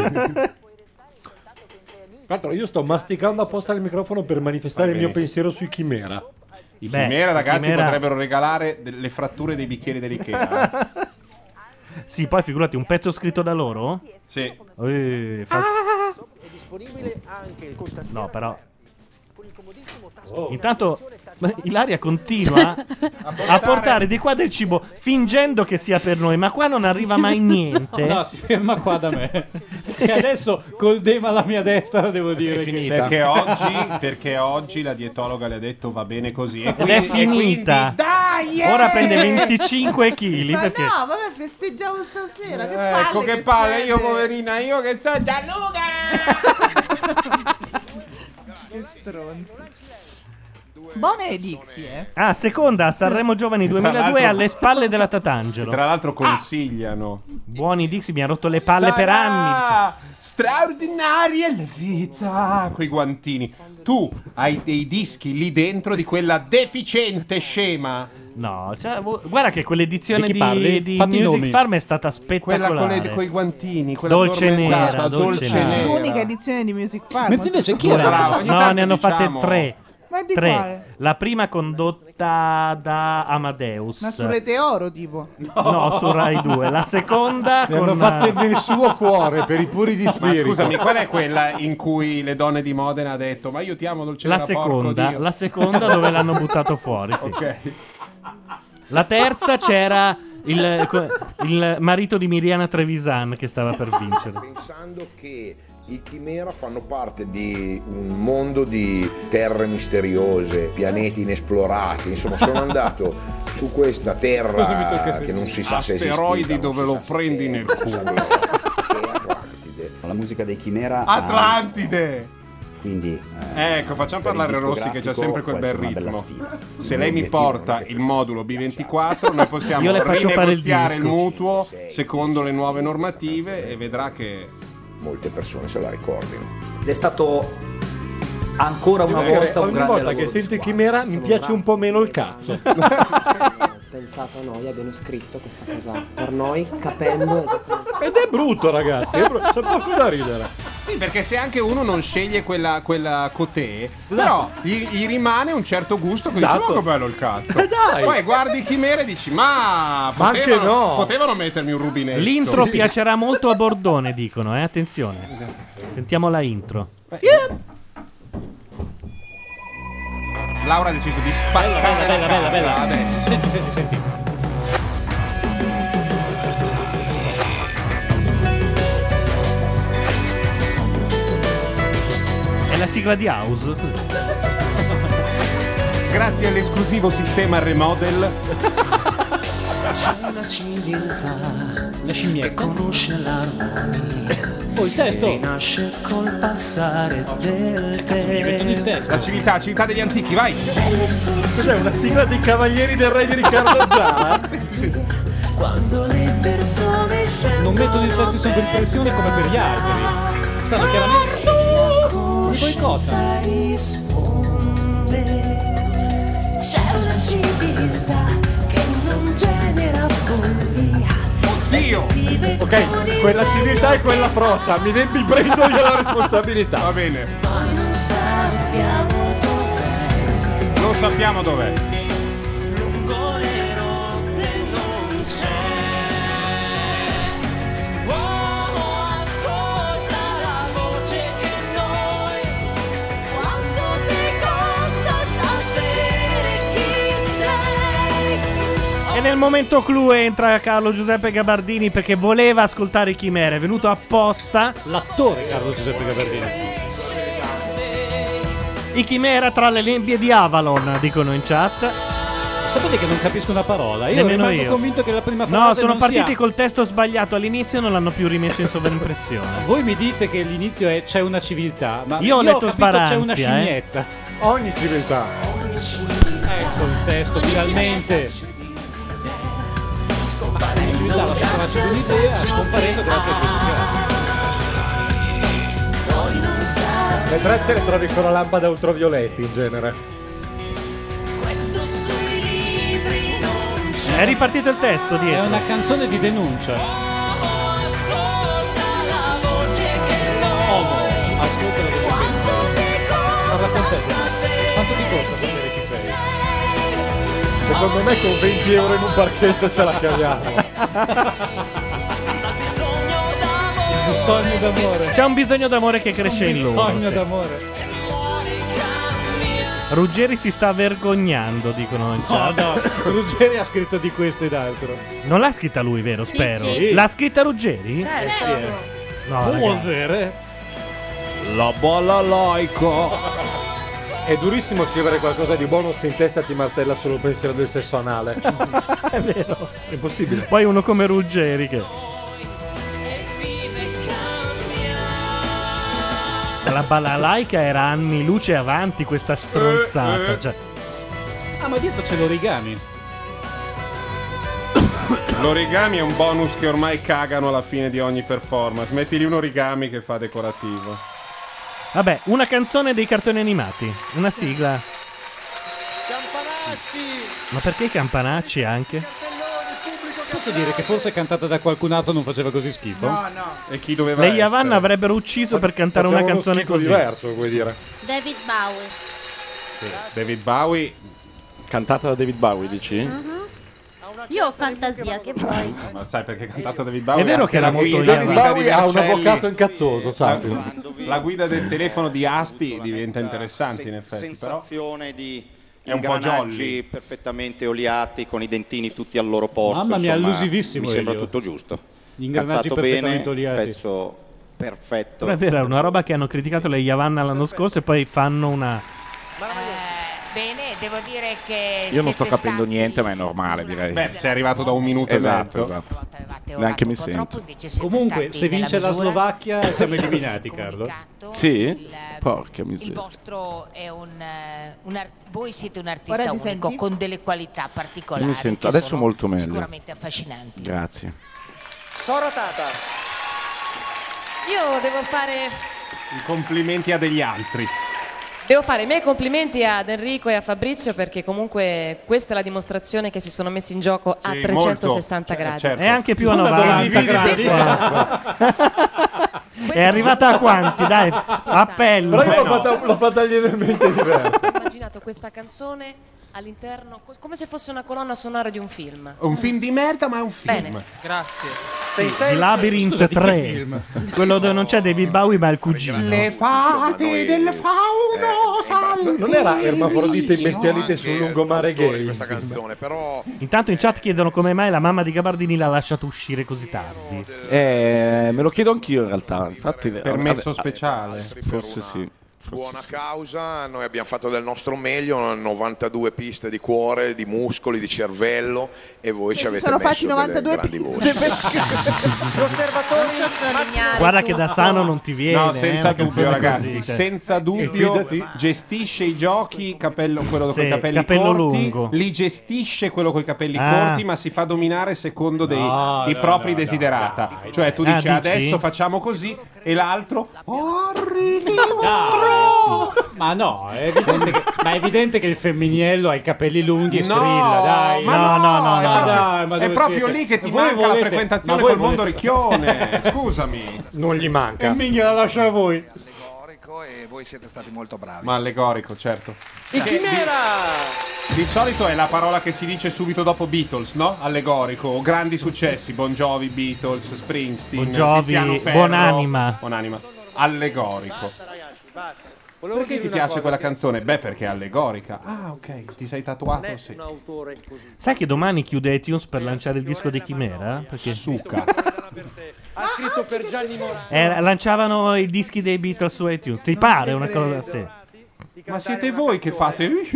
Tra l'altro io sto masticando apposta il microfono per manifestare
Va
il mio
benissimo.
pensiero sui chimera.
I Chimera, ragazzi, potrebbero regalare de- le fratture dei bicchieri dell'Ikea.
(laughs) Sì, poi figurati un pezzo scritto da loro?
Sì.
Eh, fa-
È disponibile anche il contatto
No, però.
Oh.
Intanto beh, Ilaria continua (laughs) a portare di qua del cibo fingendo che sia per noi, ma qua non
(laughs)
arriva mai niente.
No, si ferma qua da
(laughs)
me. Che adesso col dema alla mia destra devo dire che
Perché oggi, perché oggi la dietologa le ha detto va bene così. E
Ed
quindi,
è
e quindi
finita.
Dai, eh!
Ora prende
(laughs)
25 kg
Ma
perché
no, vabbè, festeggiamo stasera. Che palle
Ecco che palle,
siete.
io poverina, io che so Gianluca!
(laughs) Che stronzi. Bono e Dixie, eh.
Ah, seconda a Sanremo Giovani
Tra
2002
l'altro-
alle spalle della Tatangelo.
tra l'altro consigliano.
Buoni Dixie mi ha rotto le palle per
Sarà
anni.
Straordinaria la vita. Quei guantini. Tu hai dei dischi lì dentro di quella deficiente scema.
No, cioè, vu- guarda che quell'edizione
Di chi
di,
parli?
di
Fatti i
Music
nomi.
Farm è stata
Quella
spettacolare.
con le- coi guantini, quella
dolce
addormentata,
nera, dolce,
dolce Oh,
nera.
L'unica edizione di Music Farm.
Mentre invece chi era?
Bravo, ogni
No,
tanto
ne hanno
diciamo-
fatte tre.
Ma di
Tre.
quale?
La prima condotta da Amadeus.
Ma su Rete Oro, tipo.
No, su Rai 2. La
(laughs)
seconda
Ne hanno
con
fatte nel suo cuore per i puri di
Ma
spirito.
scusami, qual è quella in cui le donne di Modena ha detto "Ma io ti amo dolce
la
nera, porco
seconda,
Dio"?
la seconda
(laughs)
dove l'hanno buttato fuori, sì. La terza c'era il, co- il marito di Miriana Trevisan che stava per vincere.
Pensando che i chimera fanno parte di un mondo di terre misteriose, pianeti inesplorati,
(laughs)
insomma sono andato su questa
Così mi tocca
terra
sentire.
che non si sa se esiste.
Asteroidi dove lo prendi nel culo.
La musica dei Chimera ha-
Atlantide.
quindi
Ecco, facciamo
Per il
parlare Rossi che c'ha
discografico
sempre quel
può
bel
essere una bella
ritmo.
sfida.
Se lei mi
L'obiettivo
porta il modulo B24, noi possiamo
Io le faccio fare il
rinegoziare il,
disco.
mutuo secondo le nuove normative e vedrà che
Molte persone se la ricordino.
Ed è stato ancora una
Devo dire,
volta un
ogni
grande
volta
lavoro.
che sento i chimera mi piace un po' meno il cazzo. (laughs)
pensato a noi, abbiano scritto questa cosa per noi, capendo esattamente.
Ed è brutto, ragazzi. È brutto. C'è poco da ridere.
Sì, perché se anche uno non sceglie quella, quella cotè, però gli, gli rimane un certo gusto che dice:
Esatto.
Ma che bello il cazzo!
Eh, dai.
Poi guardi i chimere e dici: Ma,
Ma
potevano,
anche no."
potevano mettermi un rubinetto.
L'intro piacerà molto a Bordone, dicono, eh, attenzione. Sentiamo la intro.
Laura ha deciso di spaccare
Bella, bella,
la
bella,
casa
bella.
adesso.
Senti, senti, senti.
È la sigla di House.
(laughs) Grazie all'esclusivo sistema remodel.
C'è una civiltà che conosce l'armonia.
Oh, il testo!
E nasce col passare del tempo.
Eh, La civiltà, la civiltà degli antichi, vai!
Cos'è
una sigla dei cavalieri del re di Riccardo
(laughs)
Zara?
Quando le persone scendono
Non mettono il testo sotto pressione come per gli alberi. Stanno chiaramente.
Come
boicotta.
risponde. C'è una civiltà che non genera follia.
Oddio!
Ok, quella civiltà e quella frocia. Mi devi prendo io la responsabilità.
Va bene.
Noi non sappiamo dov'è.
Non sappiamo dov'è.
Lungo le notte non c'è. Uomo, ascolta la voce che noi. Quanto ti costa sapere chi sei?
E nel momento clou entra Carlo Giuseppe Gabardini perché voleva ascoltare i Chimera, è venuto apposta.
L'attore Carlo Giuseppe Gabardini.
I Chimera tra le nebbie di Avalon, dicono in chat.
Sapete che non capisco una parola? Io
Nemmeno
rimango
io.
convinto che la prima frase
No, sono
non sia-
partiti col testo sbagliato all'inizio e non l'hanno più rimesso in sovraimpressione.
(laughs) Voi mi dite che l'inizio è c'è una civiltà, ma
Io ho letto
capito c'è una
Sparanzia, eh.
scimmietta.
Ogni civiltà.
Ecco il testo, finalmente. Civiltà, lasciatela un'idea, scomparendo grazie a questo.
Le braccia le trovi con la lampada ultravioletti in genere.
Questo sui libri non c'è.
È ripartito il testo dietro.
È una canzone di denuncia.
Ascolta la voce che non
ascolta la voce
Cosa costa? Quanto ti costa sapere chi sei? Secondo me con 20 euro in un parchetto ce la caviamo.
(laughs) Bisogno d'amore.
C'è un bisogno d'amore che cresce in loro.
Bisogno
sì.
d'amore.
Ruggeri si sta vergognando, dicono in
No,
chat.
no, (laughs) Ruggeri ha scritto di questo ed altro.
Non l'ha scritta lui, vero? Spero.
sì.
L'ha scritta Ruggeri?
Eh, sì, eh.
No, ragazzi.
La bolla laico. È durissimo scrivere qualcosa di buono se in testa ti martella solo il pensiero del sesso
(laughs)
anale.
È vero.
È impossibile.
Poi uno come Ruggeri che... La balalaica era anni luce avanti questa stronzata. Cioè,
Ah, ma dietro c'è l'origami.
L'origami è un bonus che ormai cagano alla fine di ogni performance. Metti lì un origami che fa decorativo.
vabbè, una canzone dei cartoni animati. Una sigla. Ma perché i
Ah,
campanacci anche?
Posso dire che forse cantata da qualcun altro non faceva così schifo?
No,
no. E chi doveva
Le Yavanna avrebbero ucciso per cantare una canzone così.
vuoi dire.
David Bowie.
David Bowie.
Cantata da David Bowie, dici?
Mhm.
Io ho fantasia, che vuoi?
Ah, Ma sai perché è cantata David Bowie?
È vero
Anche
che era
la
molto
guida
David
di Rita
Bowie
di
ha un
Vercelli.
avvocato incazzoso, sappi.
La, la guida del telefono di Asti diventa interessante in effetti, però.
sensazione di
È un po'
ingranaggi
jolly.
perfettamente oliati con i dentini tutti al loro posto.
Mamma mia,
insomma,
allusivissimo
Mi sembra
io.
tutto giusto.
Gli ingranaggi
Cantato bene,
perfettamente oliati.
pezzo perfetto.
Però è vero, è una roba che hanno criticato le Yavanna l'anno scorso e poi fanno una...
Eh, Bene, devo dire che
Io non sto
siete
capendo
stati
niente, ma è normale, direi.
Beh, sei arrivato da un minuto e
esatto,
mezzo.
Esatto,
orato
Neanche mi
un po' troppo,
sento.
invece siete
Comunque,
stati
se vince
nella
la
misura-
Slovacchia siamo eliminati, Carlo.
Sì? Porca
Il
miseria.
vostro è un, eh, un ar- voi siete un
Ora
artista
ti
unico
senti?
con delle qualità particolari.
Mi sento
che
adesso
sono
molto meglio.
Sicuramente affascinanti.
Grazie.
Soratata.
Io devo fare,
I complimenti a degli altri.
devo fare i miei complimenti ad Enrico e a Fabrizio perché comunque questa è la dimostrazione che si sono messi in gioco a
Sì,
360
molto.
gradi.
Cioè, certo.
È anche più a
Come
90
condividi
gradi.
(laughs)
È arrivata a quanti? Dai, appello.
Però io l'ho fatta, l'ho fatta lievemente
(laughs)
diversa.
Ho immaginato questa canzone all'interno, co- come se fosse una colonna sonora di un film.
Un film di merda, ma è un film.
Bene, grazie.
Il
Eh,
Labyrinth 3. Quello dove non c'è David Bowie ma è il cugino.
fate del
Eh,
fauno salti.
Non era Ermafrodite in bestialite
anche
sul lungomare
l'autore
gay.
di questa canzone, però
Intanto in chat chiedono come mai la mamma di Gabardini l'ha lasciato uscire così tardi.
Eh, me lo chiedo anch'io in realtà. Infatti, eh,
Permesso
vabbè, ah, eh,
speciale.
Forse sì.
buona causa, noi abbiamo fatto del nostro meglio, 92 piste di cuore, di muscoli, di cervello e voi ci avete
sono fatti
messo delle
92
grandi voci.
(laughs) piste
(laughs) L'osservatore
Guarda che da sano non ti viene.
No,
eh,
senza
una
dubbio,
canzone
ragazzi.
così, cioè.
Senza dubbio, gestisce i giochi. Capello, quello
Sì,
con i capelli
capello
corti,
lungo.
li gestisce quello con i capelli
Ah.
corti, ma si fa dominare secondo dei,
No,
i
no,
propri
no,
desiderata. cioè, tu
Ah,
dici
dici?
adesso facciamo così, e l'altro.
Ma no, è evidente che, ma è evidente che il femminiello ha i capelli lunghi e
No,
strilla, dai.
ma no,
è
ma
proprio-
dai, ma
è
dove
proprio
siete?
lì che ti
Voi
manca la
volete-
frequentazione
ma voi
col mondo
volete-
(laughs)
ricchione, scusami.
Non gli manca.
E minchia, la lascia a voi.
ecco, E voi siete stati molto bravi.
Ma allegorico, certo.
I Chimera.
Di solito è la parola che si dice subito dopo Beatles, no? Allegorico, o grandi successi, Bon Jovi, Beatles, Springsteen,
Bon Jovi,
Tiziano Ferro,
Buonanima.
Buonanima. Allegorico. Perché ti piace quella canzone? Beh, perché è allegorica. Ah, ok, ti sei tatuato? Sì.
Sai che domani chiude iTunes per lanciare il disco di Chimera? Perché (laughs)
suca.
Ah,
Ha scritto per Gianni Morano.
lanciavano i dischi dei Beatles su iTunes. Ti pare una cosa? Sì.
Ma siete voi che fate? (laughs)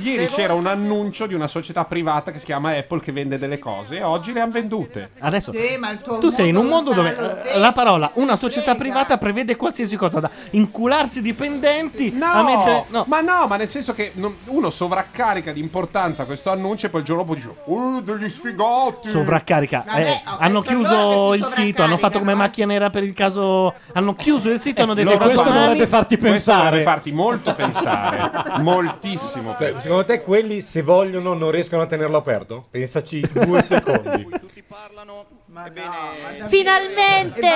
Ieri c'era un annuncio di una società privata che si chiama Apple che vende delle cose e oggi le hanno vendute.
Adesso
Sì, ma il tuo
tu sei in un mondo
non
dove
sarà lo
eh,
stesso.
la parola una società privata prevede qualsiasi cosa, da incularsi dipendenti a mettere.
ma no, ma nel senso che non- uno sovraccarica di importanza questo annuncio e poi il giorno dopo dice, uh, degli sfigati.
(laughs) Sovraccarica.
Vabbè,
eh,
ho
hanno
pensato loro
chiuso
che si
il sito, hanno fatto come macchia nera per il caso. Hanno chiuso il
Eh,
sito, hanno detto
Loro
"Guarda,
domani-
domani-
Questo dovrebbe farti
(laughs)
molto pensare. moltissimo.
Cioè, secondo te quelli se vogliono non riescono a tenerlo aperto? Pensaci
(laughs)
due secondi.
Finalmente!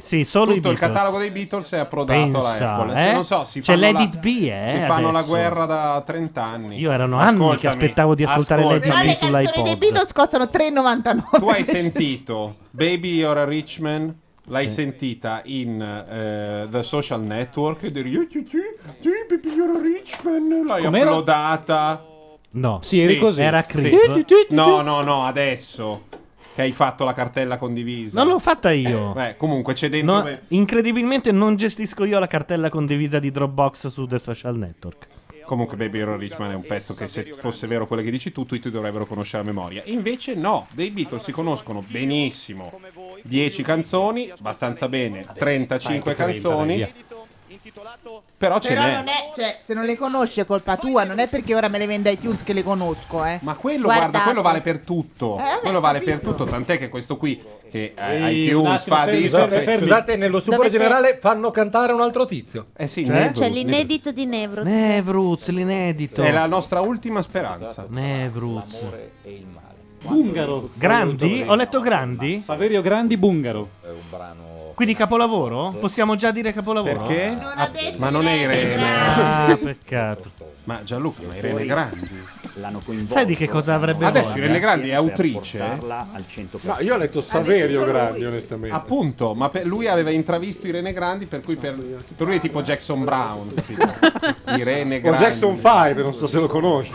Sì, solo
Tutto
i
il
Beatles.
catalogo dei Beatles è approdato alla
Pensa,
Apple. Se
eh?
non so, si
C'è
fanno la-
l'Edit B, eh,
Si fanno la
adesso.
guerra da 30 anni.
Io erano anni che
Ascoltami,
aspettavo di ascoltare
ascoltami.
l'Edit B
canzoni dei
sull'iPod.
Beatles costano 3,99.
Tu hai
(laughs)
sentito Baby You're a Rich Man? L'hai sentita in eh, The Social Network? E dire, "Io, io, io, io, Baby You're a Rich Man. L'hai
Com'era?
uploadata.
No,
Sì,
Era
sì.
creep.
No, no, no, adesso che hai fatto la cartella condivisa.
Non l'ho fatta
(laughs)
io.
Beh, comunque c'è dentro
No,
beh,
incredibilmente non gestisco io la cartella condivisa di Dropbox su The Social Network.
Comunque Baby Hero Richman è un pezzo che se fosse vero quello che dici tu, tutti dovrebbero conoscere a memoria. Invece no, dei Beatles si conoscono benissimo 10 canzoni, abbastanza bene, 35
Vai, che 30,
canzoni.
dai,
Però ce
Però
n'è.
non è, cioè, se non le conosci è colpa tua, non è perché ora me le vende iTunes che le conosco, eh.
Ma quello, guarda, quello vale per tutto. Quello vale per tutto, tant'è che questo qui che eh,
Ehi, un
iTunes
attimo,
fa
fermi,
di
fermi, fermi. Scusate, nello stupore
Dovete-
generale fanno cantare un altro tizio.
Eh sì,
C'è l'inedito di Nevruz.
Nevruz, l'inedito.
È la nostra ultima speranza.
Nevruz.
Bungaro.
Grandi? Ho letto Grandi?
Saverio Grandi Bungaro.
Quindi capolavoro? Possiamo già dire capolavoro?
Perché? Ah, ma non è Irene.
Ah, peccato.
Certo.
Ma Gianluca, ma Irene Grandi.
L'hanno coinvolto.
Sai di che cosa avrebbe
Adesso
voglia?
Irene Grandi è
Per
autrice.
portarla al 100%.
No, io ho letto Saverio Grandi, onestamente.
Appunto, ma per- lui aveva intravisto Irene Grandi, per cui per, per lui è tipo Jackson Brown. capito? Irene
o
Grandi.
Jackson 5, non so se lo conosci.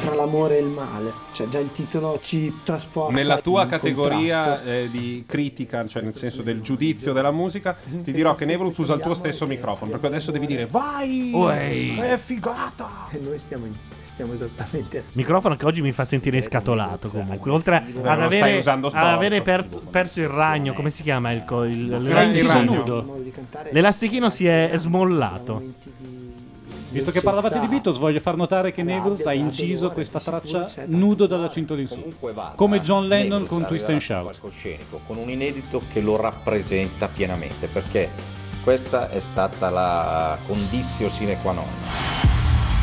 Tra l'amore e il male. Cioè, già il titolo ci trasporta.
Nella tua
in
categoria
contrasto.
eh, di critica, cioè nel senso del giudizio della musica, ti dirò che Nevruz usa il tuo stesso microfono, per cui adesso devi dire vai! Eh,
Uei.
È figata!
E Eh, noi stiamo, in- stiamo esattamente a
Microfono che oggi mi fa sentire scatolato comunque. Oltre
non
ad
stai
avere,
usando
ad
storto.
avere per- perso il ragno, come si chiama il, co- il,
Grandi
l'elastico
ragno.
nudo? L'elastichino si è è smollato.
Visto che parlavate di Beatles, voglio far notare che Nevruz ha inciso questa traccia nudo dalla cintola in su. Come John Lennon con Twist and Shout.
palcoscenico con un inedito che lo rappresenta pienamente perché questa è stata la condizio sine qua non.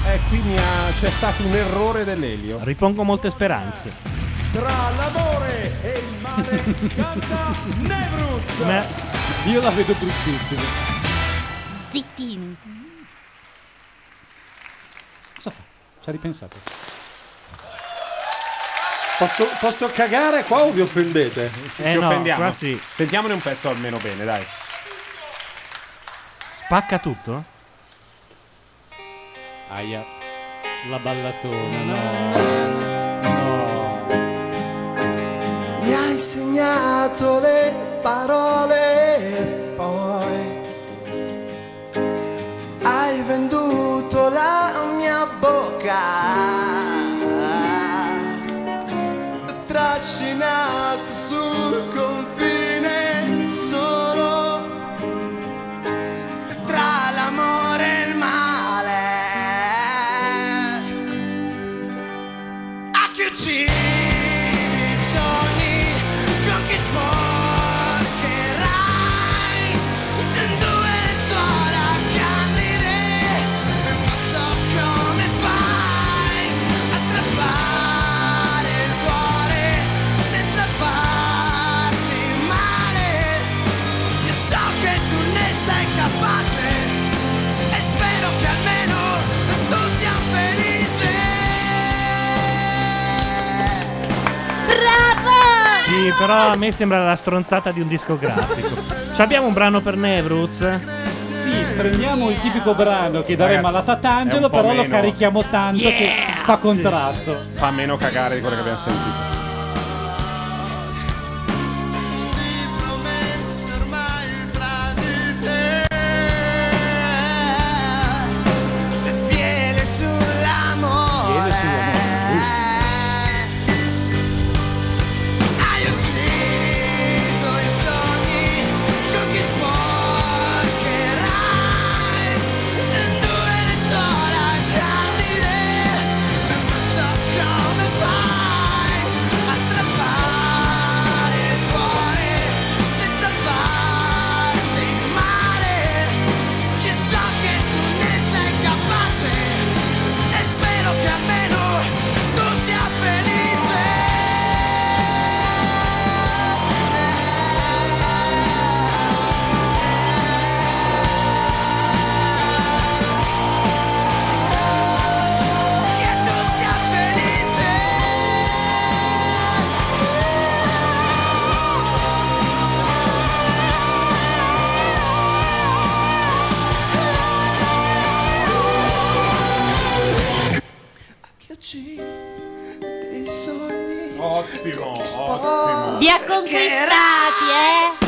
Eh, qui mi ha- c'è stato un errore dell'elio.
Ripongo molte speranze.
Tra l'amore e il mare canta Nevruz.
Io la vedo bruttissima.
Zittini.
Cosa fa? Ci ha ripensato.
Posso, posso cagare qua o vi offendete?
Eh,
Ci offendiamo. Sentiamone un pezzo almeno bene, dai.
Spacca tutto?
Aia. La ballatona, no. No.
Mi ha insegnato le parole e poi hai venduto la mia bocca trascinato sul confine solo tra l'amore e il male a chi uccidi i sogni con chi sporcherai due sola candide ma so come fai a strappare il cuore senza farti male io so che tu ne sei capace e spero che almeno tu sia felice
Bravo!
Sì, però a me sembra la stronzata di un discografico. C'abbiamo un brano per Nevruz?
Sì, prendiamo il tipico brano che daremo alla
è un
Tatangelo,
po'
però lo
meno.
carichiamo tanto che fa contrasto.
Fa meno cagare di quello che abbiamo sentito.
ormai tra di te
Ottimo, ottimo.
Vi ha conquistati, eh?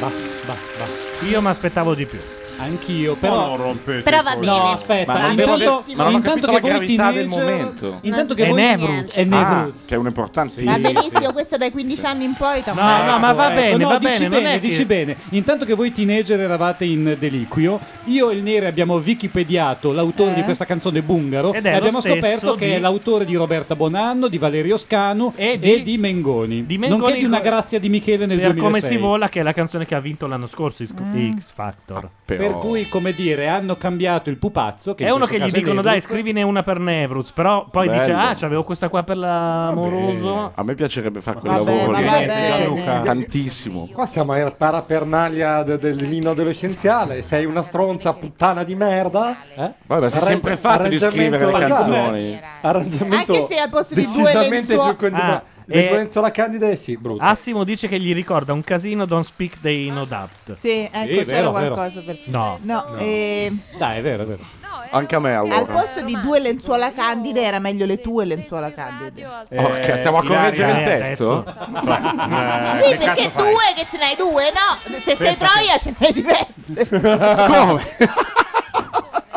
Va, va, va.
Io mi aspettavo di più.
Anch'io, però-
non rompete
Però va
i coglioni.
bene. No, aspetta, Ma non intanto- avevo detto- ma non ho intanto capito che la voi gravità del teenager- momento. intanto che
è
voi-
Nevruz.
È Nevruz.
Ah, che è un'importante.
Va benissimo, questo dai 15 anni in poi. Tom
No,
Hanks.
no, ma va bene, va bene, dici
non
bene,
è che-
dici bene. Intanto che voi teenager eravate in deliquio, io e il Nere abbiamo wikipediato l'autore
Eh?
di questa canzone bungaro
Ed è
e
lo
abbiamo
stesso
scoperto che
di-
è l'autore di Roberta Bonanno, di Valerio Scanu e di,
di-
Mengoni,
Mengoni
nonché di una
co-
grazia di Michele nel
per
2006.
come si Mm. vola, che è la canzone che ha vinto l'anno scorso di X- di X Factor.
Per cui, come dire, hanno cambiato il pupazzo. Che
Ah, è
in
uno
questo
che gli
caso è
dicono,
Nevruz.
dai, scrivine una per Nevruz. Però poi dice,
Bello.
ah, c'avevo questa qua per l'amoroso.
A me piacerebbe fare quel
Vabbè,
lavoro. lì.
ma va bene.
Gianluca. Tantissimo.
Qua siamo alla parapernaglia de- dell'inno adolescenziale. Sei una stronza puttana di merda. Eh?
Vabbè, si è sempre fatto di
Arrangiamento-
scrivere le
Guardate,
canzoni.
Arrangiamento
Anche se al posto di due
decisamente
lenzuola-
più
Ah,
le
e-
eh.
lenzuola candide, sì, brutto.
Assimo dice che gli ricorda un casino Don't Speak dei No Doubt.
Sì, ecco,
c'era
c'era qualcosa per
No.
No, ehm,
Dai, è vero, è vero.
Anche a me
al
allora.
posto di due lenzuola candide era meglio le tue lenzuola candide.
Ok, stiamo a
Ilaria,
correggere il
eh,
testo?
Cioè, eh,
sì,
che cazzo
perché
fai?
due che ce n'hai due, no? Se sei
Pensa che-
troia ce n'hai diverse.
(laughs)
Come?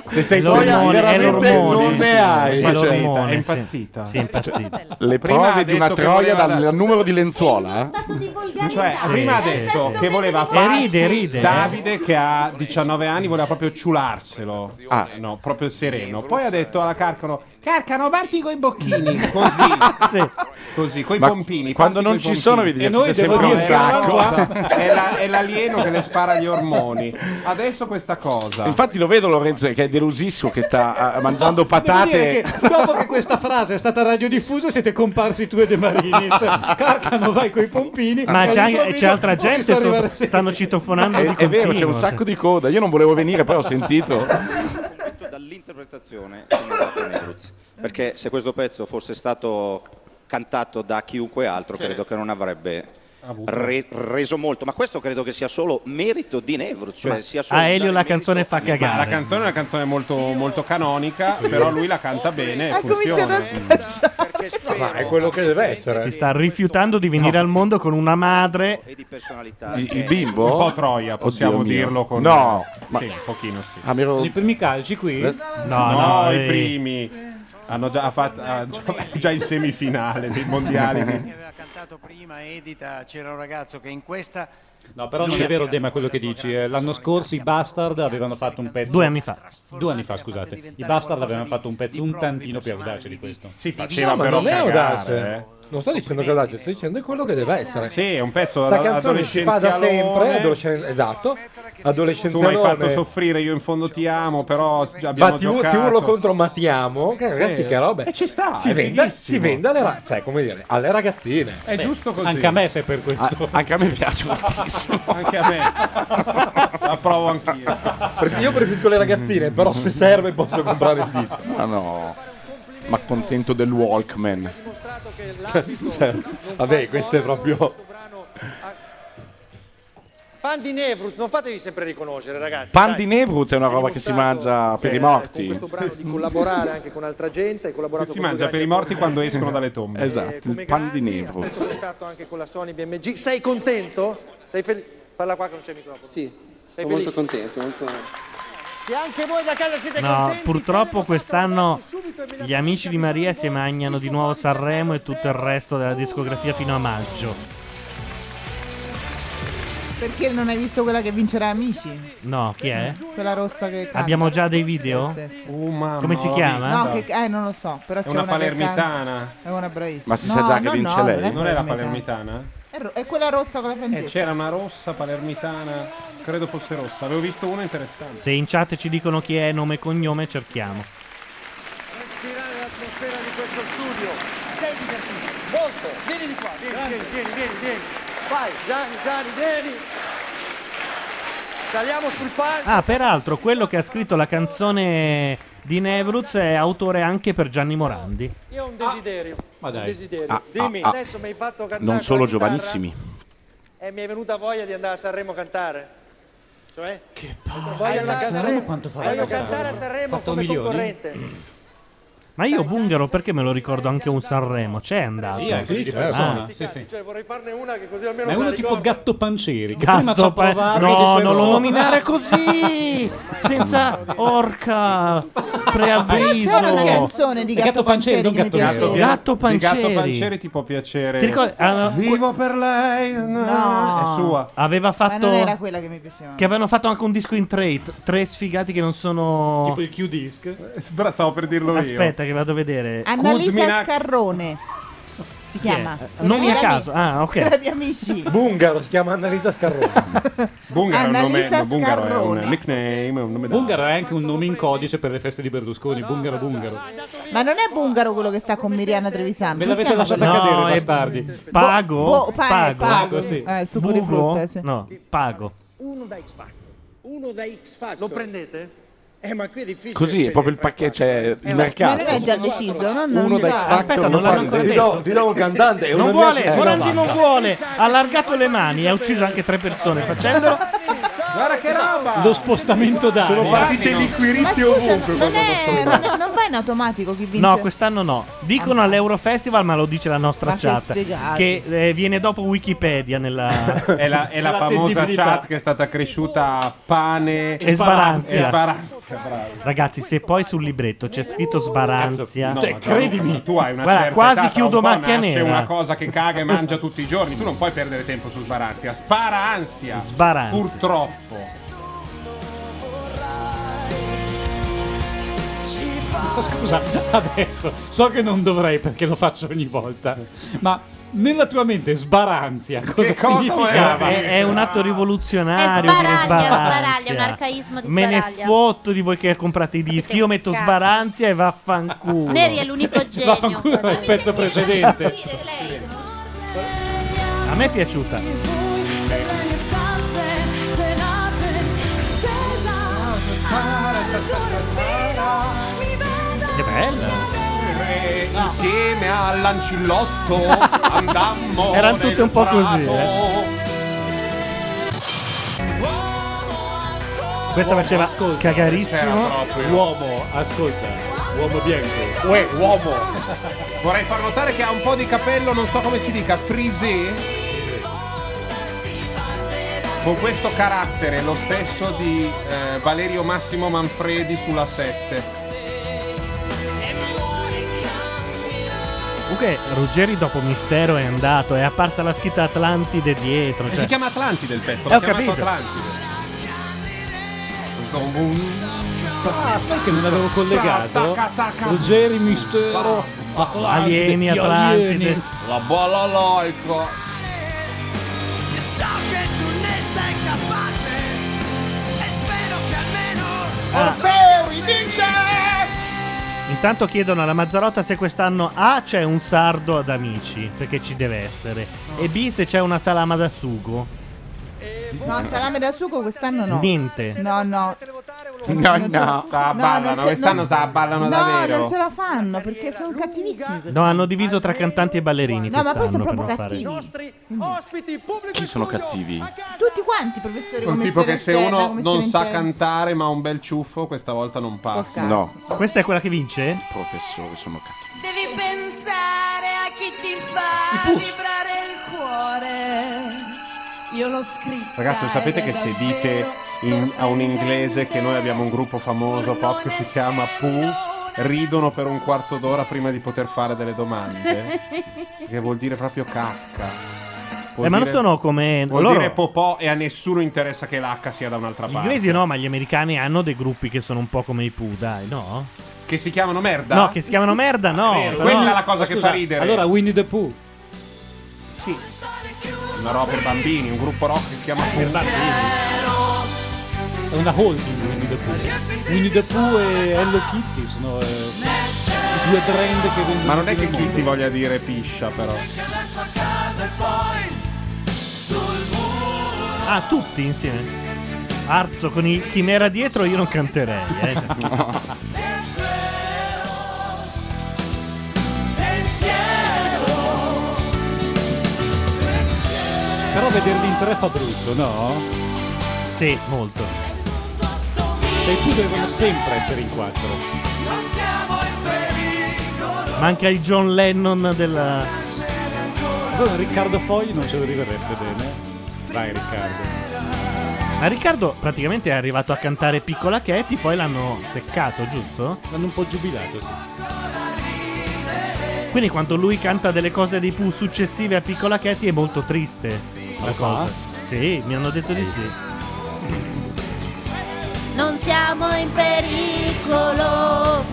Se sei
L'ormone,
troia,
è
veramente
l'ormone,
non
sì,
ne hai.
è
Cioè,
l'ormone,
è
sì.
impazzita.
Sì, è impazzita.
Cioè,
Le
prima ha
prove di
detto
una
che
troia
voleva
dal numero di lenzuola? eh?
Cioè, prima ha detto che voleva farsi
ride, ride, eh.
Davide che ha 19 anni voleva proprio ciularselo. Ah, no, proprio sereno. Poi ha detto alla Carcano Carcano, parti coi bocchini,
(laughs)
così. Così, coi
Ma
pompini.
quando
parti
non
coi
ci
pompini.
sono vi divertite
E noi
sempre
devo
un
dire,
sacco.
guarda, È, la- è l'alieno che le spara gli ormoni. Adesso questa cosa.
Esatto. Infatti lo vedo Lorenzo che è delusissimo che sta eh, mangiando patate.
Devo dire che dopo che questa frase è stata radiodiffusa siete comparsi tu e De Marinis. Carcano vai coi pompini.
Ma
e
c'è, anche-
all'improvviso
c'è altra
ho
gente
visto arrivare-
sopra, stanno citofonando
È,
di
è vero, c'è
continuo,
un sacco
sì.
di coda. Io non volevo venire, però ho sentito.
dall'interpretazione di Roberto Nevruz. perché se questo pezzo fosse stato cantato da chiunque altro credo che non avrebbe
Avuto.
re- reso molto ma questo credo che sia solo merito di Nevruz cioè
Ma
sia solo
a Ah, Elio la canzone fa
Ma la
cagare.
canzone è una canzone molto, molto canonica, però lui la canta bene e funziona.
Ma è quello che deve essere.
Si sta rifiutando di venire al mondo con una madre.
personalità
Il,
che-
il bimbo?
Un po' troia, possiamo
Oddio mio.
dirlo con-
No,
Sì, un pochino sì.
Ah, mi ero-
I primi calci qui?
Eh?
No,
no,
no,
i
eh.
primi hanno già fatto ha già, già in semifinale dei mondiali. di-
prima edita c'era un ragazzo che in questa
No, però non è vero Dema quello che dici. Eh, L'anno scorso i Bastard avevano fatto un pezzo.
Due anni fa.
Due anni fa, scusate. I Bastard avevano fatto un pezzo un tantino più audace di questo.
Sì,
No, ma non è audace.
eh.
Non sto dicendo che è audace, sto dicendo che è quello che deve essere.
eh. Sì, è un pezzo
Sta canzone si fa da
adolescenzialone.
sempre, adolescen- esatto.
Tu mi hai fatto
Adolescenzialone.
soffrire, io in fondo ti amo, però s- già abbiamo
Ma ti,
giocato.
ti urlo contro Mattiamo, che ragazzi,
Sì.
che roba.
E ci sta,
si
è
vende,
fighissimo.
si vende alle, ra- cioè, come dire, alle ragazzine.
Eh, È giusto così.
Anche a me se per questo.
anche a me piace
(laughs)
moltissimo.
anche a me. La provo anch'io.
Pre- Io preferisco le ragazzine, però se serve posso comprare il disco.
Ma Ah, no. Ma contento del Walkman.
Cioè, vabbè, questo è proprio.
Pan di Nevruz, non fatevi sempre riconoscere, ragazzi.
Pan
dai.
di Nevruz è una roba che si mangia per
Eh,
i morti.
Questo brano di collaborare anche con altra gente, hai collaborato
Si
con due
mangia per i
grandi
morti
autori.
quando escono dalle tombe.
Esatto, il pan di Nevruz.
Sei contatto anche con la Sony BMG. Sei contento? Sei felice? Parla qua che non c'è microfono. Sì, sei
Sono molto
felice?
contento.
Se anche voi da casa siete
No,
contenti,
purtroppo quest'anno gli amici di Maria si mangiano di nuovo Sanremo e tutto il resto della discografia fino a maggio.
Perché non hai visto quella che vincerà Amici?
No, chi è?
Quella rossa che canta.
Abbiamo già dei video?
Sì, sì.
oh,
Come si chiama?
No, che, eh, non lo so, però
È
c'è
una
una che canta-
palermitana.
È una bravissima.
Ma si
No,
sa già che
no,
vince
no,
lei?
Non è,
la
palermitana.
palermitana?
È, ro- è quella rossa con la
Eh,
francese.
c'era una rossa palermitana, credo fosse rossa. Avevo visto una interessante.
Se in chat ci dicono chi è, nome e cognome, cerchiamo.
respirare l'atmosfera di questo studio. Sei divertito. Molto. Vieni di qua. Vieni, vieni, vieni, vieni, vieni. Vai, Gianni, Gianni, vieni. Saliamo sul palco.
Ah, peraltro, quello che ha scritto la canzone di Nevruz è autore anche per Gianni Morandi.
Io ho un desiderio.
ma dai.
Un desiderio.
Ah, ah,
Dimmi,
ah.
adesso mi hai fatto cantare.
Non
con
solo
la chitarra
giovanissimi.
E mi è venuta voglia di andare a Sanremo a cantare. Cioè? Che palle.
Hai
Ah,
Voglio andare a
una
Sanremo.
quanto fa?
Voglio cantare a Sanremo
Otto
come
milioni?
concorrente.
Ma io Bungaro perché me lo ricordo anche un Sanremo? C'è andato? Ah.
Sì, anche lì di persona. Sì, sì.
Cioè, vorrei farne una che così almeno
Ma è
se la
uno tipo Gatto Panceri. Che
Gatto
prima ci ha
Pa-
provato,
no,
che poi
non lo
no. (laughs)
nominare così! Senza orca preavviso.
Però c'era una canzone di Gatto Panceri che mi piaceva.
Gatto
Di Gatto
Panceri.
Panceri ti può piacere.
Ti ricordi- ah. allora,
Vivo per lei.
No.
È sua.
Aveva
Ma non era
fatto
quella che mi piaceva.
che avevano fatto anche un disco in tre, t- tre sfigati che non sono
(laughs) Tipo il
Q-Disc.
Eh, Stavo per dirlo io.
Aspetta che vado a vedere.
Annalisa
Kuzmina-
Scarrone. Si
Chi è?
chiama.
Eh, Nomi a
Era
caso.
di-
Ah, ok.
Era di amici.
Bungaro si chiama Annalisa Scarrone.
Bungaro è un nome,
Annalisa
no, Bungaro è un
Scarrone.
nickname, è un nome
Bungaro è anche un nome in codice per le feste di Berlusconi. Bungaro, Bungaro.
Ma non è Bungaro quello che sta con Miriana Trevisano.
Me
Come si
l'avete
chiama
lasciata
quello?
cadere,
No, è-
bastardi.
Pago?
Boh, pane,
pago.
pago.
sì.
Eh, il succo di
Burro?
frutta, sì.
No, pago.
Uno da X Factor. Uno da X Factor.
Lo prendete?
Eh, ma qui è difficile.
Così è proprio il pacchetto, cioè il mercato.
Eh, Ma non è già deciso, no? Non
Uno da X Factor.
Aspetta, non l'hanno ancora
Di
detto.
nuovo- di nuovo cantante, è
Non
una
vuole,
mia- eh,
Morandi non
no.
vuole. Ha allargato le mani e ha ucciso anche tre persone facendolo.
Guarda che roba!
Lo spostamento d'area.
Sono partite
Ma
liquirizie
Esatto.
ovunque.
scusa, non, è, non, è- non va in automatico chi vince. Ah.
No, quest'anno no. Dicono all'Eurofestival, ma lo dice la nostra
Ma che
chat.
sfigati.
Che, eh, viene dopo Wikipedia nella.
(laughs) È la, è la famosa chat che è stata cresciuta a pane
E sbaranzia.
E sbaranzia, bravo.
Ragazzi, se poi sul libretto c'è scritto sbaranzia,
No, ma tu- tu hai una
Cioè, Guarda,
certa
quasi
età, tra
chiudo
un po'
macchia
nasce
nera.
una cosa che caga e mangia tutti i giorni. Tu non puoi perdere tempo su sbaranzia. Sparanzia.
Sbaranzia.
Purtroppo.
Ma Scusa, (laughs) adesso so che non dovrei perché lo faccio ogni volta, ma nella tua mente sbaranzia cosa,
cosa
significava?
voleva dire? È- è un atto rivoluzionario,
È sbaraglia,
viene sbaranzia.
sbaraglia, un arcaismo di
Me ne
sbaraglia.
fotto di voi che comprate i dischi. Io metto
cazzo.
sbaranzia e vaffanculo.
Neri è
(laughs)
l'unico genio.
Vaffanculo era il pezzo precedente.
A me è piaciuta.
Che
Insieme
(laughs)
all'ancillotto andammo.
Erano tutte un po'
nel
così, eh.
prato.
Questa faceva
Era
cagarissimo.
proprio.
Uomo, ascolta, uomo bianco.
Uè, uomo. Vorrei far notare che ha un po' di capello, non so come si dica, frisé. Con questo carattere, lo stesso di eh, Valerio Massimo Manfredi sulla 7.
Comunque, Ruggeri dopo Mistero è andato. È apparsa la scritta Atlantide dietro.
E
cioè-
si chiama Atlantide il pezzo,
Eh, ho
l'ho chiamato
capito.
Atlantide.
Ah, sai che non avevo collegato?
Tac, tac, tac.
Ruggeri Mistero, Atlantide,
Alieni,
gli
Atlantide.
alieni.
La bolla loico. Ah.
Ah.
Orfeo vince!
Intanto chiedono alla Mazzarotta se quest'anno A c'è un sardo ad amici, perché ci deve essere, e B se c'è una salama da sugo.
No, salame da sugo quest'anno no.
Niente.
No, no.
No, no. Se
ce-
la
boh, no,
ballano,
non ce-
quest'anno
non-
se la ballano
no,
davvero.
Ah, non ce la fanno perché sono cattivissimi. questi.
No, hanno diviso tra cantanti e ballerini.
No, ma poi sono
quest'anno per
proprio
non fare-
cattivi.
Chi sono cattivi?
Tutti quanti, professori.
Un
come
tipo che se
Stella,
uno
come
non
Stella
sa
Interna.
cantare ma ha un bel ciuffo, questa volta non passa.
cazzo. No.
Questa è quella che vince?
Professori sono cattivi.
Devi pensare a chi ti fa vibrare il cuore. Io l'ho scritto.
Ragazzi, lo sapete che se dite in- a un inglese che noi abbiamo un gruppo famoso pop che si chiama Pooh, ridono per un quarto
(laughs)
d'ora prima di poter fare delle domande? Che vuol dire proprio cacca.
Eh, ma non sono come.
Vuol
loro-
dire popò e a nessuno interessa che l'H sia da un'altra
Gli
parte.
inglesi no, ma gli americani hanno dei gruppi che sono un po' come i Pooh, dai, no?
Che si chiamano merda?
No, che si chiamano merda, no.
È vero,
però-
Quella è la cosa che fa ridere.
Allora Winnie the Pooh.
Sì. Una roba per bambini, un gruppo rock che si chiama Per
È una holding Winnie the Pooh. Winnie the Pooh e Hello Kitty sono eh, i due brand che vendono.
Ma non è che Kitty voglia dire piscia, però.
La sua casa e poi sul muro.
Ah, tutti insieme. Arzo con il chimera dietro io non canterei, eh. cioè.
Pensiero, pensiero, pensiero.
Però vederli in tre fa brutto, no?
Sì, molto.
E i Pooh devono sempre essere in quattro.
Non siamo in pericolo.
Manca il John Lennon della.
Allora, Riccardo Fogli non ce lo riverrebbe bene. Vai Riccardo.
Ma Riccardo praticamente è arrivato a cantare Piccola Katie, poi l'hanno seccato, giusto?
L'hanno un po' giubilato, sì.
Quindi quando lui canta delle cose dei Pooh successive a Piccola Katie è molto triste la
Ah,
cosa.
fa?
Sì, mi hanno detto di sì.
Non siamo in pericolo.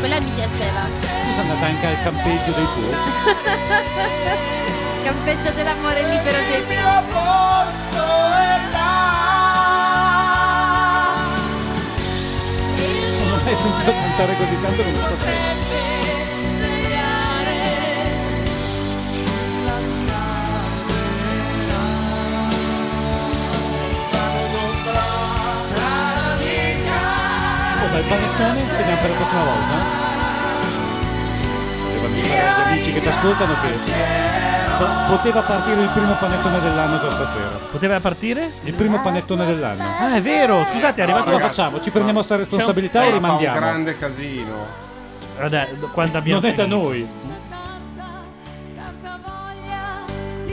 Quella mi piaceva.
Tu sei andata anche al campeggio dei Pooh.
(laughs) Campeggio dell'amore libero del
mio posto è là.
Non ho mai sentito cantare così tanto come sto facendo.
Potrebbe svegliare la scalera. Strana amica.
Oh, ma il panettone ce l'abbiamo per la prossima volta? Devo dire agli amici che ti ascoltano che po- poteva partire il primo panettone dell'anno questa sera.
Poteva partire?
Il primo panettone dell'anno.
Ah, è vero, scusate, è arrivato
Cosa
la
facciamo? Ci prendiamo sta responsabilità e rimandiamo.
Fa un grande casino.
Vabbè, Eh, quando abbiamo
Non è da
finito.
noi.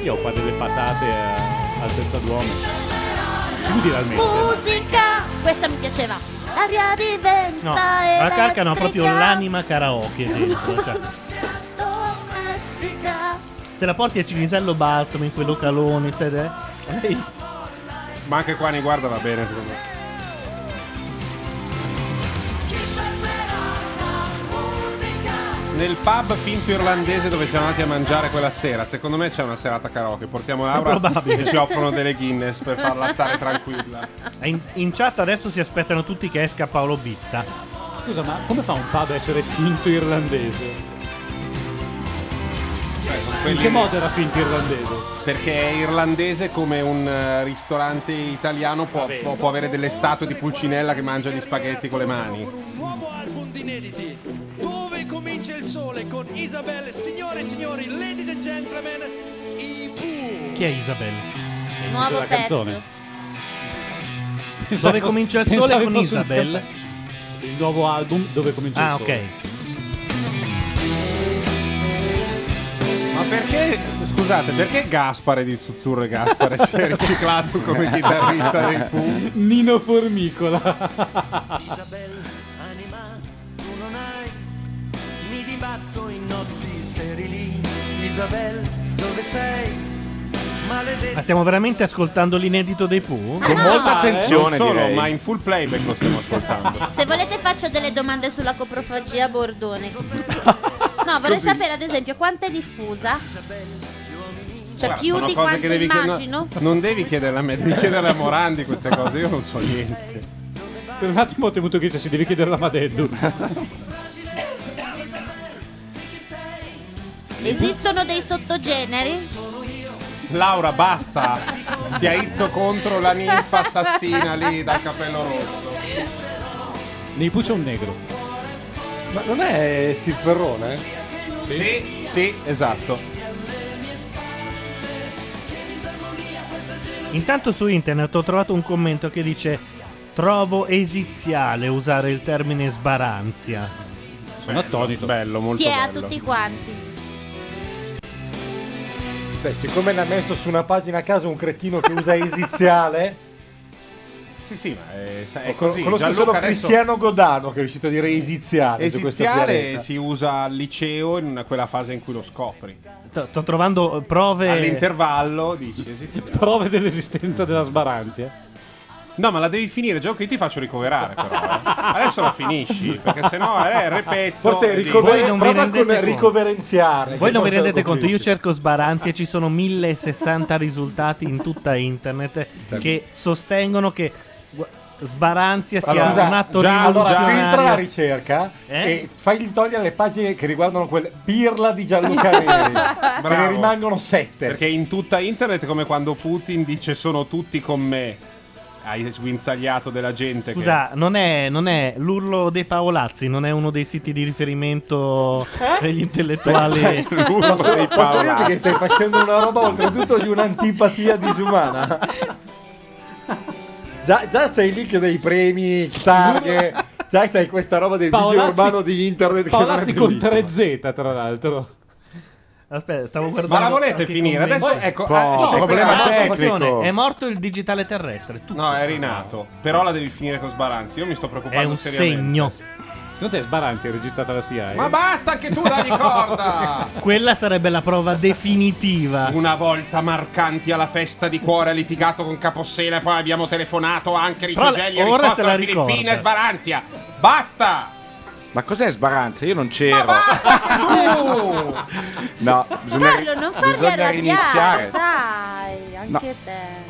Io ho qua delle patate eh, altezza d'uomo. Chiudi almeno.
Musica! Questa mi piaceva. L'aria diventa
No, la calca no,
elettrica,
proprio l'anima karaoke dentro. cioè.
domestica.
se la porti a Cinisello Balsamo in quel localone, sai, eh? Lei-
Ma anche qua ne guarda va bene, secondo me. Nel pub finto irlandese dove siamo andati a mangiare quella sera, secondo me c'è una serata karaoke. Portiamo Laura
Probabile.
e ci offrono delle Guinness per farla stare tranquilla.
In, in chat adesso si aspettano tutti che esca Paolo Bitta.
Scusa, ma come fa un pub ad essere finto irlandese? In che modo era finto irlandese?
Perché è irlandese come un eh, ristorante italiano può, può- può avere delle statue di Pulcinella che mangia gli spaghetti con le mani.
Nuovo album di inediti. Dove comincia il sole con Isabel, signore e signori, ladies and gentlemen, i Pooh.
Chi è Isabella?
Nuovo
la canzone.
Dove comincia il
Pensavo
sole con
fosse un
Isabel?
camp- Il nuovo album dove comincia
Ah,
il sole.
ok.
Ma perché, scusate, perché Gaspare di Zuzzurre Gaspare si (laughs) è riciclato come chitarrista del Pooh?
Nino Formicola.
Anima, tu non hai, mi dibatto in notti serili. Isabel, dove sei? Maledetta.
Ma stiamo veramente ascoltando l'inedito dei Pooh?
Con Ah, molta eh? attenzione, Non solo, direi. ma in
full playback lo stiamo ascoltando.
Se volete faccio delle domande sulla coprofagia Bordone.
(laughs)
No, vorrei
Così.
sapere ad esempio quanto è diffusa. Cioè
Guarda,
più
sono cose
di quanto
che devi chied-
immagino.
no, non devi chiederle a me, devi chiederle a Morandi queste cose, io non so niente.
Per un attimo ho temuto che ci devi chiedere la Madeddu.
Esistono dei sottogeneri?
Laura, basta! Ti aizzo contro la ninfa assassina lì dal capello rosso.
Nei Pooh c'è un negro.
Ma non è Steve Ferrone?
Sì, sì, esatto.
Intanto su internet ho trovato un commento che dice Trovo esiziale usare il termine sbaranzia.
Sono attonito.
Bello,
Chi è a tutti quanti?
Beh, siccome l'ha messo su una pagina a caso un cretino che usa esiziale,
(laughs) sì, sì, ma eh, sa- è
Con-
così.
Conosco
Gianluca
solo
adesso-
Cristiano Godano che è riuscito a dire esiziale. su questo
Esiziare
pianeta.
si usa al liceo in una- quella fase in cui lo scopri.
Sto, sto trovando eh, prove.
All'intervallo dici esiziare.
Prove dell'esistenza della
eh.
sbaranzia.
No, ma la devi finire, già che io ti faccio ricoverare però. eh. Adesso la finisci, perché sennò eh, ripeto.
Forse
dico-
ricover-
Voi non vi
prova
rendete
con
conto.
ricoverenziare. che
Voi non vi
forse lo
rendete conto, io
convince.
cerco sbaranzi e ci sono 1060 risultati in tutta internet
Certo.
che sostengono che gu- sbaranzia sia
Allora, scusa,
un atto
già, allora, filtra la
rivoluzionario.
ricerca
Eh?
e fagli togliere le pagine che riguardano quel birla di
(laughs)
Gianluca Neri. Ce ne
Bravo.
rimangono sette.
Perché in tutta internet è come quando Putin dice sono tutti con me. Hai sguinzagliato della gente.
Scusa, non è, non è l'urlo dei Paolazzi, non è uno dei siti di riferimento degli intellettuali.
Posso- Posso dirti che stai facendo una roba oltretutto di un'antipatia disumana. Già, già sei lì che dei premi,
(laughs)
targhe, già c'hai questa roba del vigile
Paolazzi-
urbano di internet.
Paolazzi con
tre
3Z, tra l'altro.
Aspetta, stavo
Ma
guardando.
la volete
anche i
finire?
commenti.
Adesso, ecco,
ah,
Po- eh,
scegli problema quella- tecnico.
Attenzione, È morto il digitale terrestre.
che- No, è rinato. Però la devi finire con sbaranzi. Io mi sto preoccupando seriamente.
Secondo te sbaranzia è registrata la CIA?
Ma basta anche tu dagli corda!
Quella sarebbe la prova definitiva.
(laughs) Una volta Marcanti alla festa di cuore ha litigato con Capossela e poi abbiamo telefonato anche
Però
Ricciogelli e ha
ora
risposto
se la
alla
ricorda.
Filippina e Sbaranzia. Basta!
Ma cos'è sbaranzia? Io non c'ero. No, bisogna,
Carlo, non farli
bisogna
arrabbiare,
riniziare.
dai, anche
No.
te.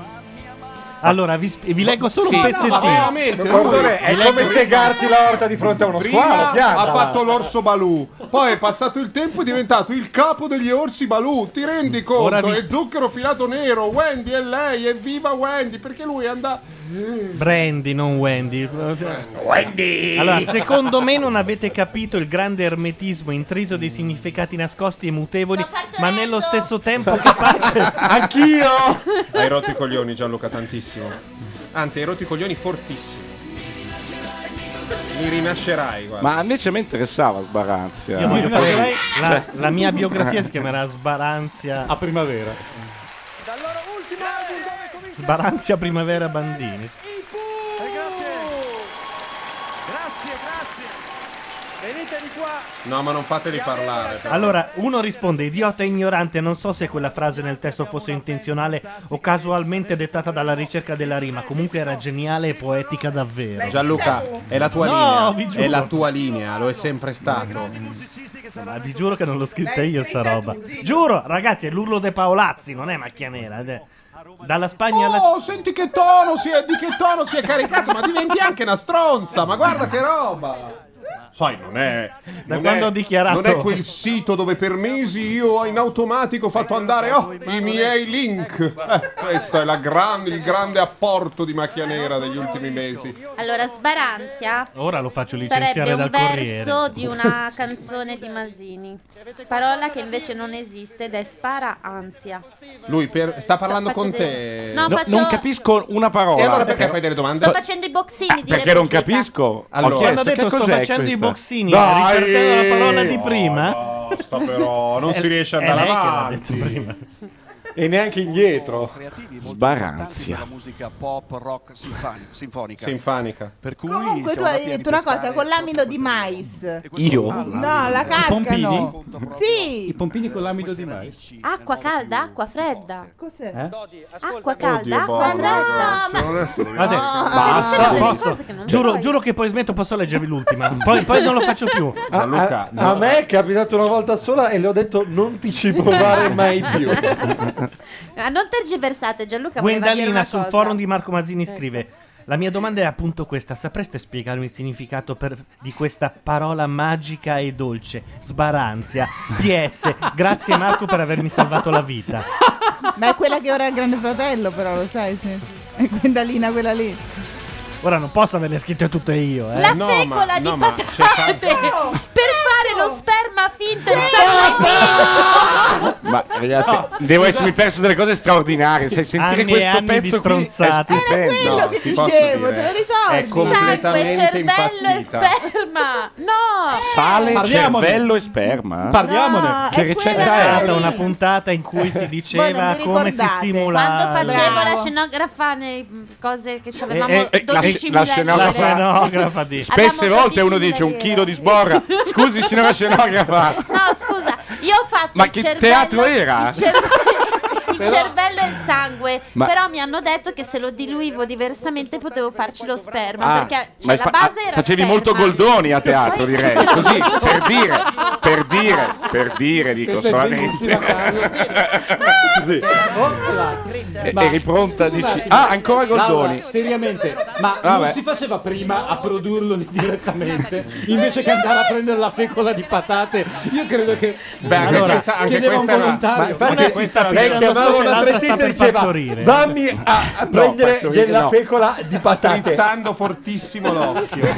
Allora, vi, sp- vi leggo solo
Sì,
un
no,
pezzettino.
ma veramente, Guardare, è come segarti la orta di fronte a uno squalo. piantala.
l'orso Balù, poi è passato il tempo e è diventato il capo degli orsi Balù. Ti rendi conto?
Ora vi-
E zucchero filato nero, Wendy è lei, evviva Wendy, perché lui è andato.
Brandy, non Wendy.
Wendy!
Allora, secondo me non avete capito il grande ermetismo intriso dei significati nascosti e mutevoli, ma nello stesso tempo capace.
Anch'io!
Hai rotto i coglioni, Gianluca, tantissimo. Anzi, hai rotto i coglioni fortissimo. Mi rinascerai, guarda.
Ma invece mi interessava sbaranzia.
Io voglio fare-
Cioè-
Eh. la, la mia biografia si
(laughs)
chiamerà Sbaranzia.
A primavera.
Sbaranzia primavera bandini.
Eh, Grazie, grazie. Venite di qua.
No, ma non fateli parlare. però.
Allora, uno risponde idiota e ignorante, non so se quella frase nel testo fosse intenzionale o casualmente dettata dalla ricerca della rima, comunque era geniale e poetica davvero.
Gianluca, è la tua
No, vi
linea.
giuro.
È la tua linea, lo è sempre stato.
Ma vi giuro che non l'ho scritta io sta roba. Giuro, ragazzi, è l'urlo dei Paolazzi, non è macchia nera. eh. Dalla Spagna alla...
Oh, senti che tono si è, di che tono si è caricato, ma diventi anche una stronza, ma guarda che roba! Sai, non è.
Da
non
quando
è-
ho dichiarato-
Non è quel sito dove per mesi io ho in automatico fatto andare oh, i miei link. Eh, questo è la gran- il grande apporto di macchia nera degli ultimi mesi.
Allora, Sbaranzia
Ora lo faccio
sarebbe
licenziare
un
dal
verso
Corriere.
di una canzone di Masini. Parola che invece non esiste ed è spara ansia.
Lui per- sta parlando
Faccio
con te.
delle- No, No, faccio- non
capisco una parola.
E allora perché fai delle domande?
Sto facendo i boxini di
Perché non
Repubblica.
capisco.
Allora,
ho chiesto,
quando ho
che
detto sto
cos'è
facendo
questa?
i boxini,
Dai!
Ripetevo eh, la parola di prima.
Basta però, non
(laughs) È-
si riesce ad
è
andare
lei che l'ha
avanti.
(laughs)
E neanche indietro.
Sbaranzia.
La musica pop, rock, sinfoni- sinfonica.
Sinfanica.
Per cui
Comunque tu
siamo
hai
andati a
detto una cosa
ripescare-
con l'amido di mais.
Io?
No, la carcano. Sì.
I pompini con l'amido di mais.
Acqua calda, acqua fredda.
Cos'è?
Acqua calda,
Oddio,
acqua
Bono,
fredda.
Guardate,
sono
basta,
delle
posso-
cose che non
giuro,
sai.
giuro che poi smetto, posso leggervi l'ultima. Poi, poi non lo faccio
(laughs)
più.
a, a me è capitato una volta sola e le ho detto non ti ci
(laughs)
provare
(laughs)
mai più.
Ah, non tergiversate, Gianluca voleva dire
Gwendalina
una
sul
cosa. Eh. Ecco.
forum di Marco Masini
(laughs)
scrive: La mia domanda è appunto questa. Sapreste spiegarmi il significato per- di questa parola magica e dolce? Sbaranzia. PS, grazie Marco per avermi salvato la vita.
Ma è quella che ora è il grande fratello, però lo sai, sì. È Gwendalina quella lì.
Ora non posso averle scritte tutte io, eh.
La fecola di
"Cioè,
patate per fare lo sperma finto in San Martino.
Ma ragazzi,
No,
devo
scusa.
essermi perso delle cose straordinarie. Cioè, sentire
Anni e
questo
anni di
pezzo qui è
stronzate. Era
stupendo.
quello
No,
che
ti posso
dicevo,
dire,
te lo ricordi?
È completamente
Sangue, cervello
impazzita.
e sperma. No! Eh.
Sale,
Parliamone.
cervello e sperma.
Parliamone. No,
che
è
ricetta
C'era
è?
stata una puntata in
(laughs)
cui si diceva come si simula
Quando facevo la
Bravo.
scenografa nei mm, cose che ci
Eh,
avevamo
eh, la, sc-
12.000
la scenografa,
lire.
di-
Abbiamo
spesse volte uno dice un chilo di sborra. Scusi, signora scenografa,
(laughs) No, scusa, io ho fatto
ma
il
che
cervello-
teatro era?
(laughs) Il, cerve- il
Però-
cervello e il sangue,
Ma-
però mi hanno detto che se lo diluivo diversamente potevo farci lo sperma,
Ah,
perché cioè,
ma
la
fa-
base
ah,
era
facevi
sperma.
molto Goldoni a teatro, direi. Così, per dire, per dire, per dire, dico
Questa è
solamente. Così. E- Eri pronta? Oh, Dici... Ah, ancora Goldoni. Ah,
Laura, seriamente, ma non
Vabbè.
si faceva prima a produrlo direttamente invece che andare a prendere la fecola di patate? Io credo che
Beh, anche
Allora,
questa- anche
chiedeva
questa è
un
una- ma
volontario.
infatti
Perché
si sta
lei
pensando solo che l'altra sta per partorire.
Dammi a, a
No,
prendere
partorire
della
no.
fecola di patate.
Strizzando
(laughs)
fortissimo l'occhio.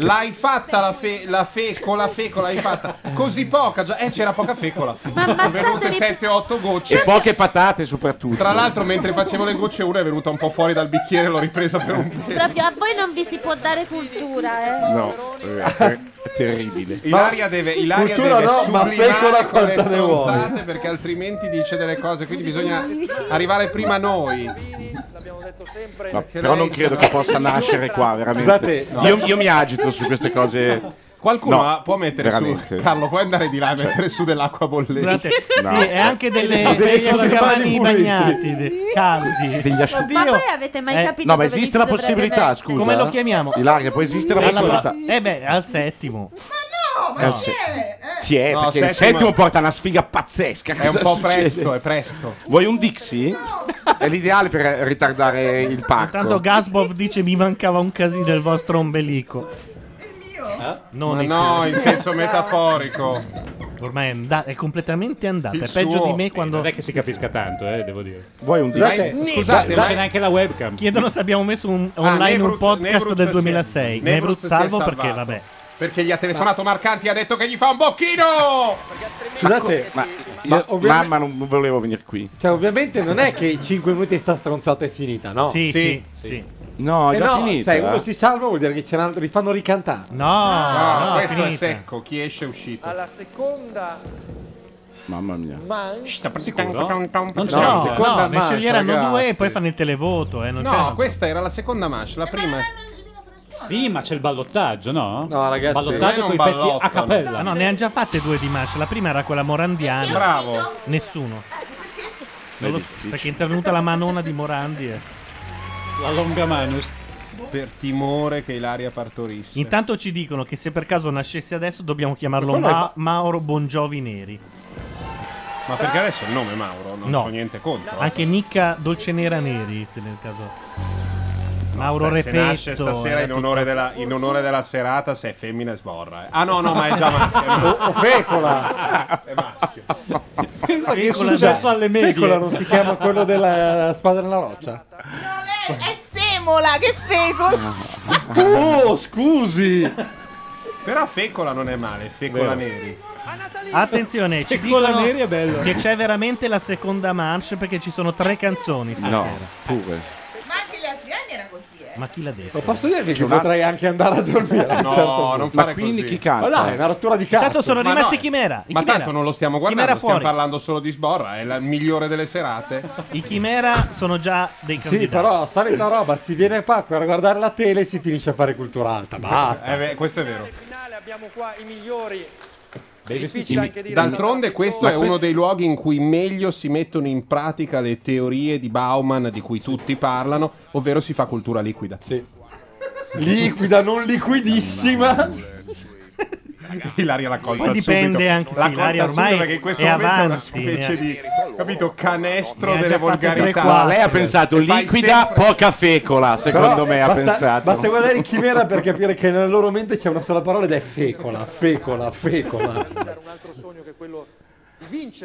L'hai fatta la, fe- la fecola, fecola, l'hai fatta. Così poca già. Eh, c'era poca fecola. Sono venute 7-8
E
gocce.
poche patate, soprattutto.
Tra l'altro, mentre facevo le gocce, una è venuta un po' fuori dal bicchiere e l'ho ripresa per un po'.
Proprio a voi non vi si può dare cultura, eh.
No, eh, è terribile.
Ilaria deve, Ilaria
Cultura
deve
no, ma fecola
sublimare con le
quanta ne vuoi.
stronzate perché altrimenti dice delle cose. Quindi bisogna arrivare prima noi.
Ma però non credo che possa nascere qua, veramente.
Scusate, no.
Io, io mi agito su queste cose.
Qualcuno
No,
ha- può mettere
veramente.
su. Carlo, puoi andare di là e
Cioè-
mettere su dell'acqua bollente.
Scusate,
No.
sì,
(laughs)
e anche delle,
Delle
degli
asciugamani
asciugamani
puliti.
bagnati, de- caldi.
Degli asciug-
Ma voi avete mai
Eh,
capito
No, ma
dove li
esiste
si
la
dovrebbe
possibilità,
mettere?
scusa.
Come lo chiamiamo?
Ilaria, può esistere la
Alla-
possibilità.
Eh beh, al settimo.
Eh,
no.
sì. Sì, è,
No,
perché il
settimo-
settimo porta una sfiga pazzesca.
È un
Cosa
po'
succede?
presto, è presto.
Vuoi un Dixie? È l'ideale per ritardare il
Tanto
parco.
Gasbov dice mi mancava un casino del vostro ombelico. Non
Ma
il
no,
tuo.
in senso metaforico.
Ormai è, and- è completamente andata.
Il
è peggio
suo-
di me quando.
Non è che si capisca tanto, eh, devo dire.
Vuoi un
Dai,
Dai,
scusate,
non
dai.
c'è neanche la webcam.
Chiedono se abbiamo messo un-
Ah,
online un
Nebruz-
podcast
Nebruz si
del
è-
2006. Nebruz
si è
salvo
salvato.
perché, vabbè.
Perché gli ha telefonato Marcanti e ha detto che gli fa un bocchino!
Scusate,
ma,
ma
io-
ovviamente-
mamma, non volevo venire qui.
Ecco. Cioè, ovviamente non è che i 5 minuti sta stronzata è finita, no?
Sì, sì,
sì.
No, è
Eh
già
no,
finita.
Cioè, uno si salva vuol dire che ce l'hanno- li fanno ricantare.
No,
No,
no,
questo è
finita.
secco, chi esce è uscito.
Alla seconda
Mamma mia.
Sta
No,
No,
no,
seconda
ne
mancia,
sceglieranno
ragazzi.
due e poi fanno il televoto. Eh, non c'è
No,
altro.
questa era la seconda manche, la prima.
Sì, ma c'è il ballottaggio, no?
No, ragazzi,
ballottaggio
ormai
con i
non
pezzi a
ballottano.
cappella.
Ah, no, ne hanno già fatte due di Mash. La prima era quella morandiana.
Bravo.
Nessuno. Non
È
lo so,
difficile.
perché è intervenuta la manona di Morandi. eh.
La longa manus.
Per timore che Ilaria partorisse.
Intanto ci dicono che se per caso nascesse adesso dobbiamo chiamarlo
Ma quello
Ma- Mauro Bongiovi Neri.
Ma perché adesso il nome Mauro? Non
No. Ah,
so niente contro.
Anche Micca Dolce Nera Neri, se nel caso. Mauro eh.
Sta- se nasce
Repetto,
stasera
era
in onore, della, in onore della serata, se è femmina è sborra. eh. Ah no, no, ma è già
(laughs)
maschio. è maschio.
O- o fecola.
è maschio.
Pensa che è
Fecola,
successo
dai.
alle medie. Fecola non si chiama quello della spada nella roccia?
È semola, che fecola!
Oh, scusi!
Però fecola non è male, fecola neri.
Attenzione, ci
Che cola
dicono
neri è bello.
che c'è veramente la seconda manche perché ci sono tre canzoni stasera.
No, pure.
Ma anche gli altri anni era così, eh.
Ma chi l'ha detto?
Ma posso dirvi
C'è
che
una-
potrei anche andare a dormire? a un
No,
certo punto?
non fare Ma quindi così. chi canta?
Ma dai, è una rottura di cazzo.
Tanto sono
Certo. Ma
rimasti
no,
Chimera. I
Ma
Chimera.
tanto non lo stiamo
Chimera
guardando, stiamo
fuori.
parlando solo di sborra, è la migliore delle serate.
I Chimera sono già dei
Sì,
candidati.
però solita roba, si viene qua per guardare la tele e si finisce a fare cultura alta, basta.
Eh beh, questo è vero.
abbiamo qua i migliori.
Difficile anche dire-
D'altronde questo
Ma
è
questo-
uno dei luoghi in cui meglio si mettono in pratica le teorie di Bauman di cui tutti parlano, ovvero si fa cultura liquida.
Liquida, non liquidissima.
(laughs) Ilaria l'ha colta
Poi dipende
subito.
anche se
l'ha
Ilaria
colta subito
ormai
perché in questo
è
momento è una
avanti,
specie
ne ha-
di capito, canestro
Ne ha
delle
già fatte tre,
volgarità.
quattro.
Cioè,
Lei ha pensato
E fai
liquida,
sempre-
poca fecola, secondo
Però
me ha
basta-
pensato.
Basta guardare il chimera per capire che nella loro mente c'è una sola parola ed è fecola, fecola, fecola.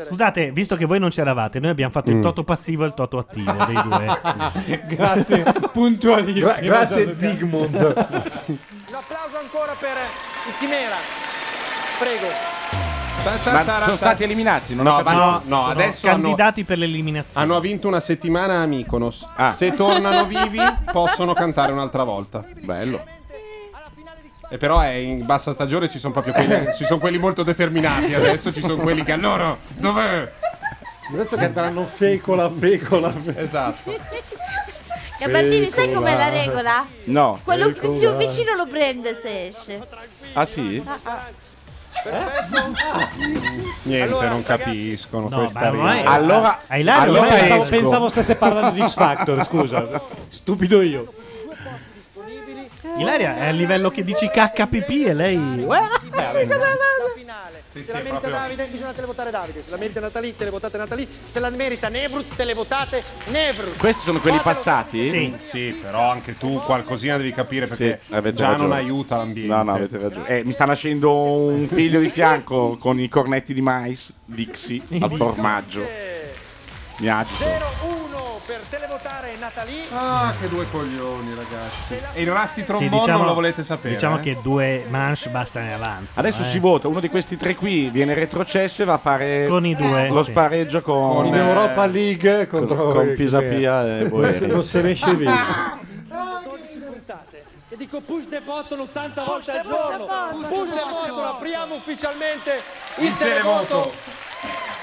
Scusate, visto che voi non c'eravate, noi abbiamo
Mm.
fatto il toto passivo e il toto attivo dei due.
Grazie,
puntualissimo.
Gra- grazie,
Gianluca.
Zigmund.
Un applauso ancora per il Chimera. Prego.
Ma sono stati eliminati, non ho capito.
no,
no,
sono
adesso hanno-
candidati per l'eliminazione.
Hanno vinto una settimana a Mykonos. Se
tornano
tornano vivi, possono cantare un'altra volta. Bello. E però è in bassa stagione ci sono proprio quelli, ci sono quelli molto determinati. Adesso ci sono quelli che allora dov'è?
Adesso canteranno fecola, fecola.
Esatto.
eh?
(laughs) Gabardini, sai com'è la regola?
No.
Quello più più vicino lo prende se esce.
Ah sì?
Ah, ah.
Niente, non capiscono
No,
questa
ma ormai-
regola.
Allora- Ai ladri
allora
ormai
esco.
pensavo- pensavo stesse parlando
(laughs)
di (laughs) X Factor, scusa. Stupido io.
Ilaria è a livello che dici KKPP e
Eh?
lei. eh? Uè,
se la merita Davide bisogna televotare Davide, se la merita Natalì televotate Natalì, se la merita Nevruz televotate Nevruz.
Questi sono quelli
passati?
Sì. Sì, però anche tu qualcosina devi capire perché
Sì, avete
già non
ragione.
aiuta l'ambiente.
No, no, avete ragione. Eh, mi sta nascendo un figlio di fianco con i cornetti di mais Dixie al formaggio. Mi agito.
1 per televotare Natalì.
Ah, che due coglioni, ragazzi. E il Rasti
Sì,
Trombone
diciamo-
non lo volete sapere.
Diciamo
eh?
che due manche bastano in avanzo.
Adesso
eh.
si vota, uno di questi tre qui viene retrocesso e va a fare
Con i due,
lo
sì.
spareggio con,
In
eh,
Europa League
con-
contro
con
(laughs)
Pisapia e Boeri.
Non se ne esce vivo.
12 Ah! puntate. E dico push the button 80 volte al giorno. Push the button, apriamo ufficialmente il,
Il televoto.
televoto.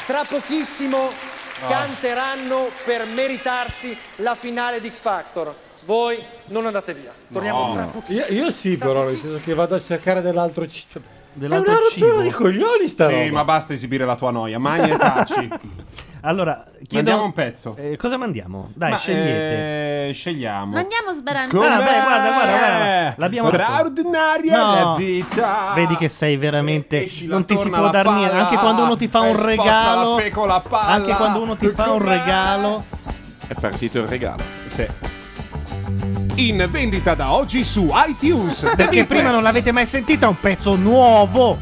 Tra pochissimo canteranno per meritarsi la finale di X Factor. Voi non andate via. Torniamo tra pochissimo.
Io, io sì, però, nel senso che vado a cercare dell'altro ci- cioè,
Dell'altro
è una
cibo.
rottura di coglioni sta
Sì,
roba.
ma basta esibire la tua noia. Magna e taci.
(laughs) Allora, chiedo...
Mandiamo un pezzo.
Eh, cosa mandiamo? Dai,
Ma,
scegliete.
eh, scegliamo.
Mandiamo sbaranzati.
Com'è?
Ah, beh, guarda, guarda, guarda. L'abbiamo
Straordinaria
detto.
la vita.
(laughs) Vedi che sei veramente.
la
non ti si
torna
può
la
dar niente.
palla,
Anche quando uno ti fa un
esposta la
regalo.
fecola palla.
Anche quando uno ti fa un regalo.
È partito il regalo.
In vendita da oggi su iTunes. The
Perché
Beatles.
prima non l'avete mai sentita? È un pezzo nuovo.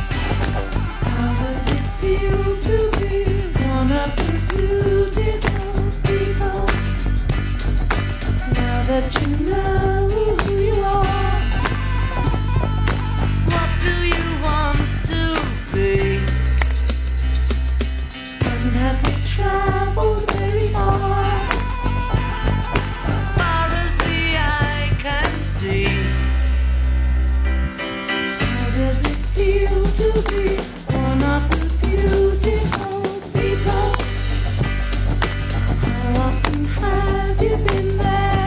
How does it feel to be one of the beautiful people? Now that you know who you are, what do you want to be? And have you traveled very far? Far as the eye can see. How does it feel to be one of the beautiful people? How often have you been there?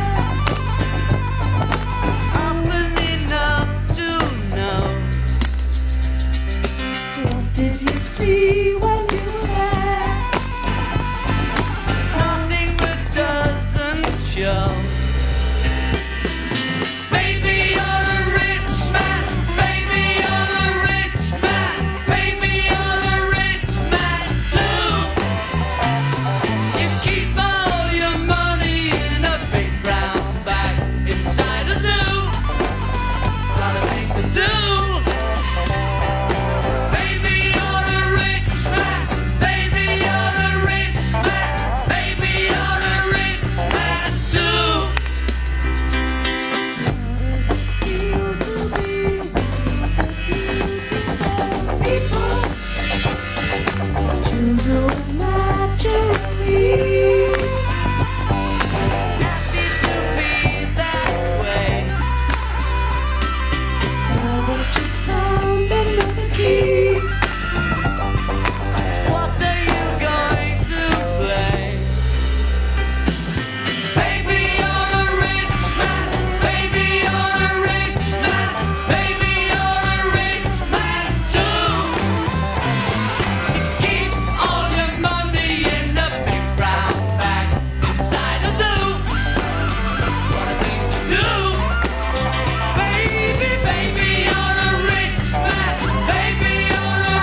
Oh,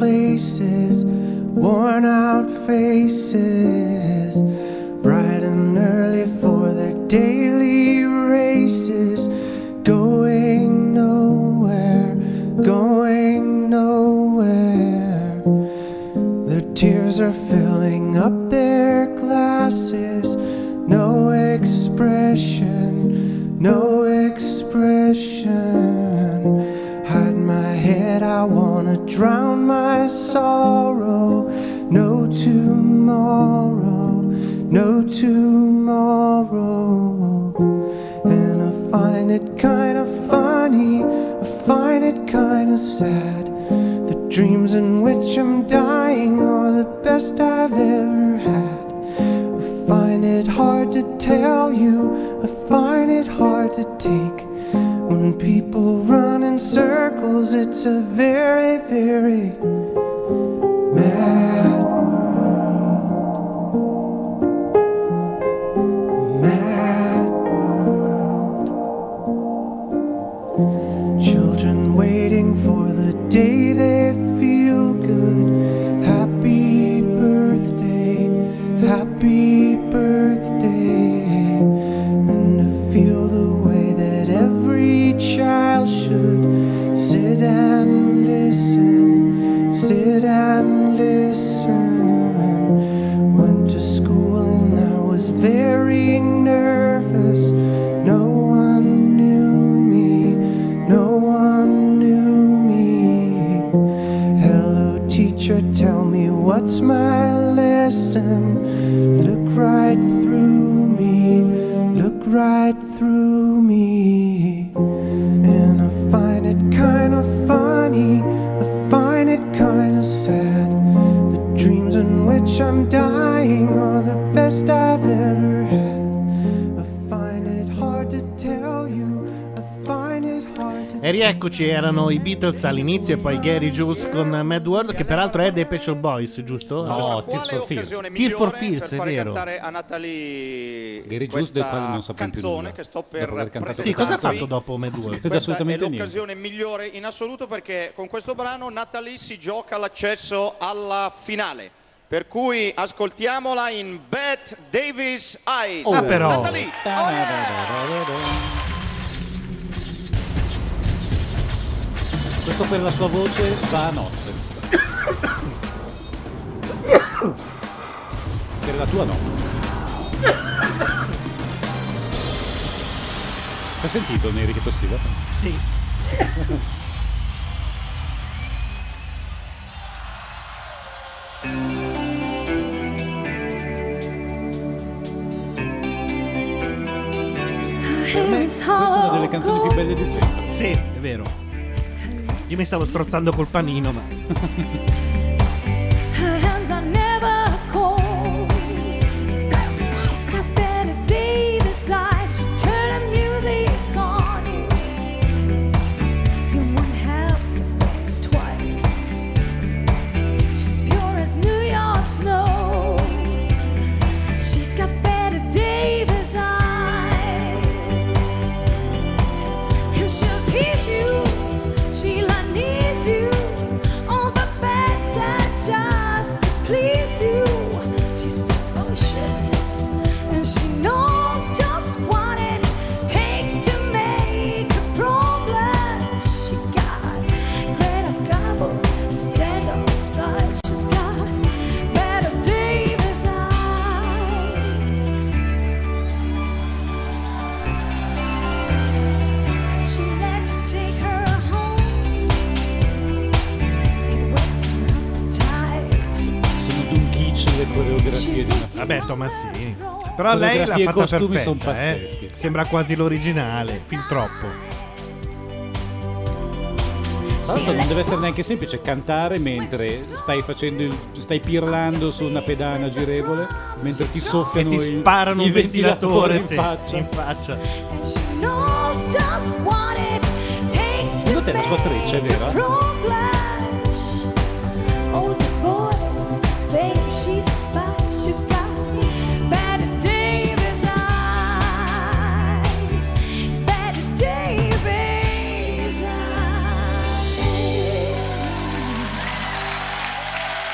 faces, worn out places, worn out faces, bright and early for the daily races, going nowhere, going nowhere. Their tears are filling up their glasses, no expression, no expression. Hide my head, I wanna drown my sorrow, no tomorrow, no tomorrow. And I find it kinda funny, I find it kinda sad. The dreams in which I'm dying are the best I've ever had. I find it hard to tell you, I find it hard to take. When people run in circles, it's a very, very mad world. Mad Children waiting for the day they feel good. Happy birthday, happy birthday. And to feel the way that every child should sit and listen, sit and listen. Went to school and I was very nervous. No one knew me. No one knew me. Hello, teacher, tell me what's my lesson. Look right through me, look right through me. And I find it kinda funny, I find it kinda sad. The dreams in which I'm dying are the best I've ever had. I find it hard to tell you, I find it hard to
E rieccoci, erano i Beatles all'inizio e poi Gary Jules con Mad World, che peraltro è dei Pet Shop Boys, giusto?
Allora, quale occasione migliore
Fears,
per
è
fare
vero.
cantare a Natalie
Gary Gius del quale non
questa
sappiamo più
canzone
nulla.
che sto
Dopo aver
per
cantato
presentare
Sì, cosa ha fatto dopo Mad World?
Questa è l'occasione migliore in assoluto perché con questo brano Natalie si gioca l'accesso alla finale. Per cui ascoltiamola in Bette Davis Eyes.
Oh,
Ah, però.
Natalie.
Questo per la sua voce va a
(coughs)
nozze. per la tua no. Si è sentito Neri che tossiva?
Sì.
Questa è una delle canzoni più belle di sempre.
Sì, è vero. Io mi stavo strozzando col panino, ma. (laughs)
Her hands are never cold. She's got better Davis eyes. She turn the music on you. You won't have to think twice. She's pure as New York snow. She's got better Davis eyes. And she'll tease you. She'll unease you. All the better just to please you. She's emotions, and she knows just what it takes to make a problem. She got Greta Garbo stand on the side. She's got better Davis eyes. She let you take her home. It wets her up tight.
Sono dunchicci le coreografie di Natalie.
Vabbè, Tomassini. Però lei l'ha
Coreografie e
fatta
costumi
perfetta,
son
eh. Sembra quasi l'originale, fin troppo.
Tra l'altro non deve essere neanche semplice cantare mentre stai facendo il, stai pirlando su una pedana girevole mentre ti soffiano
E ti
i-
sparano
i
un ventilatore,
ventilatori in
sì,
faccia.
in faccia.
knows just what it takes
Secondo te
to
la sua treccia è vera?
progress. Oh, the boys think she's a spy. She's got bad Davis eyes. Bad Davis eyes.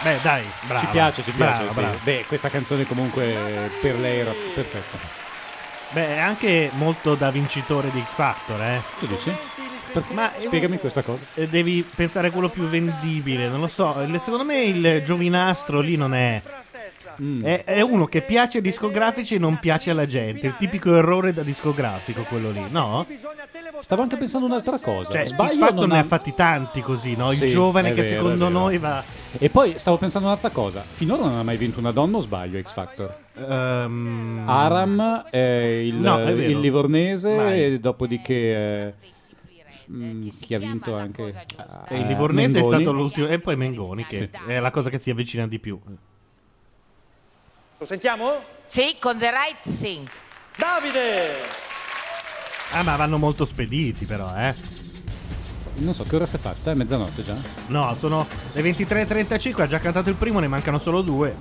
Vabbè, dai, brava.
Ci piace, ci piace.
Brava,
sì.
brava.
Beh, questa canzone comunque per lei era perfetta.
Beh, è anche molto da vincitore di X Factor, eh.
Tu dici?
Ma
Spiegami questa cosa.
eh, devi pensare a quello più vendibile, non lo so. Il- Secondo me il giovinastro lì non è.
Mm.
È, è uno che piace ai discografici e non piace alla gente. Il tipico errore da discografico, quello lì, no?
Stavo anche pensando un'altra cosa.
Cioè,
Sbaglio
X Factor
non
ne
ha-
ha fatti tanti così, no? Il
Sì,
giovane
è
che
vero,
secondo
è vero.
noi va.
E poi stavo pensando un'altra cosa. Finora non ha mai vinto una donna o sbaglio X Factor?
ehm,
Aram eh, il,
No, è vero.
il livornese
Mai.
e dopodiché eh, mm, chi ha vinto anche eh,
E il Livornese è
Mengoni.
stato l'ultimo. E poi Mengoni, che è la cosa che si avvicina di più.
Lo sentiamo? Sì, con The Right Thing.
Eh,
Davide!
Ah, ma vanno molto spediti, però, eh.
Non so che ora si è fatta, è mezzanotte già.
No, sono le 23.35, ha già cantato il primo, ne mancano solo due.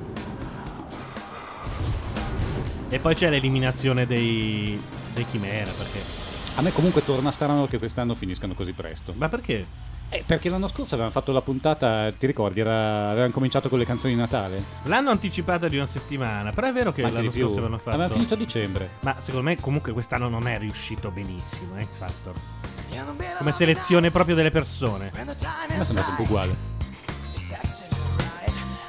E poi c'è l'eliminazione dei, dei Chimera, perché...
A me comunque torna strano che quest'anno finiscano così presto.
Ma perché?
Eh, perché l'anno scorso avevamo fatto la puntata, ti ricordi, era- avevamo cominciato con le canzoni di Natale.
L'hanno anticipata di una settimana, però è vero che
Anche
l'anno
di più.
scorso avevano fatto...
Avevano finito a dicembre.
Ma secondo me comunque quest'anno non è riuscito benissimo, eh, X Factor. Come selezione proprio delle persone.
A me sembra sempre uguale.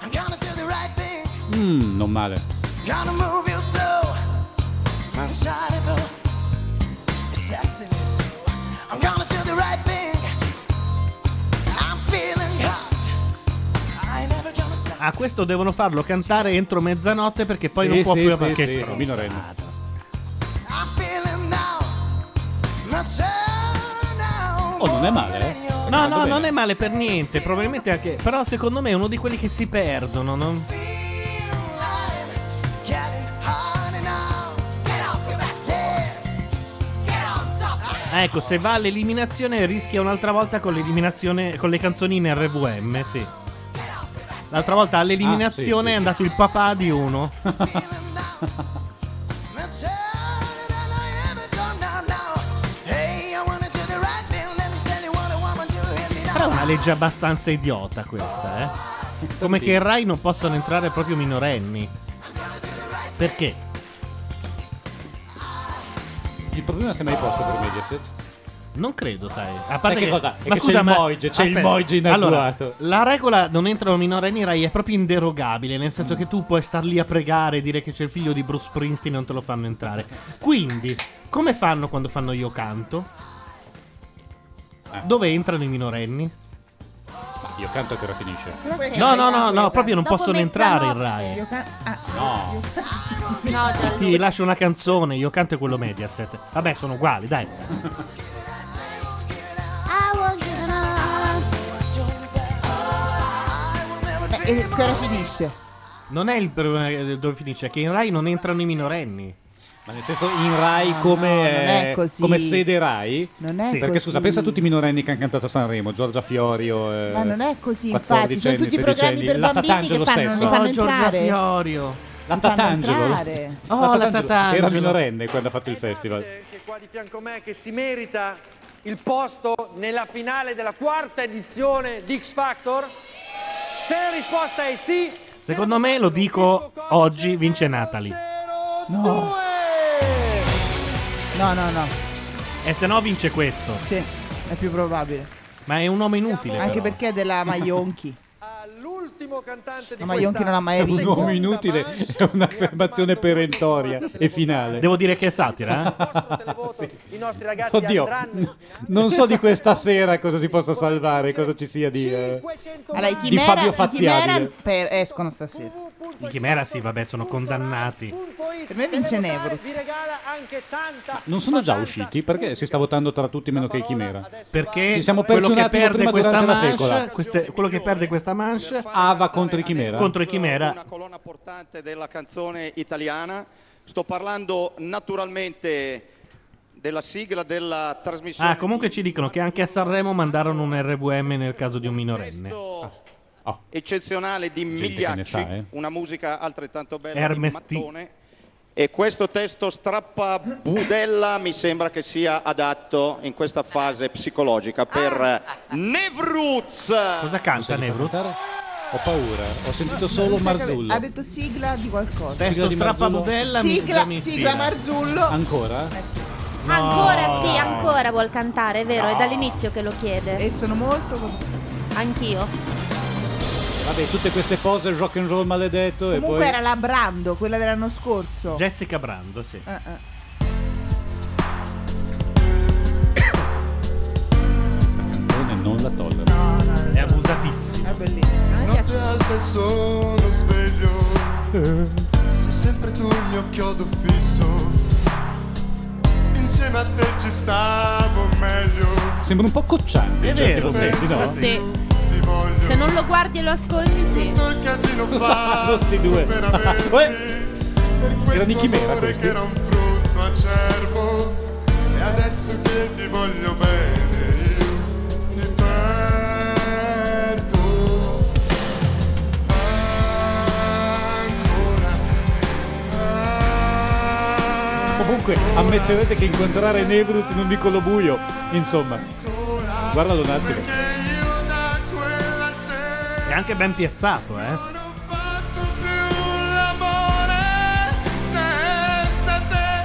I'm gonna do the right thing.
Mmm, non male.
Gonna move you slow. Unshakable. Sexiness. so. I'm gonna do the right thing. I'm feeling hot. I ain't never gonna stop.
Ah, questo devono farlo cantare entro mezzanotte perché poi non può
sì,
più
sì,
perché
sì,
stronzo.
minorenne.
I'm feeling now. Much now.
Oh, non è male. eh.
No,
Fatto
no,
bene.
non è male per niente. Probabilmente anche. Però secondo me è uno di quelli che si perdono. non-
Getting hot now. Get off your back, yeah. Get on top.
Ah, ecco, se va all'eliminazione rischia un'altra volta con l'eliminazione. Con le canzonine RVM, sì. L'altra volta all'eliminazione
Ah, sì, sì,
è
sì.
andato il papà
(laughs)
di uno.
Much and I ever done now, now. Hey, I wanna do the right thing. Let me tell you what I wanna do. Hit me
Però è
now.
una legge abbastanza idiota questa, eh. Come che in Rai non possono entrare proprio minorenni. Perché?
Il problema sembra mai posto per Mediaset.
Non credo, sai. A
Sai
parte
che cosa? È
ma
che c'è
scusa,
il
ma-
Moige, c'è il
aspetta.
Moige inattuato.
Allora, la regola non entrano minorenni in Rai è proprio inderogabile, nel senso che tu puoi star lì a pregare e dire che c'è il figlio di Bruce Springsteen e non te lo fanno entrare. Quindi, come fanno quando fanno io canto?
Eh.
Dove entrano i minorenni?
Ma io canto che ora finisce.
No, no, no, no, proprio non
Dopo
possono entrare in
mezzanotte.
Rai.
Io ca- ah,
No.
No, Gianluca.
Ti lascio una canzone, io canto e quello Mediaset. Vabbè, sono uguali, dai.
Beh, E che ora finisce?
Non è il problema eh, dove finisce, è che in Rai non entrano i minorenni.
Ma nel senso
Ah,
in Rai come,
no, non è
eh,
così.
come sede Rai?
Non è
Perché
così.
scusa, pensa a tutti i minorenni che hanno cantato a Sanremo, Giorgia Fiorio. eh,
Ma non è così, infatti,
14
sono tutti i programmi per
la
bambini che
Tatangelo
fanno, non
stesso.
li fanno entrare.
Fiorio.
La
Li fanno
Tatangelo.
entrare.
Oh, la Tatangelo.
Era minorenne quando ha fatto il festival.
Qua di fianco a me che si merita il posto nella finale della quarta edizione di X Factor? Se la risposta è sì,
Secondo me, lo dico oggi, vince Natalie.
No. No, no, no.
E se no vince questo.
Sì, è più probabile.
Ma è un uomo inutile.
Anche
però.
perché è della Maionchi.
La
Maionchi non ha mai
Un
vinto.
uomo inutile è un'affermazione perentoria e finale.
Devo dire che è satira. eh?
i nostri ragazzi
Oddio,
andranno
n- non so di questa sera cosa si possa salvare, cosa ci sia di. eh.
Allora, i
Di
Chimera,
Fabio
i Chimera
Fazziabile.
per- escono stasera.
I Chimera, sì, vabbè, sono condannati.
Per me vince Nevruz.
Non sono già usciti perché si sta votando tra tutti meno che i Chimera.
Perché
ci siamo persi
quello
un
che
attimo
perde
prima
questa
durante la
manche,
fecola.
queste- quello che perde questa manche
Ava contro i Chimera.
contro i Chimera.
colonna portante della canzone italiana. Sto parlando naturalmente della sigla della trasmissione.
Ah, comunque ci dicono che anche a Sanremo mandarono un RVM nel caso di un minorenne. Ah.
eccezionale di
che ne
Migliacci,
sa, eh.
una musica altrettanto bella
Hermes
di Mattone. E questo testo strappa budella mi sembra che sia adatto in questa
Ah.
fase psicologica per Nevruz.
Cosa canta Nevruz?
Ho paura, ho sentito solo Marzullo.
Ha detto sigla di qualcosa.
Testo Sigla di strappabudella, Marzullo? mi-
Sigla,
mi
sigla
ispira.
Marzullo.
Ancora? No.
Ancora sì, ancora vuol cantare, è vero,
No.
è dall'inizio che lo chiede. E
sono molto
Anch'io.
Vabbè, tutte queste pose, il rock and roll maledetto e
Comunque
poi...
era la Brando, quella dell'anno scorso.
Jessica Brando, sì.
Eh, eh.
canzone non la tollero.
È abusatissimo.
È bellissimo.
Notte alta e sono sveglio. Sei sempre tu il mio chiodo fisso. Insieme a te ci stavo meglio.
Sembra un po' cocciante.
È
in certi
vero, sì,
momenti,
sì,
no? (laughs)
Sì. Se non lo guardi e lo ascolti, sì. Tutto il casino
fatto Questi due. per averti.
Era di Chimera
Amore che era un frutto acerbo. E adesso che ti voglio bene, io ti perdo.
Comunque, ammetterete che incontrare Nevruz in un vicolo buio, insomma. Guardalo un attimo.
È anche ben piazzato, eh.
l'amore senza te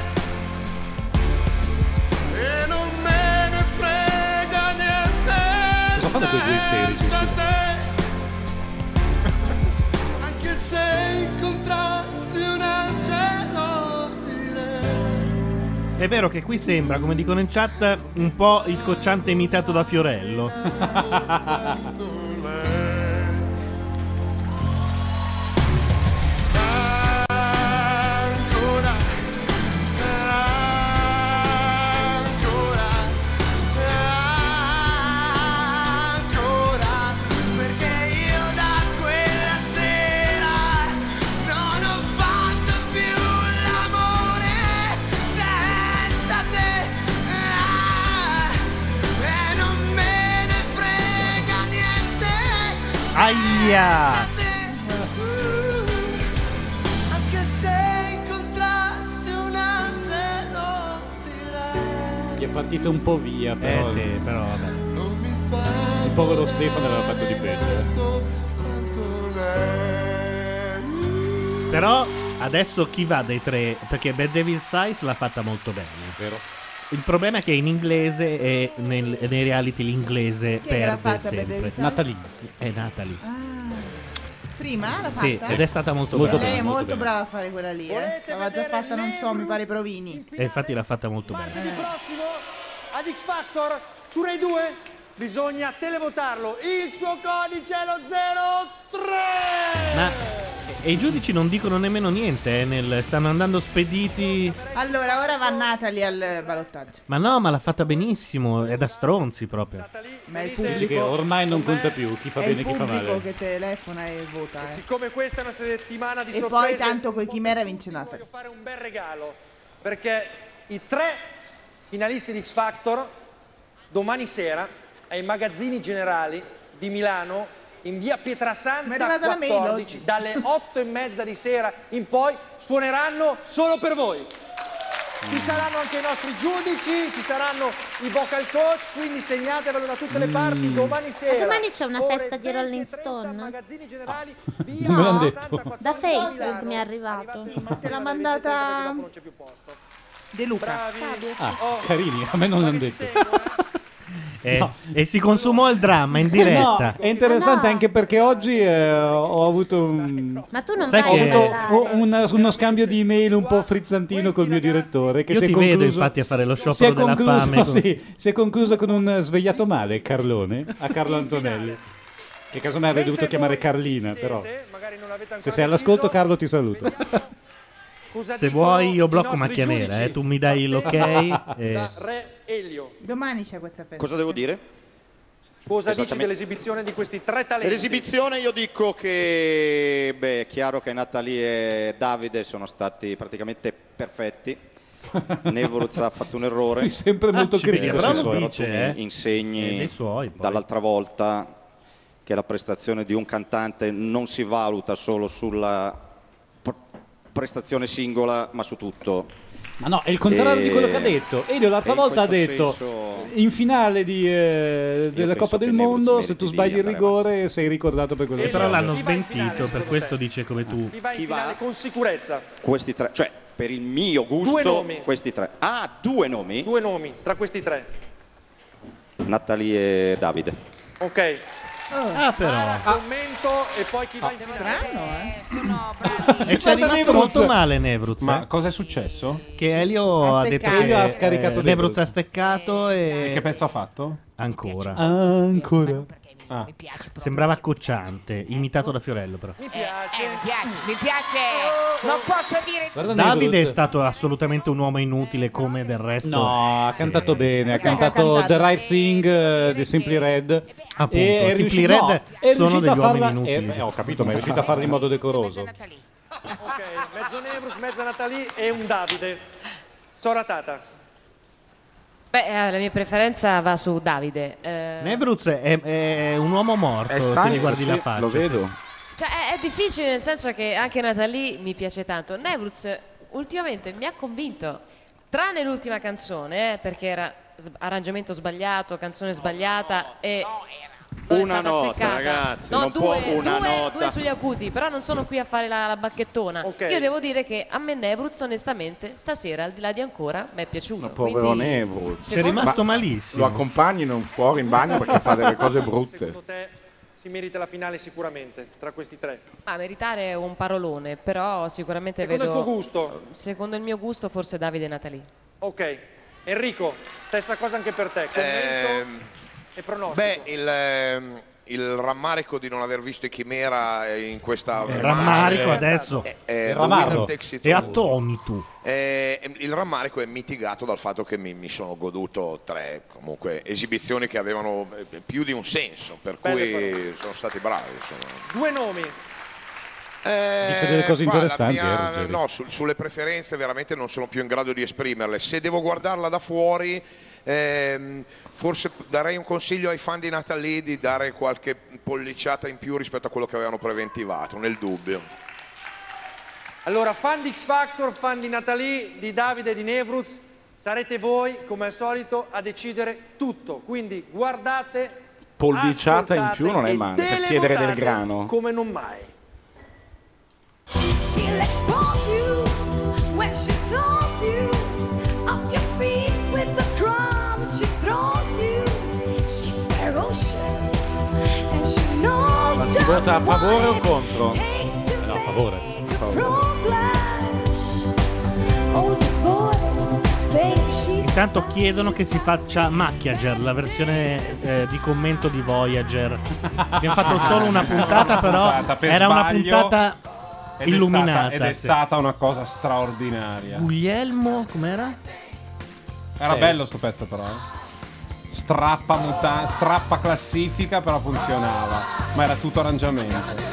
e non me ne frega niente
Cosa fanno quei due isterici?
senza te anche se incontrassi un angelo direi
È vero che qui sembra, come dicono in chat, un po' il cocciante imitato da Fiorello.
ancora ancora
ancora perché io da quella sera non ho fatto più l'amore senza te Ah, e non me ne frega niente
Aia!
anche se incontrassi un angelo
Gli è partito un po' via, però.
Eh sì, però vabbè.
Il povero Stefano aveva fatto di peggio. eh.
Però adesso chi va dei tre? Perché Bad Devil Size l'ha fatta molto bene.
Vero.
Il problema è che in inglese e nel- nei reality l'inglese
Chi è che l'ha
perde
fatta Bad Devil
sempre.
Size? Ah. Natalie.
È Natalie.
Prima l'ha fatta?
Sì, ed è stata molto
Lei
brava.
è
Molto
molto
bene.
brava a fare quella lì. Eh. L'aveva già fatta, non so, mi pare Provini.
E infatti l'ha fatta molto bene.
Martedì prossimo ad X Factor su Rai 2 bisogna televotarlo. Il suo codice è lo 03.
Ma e i giudici non dicono nemmeno niente, eh, nel- stanno andando spediti.
Allora, ora va Natalie al ballottaggio.
Ma no, ma l'ha fatta benissimo, è da stronzi proprio.
Ma è il
Dice che
pubblico,
ormai non conta più chi fa
è
bene
il
e chi fa
pubblico
male.
che telefona e vota. eh.
Siccome questa è una settimana di
E
sorprese,
poi tanto con Chimera vince Natalie.
un bel regalo perché i tre finalisti di X Factor domani sera ai magazzini generali di Milano in via
Mi è
Pietrasanta
arrivata la mail
14 dalle 8 e mezza di sera in poi suoneranno solo per voi
Mm.
ci saranno anche i nostri giudici ci saranno i vocal coach quindi segnatevelo da tutte
Mm.
le parti domani
Ma
sera
domani c'è una
ore
festa di Rolling Stone.
via
(laughs)
No.
Me l'hanno detto.
Da Facebook mi è arrivato.
Te l'ha mandata De Luca.
Oh.
Ah, carini, a me non l'hanno detto.
(laughs) Eh,
No.
E si consumò il dramma
(laughs)
in
No,
diretta.
è interessante
Ma no.
anche perché oggi eh, ho avuto un...
Ma tu non
Sai
vai a
che ho
ballare.
avuto un- uno scambio di email un po' frizzantino col mio direttore che
Io
si è
ti
concluso,
vedo infatti a fare lo
si è
sciopero della
concluso- (laughs)
fame.
sì, si è concluso con un eh, svegliato male Carlone a Carlo Antonelli che casomai avrei dovuto chiamare Carlina però se sei all'ascolto Carlo ti saluto
Se vuoi io blocco macchia nera, eh, tu mi
(laughs)
dai l'ok. eh.
Re Elio
Domani c'è questa festa.
Cosa devo dire?
cosa dici
Esattamente.
dell'esibizione di questi tre talenti
L'esibizione io dico che beh, è chiaro che Natalie e Davide sono stati praticamente
(laughs)
perfetti. Nevruz ha fatto un errore.
Lui è sempre molto critico
Eh,
però
sì,
lo
però
dice,
tu mi
eh.
insegni
Eh, dei suoi,
dall'altra volta che la prestazione di un cantante non si valuta solo sulla pr- prestazione singola, ma su tutto.
Ma no, è il contrario
E-
di
Eh,
quello che ha detto. Elio l'altra
e in
volta ha
questo
detto
senso-
in finale di, eh, della
penso
Coppa
che
del
Nevruz
Mondo,
meriti
se tu
di
sbagli il
andare
rigore sei ricordato per quello
Che
che
però
hai
l'hanno
fatto.
smentito, per questo dice come tu.
Chi va in finale con sicurezza?
Questi tre, cioè per il mio gusto,
Due nomi.
questi tre. Ah, due nomi?
Due nomi tra questi tre.
Natalie e Davide.
Ok.
Ah, però.
Commento e poi chi va in finale.
E ci è rimasto molto male Nevruz.
Ma
cosa è successo? Che Elio
Ha
ha detto
steccato.
che
Elio ha scaricato
eh,
Nevruz.
Nevruz ha steccato
Eh,
e...
E che pezzo ha fatto?
Ancora. Ah.
Ancora.
Sembrava cocciante, imitato da Fiorello
eh,
però.
piace. mi piace, mi piace.
Oh,
Non posso dire tutto.
Davide è stato assolutamente un uomo inutile come del resto.
No, ha
Sì.
cantato bene, ha
Perché ha
cantato
cantato?
The Right Thing eh, di Simply Red.
Ah, Appunto,
E è
Simply
riuscito-
Red
no, è
sono
riuscito a
degli uomini
farla-
inutili.
eh, ho capito, ma è riuscito a farla in modo decoroso.
Ok, mezzo Nevrus, mezzo Natalie e un Davide. Soratata.
Beh, eh, la mia preferenza va su Davide. Eh,
Nevruz è, è un uomo morto,
È stanco,
se gli guardi
sì,
la faccia.
lo vedo.
cioè, è, è difficile nel senso che anche Natalie mi piace tanto. Nevruz ultimamente mi ha convinto, tranne l'ultima canzone, eh, perché era s- arrangiamento sbagliato, canzone sbagliata e... non è
Una
stata
nota,
azzeccata.
ragazzi,
No,
non
due,
può una
due-
nota.
due sugli acuti, però non sono qui a fare la, la bacchettona. Io devo dire che a me Nevruz, onestamente, stasera, al di là di ancora, mi è piaciuto.
Povero
Quindi-
Nevruz.
Ci è rimasto
malissimo.
Lo accompagnino fuori in bagno perché fa delle cose brutte.
Secondo te si merita la finale sicuramente tra questi tre?
Ma meritare è un parolone, però sicuramente
Secondo
vedo...
il tuo gusto?
Secondo il mio gusto forse Davide e Natalie.
Ok. Enrico, stessa cosa anche per te. Commento e pronostico.
Ehm, Beh, il, ehm, il rammarico di non aver visto i Chimera eh, in questa
Il
rematch, eh,
rammarico adesso
eh, eh, The Winner Takes It
è
All.
attonito.
Eh, il rammarico è mitigato dal fatto che mi, mi sono goduto tre comunque esibizioni che avevano eh, più di un senso, per
Belle
cui sono stati bravi. Insomma.
Due nomi.
Dice
delle cose interessanti, eh,
Eh, mia,
Ruggeri.
no, sul- sulle preferenze veramente non sono più in grado di esprimerle. Se devo guardarla da fuori, ehm, forse darei un consiglio ai fan di Natalie di dare qualche polliciata in più rispetto a quello che avevano preventivato, nel dubbio.
Allora, fan di X Factor, fan di Natalie, di Davide e di Nevruz, sarete voi, come al solito, a decidere tutto. Quindi guardate
Polliciata in più non è
e
male, per
televotate
chiedere del grano.
come non mai.
She'll expose you when she throws you off your feet with the crumbs she throws you. She's ferocious and she knows
La
just
sicurezza a favore o
what
contro?
it takes to
No, a favore.
prove blush. Oh, the boys think she's
Intanto chiedono che si faccia Macchiager, la versione eh, di commento di Voyager.
(laughs)
Abbiamo fatto solo una puntata, però
Puntata per
era una
sbaglio
puntata
ed è
illuminata.
stata- ed è
sì.
stata una cosa straordinaria.
Guglielmo, com'era?
Era
Eh.
bello sto pezzo però. eh. Strappa, muta- strappa classifica, però funzionava. Ma era tutto arrangiamento.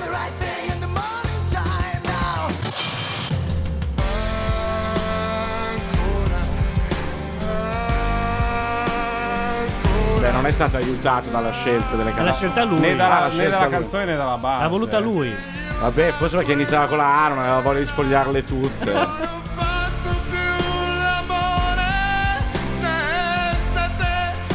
Beh, non è stato aiutato dalla scelta delle canzoni.
L'ha scelta lui.
Né dalla,
Ah, né
scelta
dalla
lui.
canzone,
né dalla base.
L'ha voluta lui.
Vabbè, forse perché iniziava con la A, non aveva voglia di sfogliarle
(laughs)
tutte.
senza te.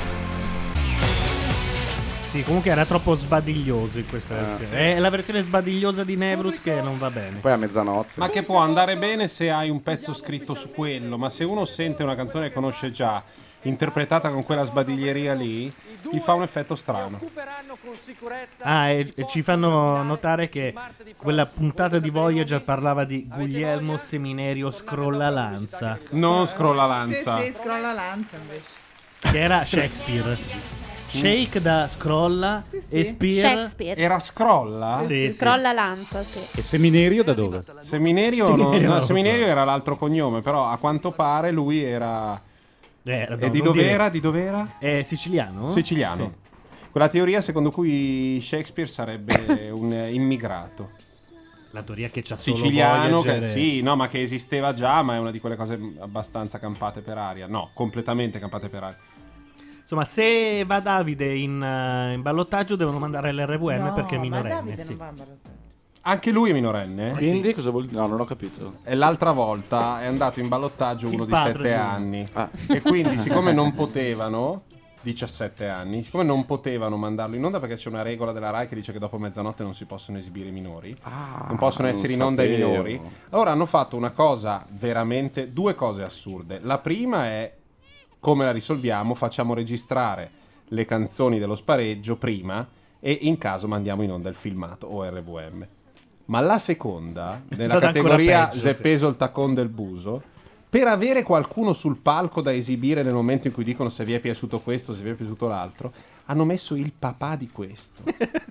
Sì, comunque era troppo sbadiglioso in questa
Ah,
versione. Eh, È la versione sbadigliosa di Nevrus che non va bene.
Poi a mezzanotte.
Ma che può andare bene se hai un pezzo scritto su quello, ma se uno sente una canzone che conosce già, interpretata con quella sbadiglieria lì, gli fa un effetto strano.
Ah, e, e ci fanno notare che quella puntata di Voyager parlava di Guglielmo Seminerio Scrolla Lanza.
Non Scrolla Lanza.
Sì, sì, scrolla lanza invece.
Che era Shakespeare. Shake da scrolla e spear.
Shakespeare.
Era scrolla?
Sì,
Crolla l'anfa, sì.
E Seminerio da dove?
Seminario,
Seminario
no,
non lo so.
Seminario era l'altro cognome, però a quanto pare lui era...
Eh,
e di dov'era? Di dov'era?
È siciliano?
Siciliano. Quella teoria secondo cui Shakespeare
(laughs)
sarebbe un eh, immigrato.
La teoria che c'ha solo
Siciliano, che,
Voyager.
sì, no, ma che esisteva già, ma è una di quelle cose abbastanza campate per aria. No, completamente campate per aria.
Insomma, se va Davide in, eh, in ballottaggio devono mandare l'RVM
No,
perché è
ma
minorenne.
Davide
sì.
non va a Marotta.
Anche lui è minorenne?
Quindi cosa vuol dire? No, non ho capito.
E l'altra volta è andato in ballottaggio uno
Il
di
padre
7
di-
anni.
Ah.
E quindi, siccome non potevano, 17 anni, siccome non potevano mandarlo in onda perché c'è una regola della Rai che dice che dopo mezzanotte non si possono esibire i minori, non possono
Ah, non
essere in onda i
sapevo.
minori. Allora hanno fatto una cosa veramente, due cose assurde. La prima è come la risolviamo, facciamo registrare le canzoni dello spareggio prima e in caso mandiamo in onda il filmato o RVM. Ma la seconda, nella
stata ancora
categoria
peggio,
Se
sì.
peso il tacon del buso, per avere qualcuno sul palco da esibire nel momento in cui dicono se vi è piaciuto questo, se vi è piaciuto l'altro, hanno messo il papà di questo.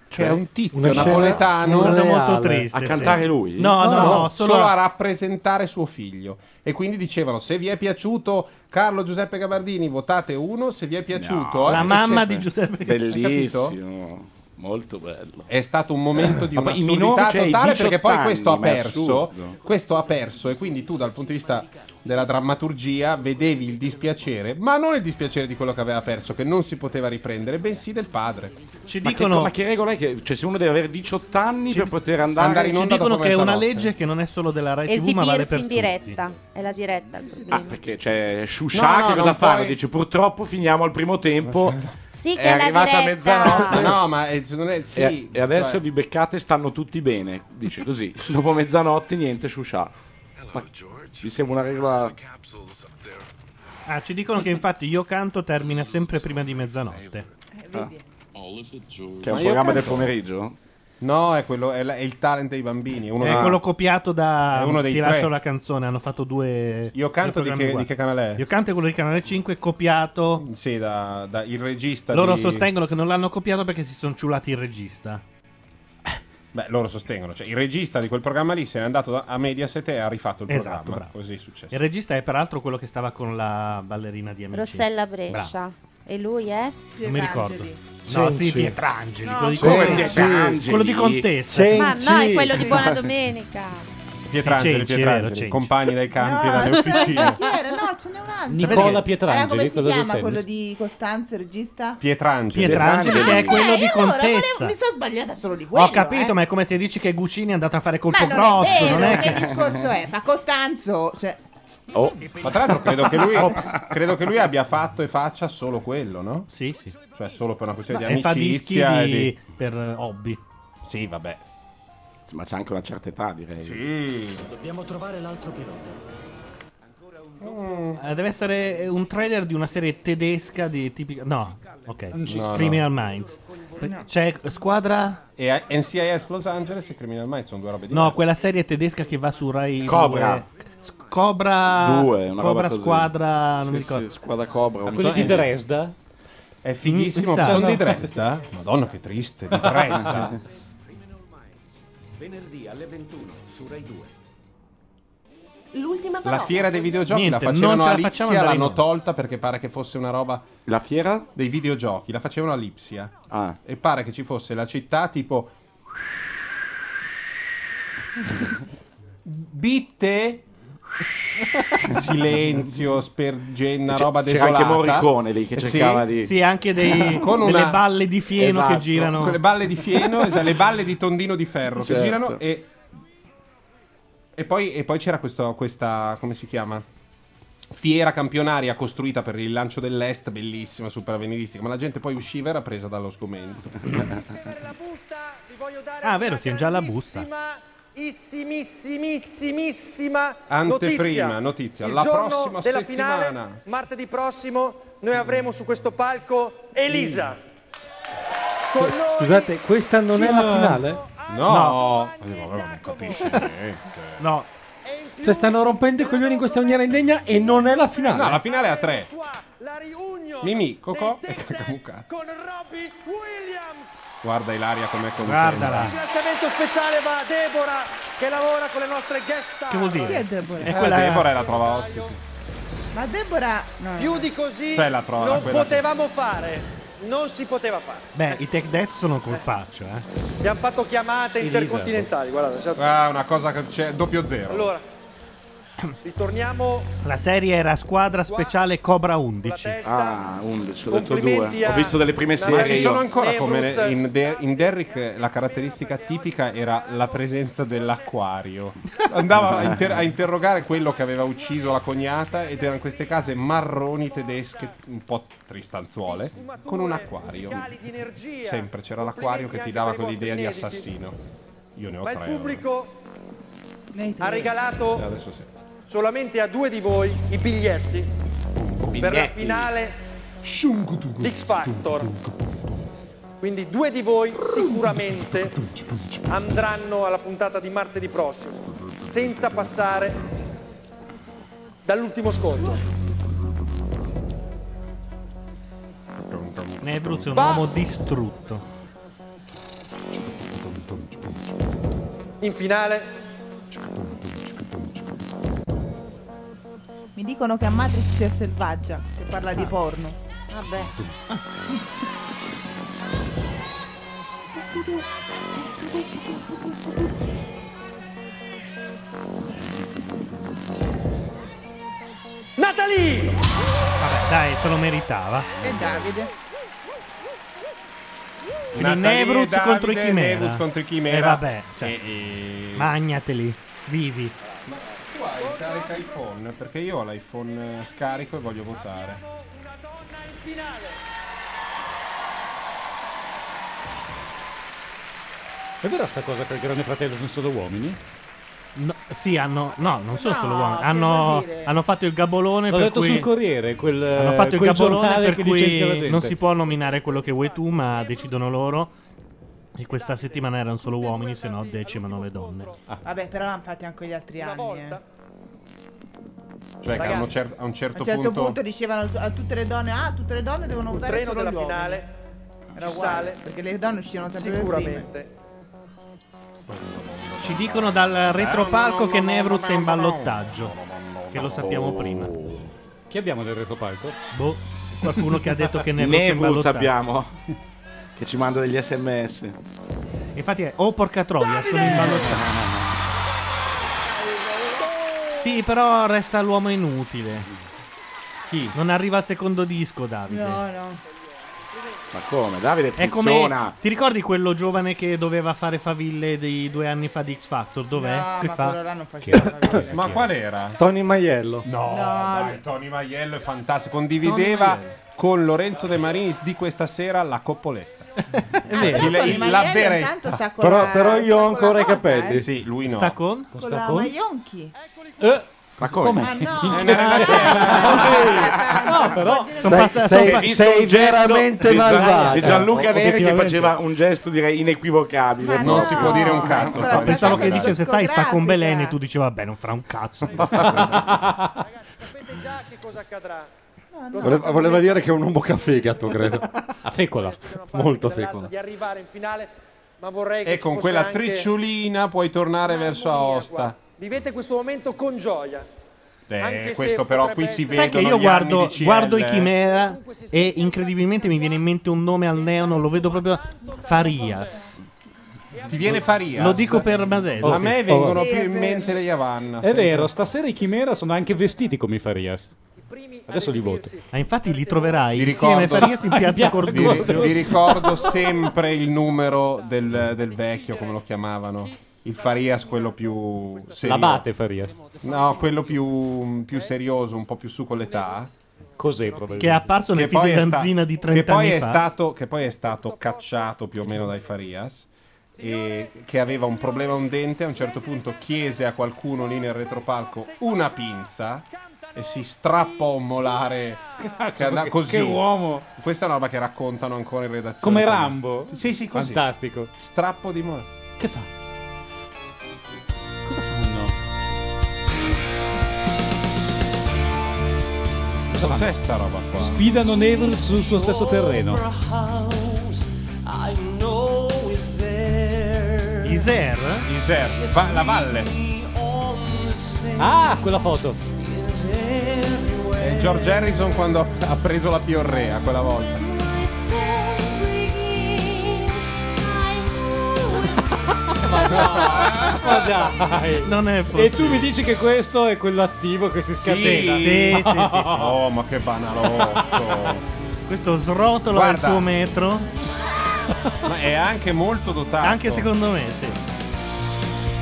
Cioè è un tizio
Una scena
napoletano
surreale. Molto triste,
A cantare lui?
No, no, no, solo,
a-
a rappresentare suo figlio. E quindi dicevano: se vi è piaciuto Carlo Giuseppe Gabardini, votate uno. Se vi è piaciuto
No,
eh,
la mamma di
eccetera.
Giuseppe
Hai capito?
Bellissimo. Molto bello.
È stato un momento di
Ma poi i
un'assurdità
minori, cioè, i
totale perché
18
poi questo ha
anni, ma è
perso,
assurdo.
questo ha perso e quindi tu dal punto di vista della drammaturgia vedevi il dispiacere, ma non il dispiacere di quello che aveva perso, che non si poteva riprendere, bensì del padre.
Ci
Ma, che, ma che regola è che cioè, se uno deve avere 18 anni per poter andare,
andare in
Ci
onda
dicono
dopo
che è una
mezzanotte.
legge che non è solo della Rai TV, ma vale
Esibirsi
per
in diretta. È la diretta il
Ah,
problema.
perché c'è
No,
Shusha
no,
che cosa
non
fa?
puoi-
Dice purtroppo finiamo al primo tempo.
certo.
Ah,
Sì, che
è
è la
arrivata a
diretta.
mezzanotte.
Ma no, ma eh, non è- sì,
e, e adesso
cioè-
vi beccate, stanno tutti bene. Dice
(laughs)
così. Dopo mezzanotte, niente Shusha. Ma vi sembra una regola.
Ah, ci dicono che infatti io canto termina sempre prima di mezzanotte.
Che è un
Ma io
programma del
canto.
pomeriggio?
No, è, quello, è, la- è il talent dei bambini. Uno
è
dei-
quello copiato da
È uno dei
Ti
tre.
lascio la canzone, hanno fatto due
Io canto di
due programmi
che, di
uguali.
che canale è?
Io canto è quello di Canale 5 copiato.
Sì, da, da- il regista.
Loro
di-
sostengono che non l'hanno copiato perché si sono ciulati il regista.
Beh, loro sostengono. Cioè, il regista di quel programma lì se n'è andato da- a Mediaset e ha rifatto il
Esatto,
programma.
bravo.
Così è successo.
Il regista è peraltro quello che stava con la ballerina di Amici.
Rossella
Bravo.
Brescia. E lui è?
Non mi ricordo. No,
Cenci.
sì, Pietrangeli.
No,
quello, di
come
Contessa.
Pietrangeli?
quello di Contessa.
Ma no, è quello di Buona
(laughs)
Domenica.
Pietrangeli,
Sì, Cenci,
Pietrangeli,
è vero, Cenci.
compagni dai campi,
No,
dalle officine.
Chi era? No, ce n'è un altro.
Nicola
Allora,
Pietrangeli,
come si
quello del
chiama
tennis?
quello di Costanzo, il regista?
Pietrangeli.
Pietrangeli, che è quello di
Eh, allora, volevo-
Contessa.
mi sono sbagliata solo di quello.
Ho capito,
eh.
ma è come se dici che Guccini è andato a fare
Ma
colpo
non
grosso.
è
non
vero,
è
che
che...
discorso è? Fa Costanzo, cioè,
Oh, Ma tra l'altro credo che,
(laughs)
lui, credo che lui abbia fatto e faccia solo quello, no?
Sì, sì.
Cioè solo per una questione
Ma-
di
e fa dischi
amicizia.
di-
e di-
per
eh,
hobby.
Sì, vabbè.
Ma c'è anche una certa età, direi.
Dobbiamo trovare l'altro pilota.
Eh, Deve essere un trailer di una serie tedesca di tipica. No, ok.
No,
Criminal Minds. C'è squadra.
E a- NCIS Los Angeles e Criminal Minds sono due robe diverse.
No, quella serie tedesca che va su Rai.
Cobra.
due. S- Cobra.
Due, una roba
Cobra
così.
squadra. Non
Sì,
mi ricordo.
sì, squadra Cobra,
Ma quelli di Dresda?
È fighissimo.
Mm, sa,
sono
no.
di Dresda? Madonna, che triste. Di (laughs) Dresda.
Venerdì alle 21 su Rai 2.
L'ultima parola.
La fiera dei videogiochi
Niente,
la facevano
non ce
a
la facciamo
Lipsia,
andare in
l'hanno
onda.
tolta perché pare che fosse una roba.
La fiera? Ah.
Dei videogiochi, la facevano a Lipsia. E pare che ci fosse la città tipo. Bitte. Silenzio, spergenna,
C'è-
roba
c'era
desolata. Eh
anche Morricone lì che
Sì.
cercava di- Esatto.
Sì, anche dei- delle balle di fieno che girano.
Con le balle di fieno, esatto, le balle di tondino di ferro
Certo.
che girano e e poi, e poi c'era questo- questa, come si chiama? Fiera campionaria costruita per il lancio dell'est, bellissima, super avveniristica, ma la gente poi usciva e era presa dallo sgomento.
Ah, vero, siamo già alla busta.
Issimissimissimissimissima
Anteprima,
notizia.
notizia,
Il
la
giorno
prossima
della
settimana.
finale, martedì prossimo, noi avremo su questo palco Elisa.
Mm.
Con noi
Scusate, questa non
Ci
è la
sono-
finale?
No, non capisci
No.
Cioè, stanno rompendo i coglioni in questa maniera indegna e non è la finale.
No, la finale è a tre. Mimi, Cocò (laughs) e Cacamucà.
con Robbie Williams.
Guarda Ilaria com'è contenta.
Guardala.
Un ringraziamento speciale va a Deborah che lavora con le nostre guest star.
Che vuol dire?
Chi è Deborah?
Eh,
È quella-
Deborah è la trova ospite.
ma Deborah no, no.
Più di così
C'è la trova,
non
quella che-
potevamo fare, non si poteva fare.
Beh, i tech death sono colpaccio, eh.
Abbiamo fatto chiamate intercontinentali, guardate. certo.
Ah, una cosa che c'è doppio zero.
Allora, Ritorniamo
La serie era squadra speciale Cobra 11.
Ah, 11, ho detto
Complimenti
due.
a-
Ho visto delle prime
Ma ci
serie.
sono
io.
ancora come ne- in, De- in Derrick eh, la caratteristica tipica era la presenza dell'acquario. Andava a, inter- a interrogare quello che aveva ucciso la cognata ed erano queste case marroni tedesche, un po' tristanzuole, con un acquario. Sempre c'era l'acquario che ti dava quell'idea di assassino. Io ne ho
Ma il
tre.
pubblico ha regalato
allora. Eh, Adesso sì.
solamente a due di voi i biglietti, per la
Biglietti.
finale di X Factor. Quindi due di voi sicuramente andranno alla puntata di martedì prossimo, senza passare dall'ultimo scontro.
Nevruz è un
Va.
uomo distrutto.
In finale
Mi dicono che a Matrix c'è Selvaggia, che parla
Ah.
di porno. Vabbè.
Natalie!
Vabbè, dai, se lo meritava.
E Davide?
Quindi
Natalie e
Nevruz
Davide,
contro i Chimera.
Nevruz contro i Chimera.
E vabbè, cioè,
E- e-
magnateli, vivi.
Tu hai in carica iPhone perché io ho l'iPhone eh, scarico e voglio votare.
È vera sta cosa che il Grande Fratello sono solo uomini?
No, sì, hanno. No, non sono
No,
solo uomini.
che
Hanno,
vuol dire?
hanno fatto il gabolone.
L'ho
per
letto
cui-
sul Corriere, quel-
hanno fatto il
quel
gabolone
giornale
per
che
cui
licenzia la gente.
non si può nominare quello che vuoi tu, ma decidono loro. E questa settimana erano solo uomini, se no decima nove donne.
Vabbè, però l'hanno fatti anche gli altri anni. eh.
Cioè, che a un, cer- a un
A
certo
un certo punto,
punto
dicevano a tutte le donne: Ah, tutte le donne devono votare
treno
solo
della
gli uomini.
finale
Era
ci
uguale,
sale
perché le donne uscivano sempre per prime.
sicuramente.
Ci dicono dal
Eh,
retropalco che Nevruz è in ballottaggio. Che lo sappiamo prima.
Chi abbiamo nel retropalco? (laughs)
Boh, qualcuno che ha detto che Nevruz è in
Nevruz
ballottaggio.
abbiamo. Che ci manda degli sms.
Infatti è, oh porca troia, sono in ballottaggio. Sì, però resta l'uomo inutile. Chi? Non arriva al secondo disco, Davide.
No, no.
Ma come? Davide
È come.
funziona.
Ti ricordi quello giovane che doveva fare faville di due anni fa di X Factor? Dov'è?
No,
Che
Ah, ma
fa?
quello là non faceva
Chi è?
faville.
Ma qual era?
Tony Maiello.
No,
dai, Tony Maiello è fantastico. Condivideva
Tony Maiello.
con Lorenzo De Marinis di questa sera la coppoletta.
vero.
Il-
Tony
il-
Maiello
la
intanto
beretta.
sta con eh.
Però, però io ho ancora i capelli.
Sì, lui no.
Sta con? Eh,
Con la Maionchi.
Ma
come? Ma no.
Eh,
No,
però
Sei- sei- sei veramente malvagio. Di Gianluca Neri che
Eh, Obiettivamente.
faceva un gesto direi inequivocabile.
non si può dire un cazzo.
No, pensavo che dice se sai sta con Belen e tu dici vabbè non farà un
(laughs)
cazzo. (laughs)
Sapete già che cosa accadrà?
Voleva, voleva dire che è un uomo che ha fegato, credo.
(laughs)
A
fecola.
Molto fecola.
Di arrivare in finale, ma vorrei che
E
ci
con
fosse
quella
anche-
tricciolina puoi tornare verso Aosta.
Vivete questo momento con gioia.
Beh,
Anche se
questo però qui
potrebbe
si
essere-
Sai che
vedono
io
gli anni
guardo,
di CL,
guardo i
eh.
Chimera e incredibilmente mi viene in mente un nome al neono, lo vedo proprio Farias.
Ti viene Farias? Oh,
Lo dico per Madello.
A me vengono
Sì,
più
è
in
vero.
mente le Yavanna.
È vero, stasera i Chimera sono anche vestiti come i Farias. Adesso li voto.
Ah, infatti li
(laughs)
troverai
Vi
insieme a
ricordo,
Farias in piazza
vi,
Corduzio.
vi ricordo sempre il numero del, del vecchio, come lo chiamavano. Il Farias, quello più serio.
L'abate Farias.
No, quello più, più serioso, un po' più su con l'età.
Cos'è probabilmente?
Che è apparso nel
Che
film
poi
di
è sta-
Danzina di
che
30
poi
anni
è
fa.
Stato, che poi è stato cacciato più o meno dai Farias e che aveva un problema a un dente. A un certo punto chiese a qualcuno lì nel retropalco una pinza e si strappò un molare.
Cazzo,
Cioè, andava-
che-
così.
che uomo.
Questa è una roba che raccontano ancora in redazione.
Come Rambo?
Sì, sì, così.
Fantastico.
Strappo di molare.
Che fa? Cosa fanno?
Cos'è sta roba qua?
Sfidano Never sul suo stesso terreno.
Iser?
Iser, va- la valle.
Ah, quella foto.
È George Harrison quando ha preso la piorrea quella volta.
Ma dai,
non è
E tu mi dici che questo è quello attivo che si scatena?
sì, sì, sì,
(laughs)
sì.
Oh, ma che banalotto.
Questo srotola al
Guarda.
suo metro.
ma è anche molto dotato.
Anche secondo me, sì.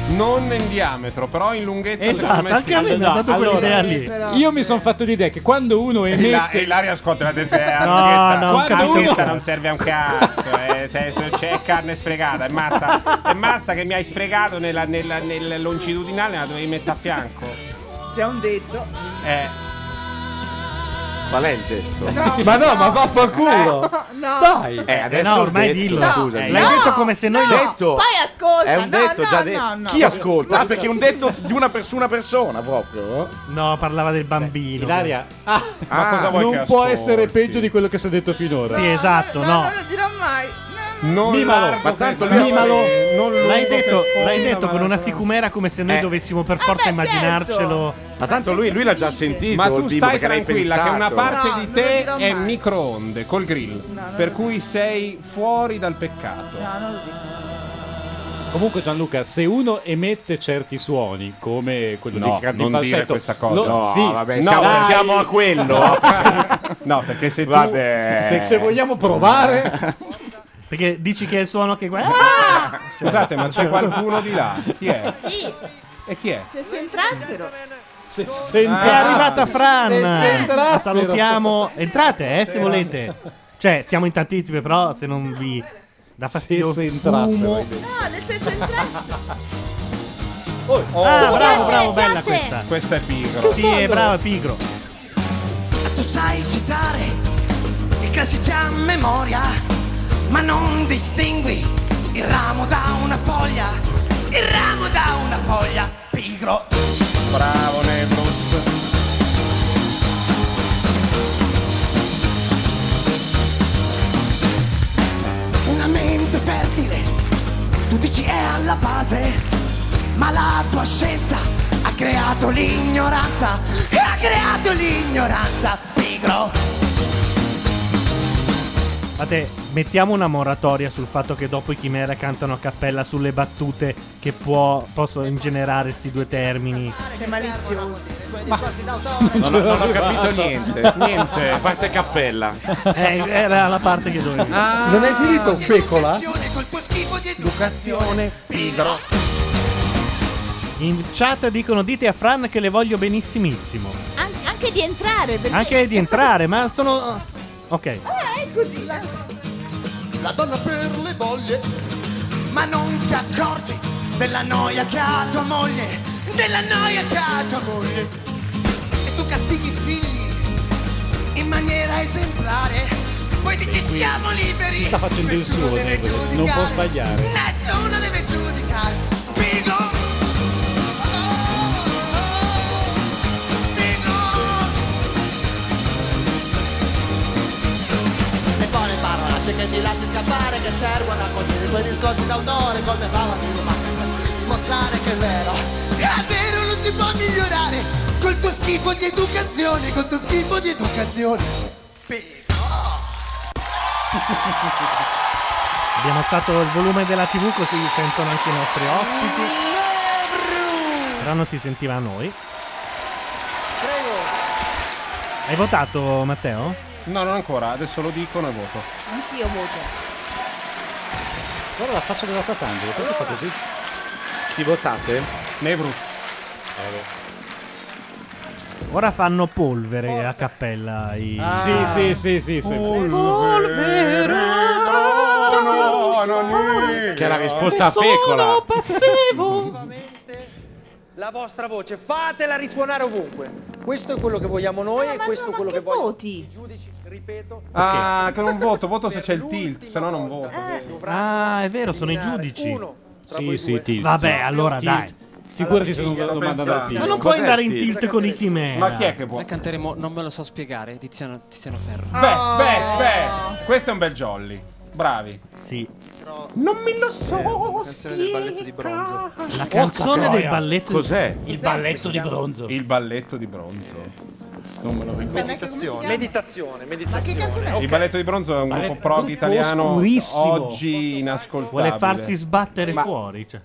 Non in diametro, però in lunghezza
Esatto,
secondo me
anche a me mi ha dato quell'idea lì. Io mi sono fatto l'idea che quando uno emette...
la- e l'aria scotte la testa.
No, no,
no,
capito.
non serve a un cazzo. eh, se- se c'è carne sprecata, è massa, è massa che mi hai sprecato nella, nella- nel longitudinale, la dovevi mettere a fianco.
C'è un detto.
Eh.
Valente.
No,
ma no, ma vaffanculo.
No.
Dai.
Eh, adesso
no,
ho
ormai
detto,
dillo. Eh,
scusa.
L'hai detto come se noi
L'ho detto.
Poi ascolta.
È un
no,
detto
no,
già
no,
detto.
no.
Chi ascolta? Ah, perché è un detto di una persona persona proprio.
No, parlava del bambino.
Ilaria. Ah,
Ma cosa vuoi
non
che
può
ascolti?
essere peggio di quello che si è detto finora.
Sì, esatto, no.
Non lo dirò mai.
Non
Mimalo,
largo
ma
che-
tanto
non
mimalo.
non lungo
L'hai
che
detto,
sfonda,
l'hai detto
ma
con una
largo.
sicumera come se noi
Eh.
dovevamo per forza immaginarcelo.
Ma tanto lui, lui l'ha già sentito.
Ma
il
tu
bimbo
stai
perché l'hai
tranquilla che una
pensato.
parte
No,
di
non
te
lo dirò
è
mai.
microonde col grill, per cui sei fuori dal peccato.
No, non lo dico.
Comunque Gianluca, se uno emette certi suoni, come quello
No,
di Cardi
non dire
Falsetto,
questa cosa.
lo-
No,
sì,
vabbè, siamo-
dai.
siamo a (laughs) quello. No, perché se tu
Vabbè. Se- se vogliamo provare-
Perché dici che è il suono che Ah! guarda.
(laughs) Scusate, ma c'è qualcuno di là? Chi è?
Sì,
E chi è?
se si entrassero.
Se
È arrivata Fran.
Se
La
entrassero.
salutiamo. Entrate, eh, se volete. Cioè, siamo in tantissimi, però se non vi dà fastidio
se
il
entrassero,
fumo-
hai detto.
No, nel
(laughs)
senso entrassero.
Ah, bravo,
Piace,
bravo, bella
piace.
questa.
Questa è pigro.
Sì, è brava, è pigro.
Tu sai citare i casi già a memoria, ma non distingui il ramo da una foglia, il ramo da una foglia, pigro.
Bravo Nebrut.
Una mente fertile, tu dici è alla base, ma la tua scienza ha creato l'ignoranza, ha creato l'ignoranza, pigro.
Fate, mettiamo una moratoria sul fatto che dopo i chimera cantano a cappella sulle battute che può, possono ingenerare sti due termini.
Sei malizioso.
Non, ho- non ho capito
(laughs)
niente.
Niente.
A parte cappella.
Eh, era la parte che dovevo.
Ah.
non hai finito fecola?
Educazione pigro.
In chat dicono dite a Fran che le voglio benissimissimo.
An- anche di entrare. Perché...
Anche di entrare, ma sono. Ok.
Ah, è così. La...
La donna per le voglie, ma non ti accorgi della noia che ha tua moglie, della noia che ha tua moglie. E tu castighi i figli in maniera esemplare, poi dici siamo liberi.
Sta facendo il suo,
nessuno deve
Debole, non può
giudicare,
sbagliare.
Nessuno deve giudicare. Pigo!
E poi le parolacce che ti lasci scappare Che servono a cogliere quei discorsi d'autore Come fava di romanza Mostrare che è vero
È vero, non si può migliorare col tuo schifo di educazione, col tuo schifo di educazione.
Abbiamo alzato il volume della TV così sentono anche i nostri ospiti. Però non si sentiva a noi. Hai votato, Matteo?
No, non ancora, adesso lo dicono e voto.
Anch'io voto.
Guarda la faccia della Tatangelo, perché fa così?
Chi votate?
Nebrut.
Ora fanno polvere a cappella i.
Sì, Ah. sì, sì, sì, sempre.
Che è la risposta a fecola.
La vostra voce, fatela risuonare ovunque. Questo è quello che vogliamo noi e questo è quello che vogliono i giudici, ripeto.
Ah, che non voto, voto se c'è il tilt, se no non voto.
Ah, è vero, sono i giudici.
Sì, sì, tilt.
Vabbè, allora dai.
Figurati se non lo
pensate.
mandano al tilt.
Ma non puoi andare in tilt con i chimera.
Ma chi è che vuole?
Noi canteremo Non me lo so spiegare, Tiziano, Tiziano Ferro.
Beh,
Ah.
beh, beh, questo è un bel jolly. Bravi.
Sì.
Non me lo so.
Eh,
Oh.
Canzone del balletto di bronzo.
La canzone del balletto
Cos'è?
Il balletto di bronzo.
Il balletto di bronzo. Non me lo
Meditazione.
Meditazione, meditazione.
Il balletto di bronzo è un gruppo
Balletto
prog
di
italiano
bronzo, oscurissimo.
oggi inascoltabile.
Vuole farsi sbattere fuori. Cioè.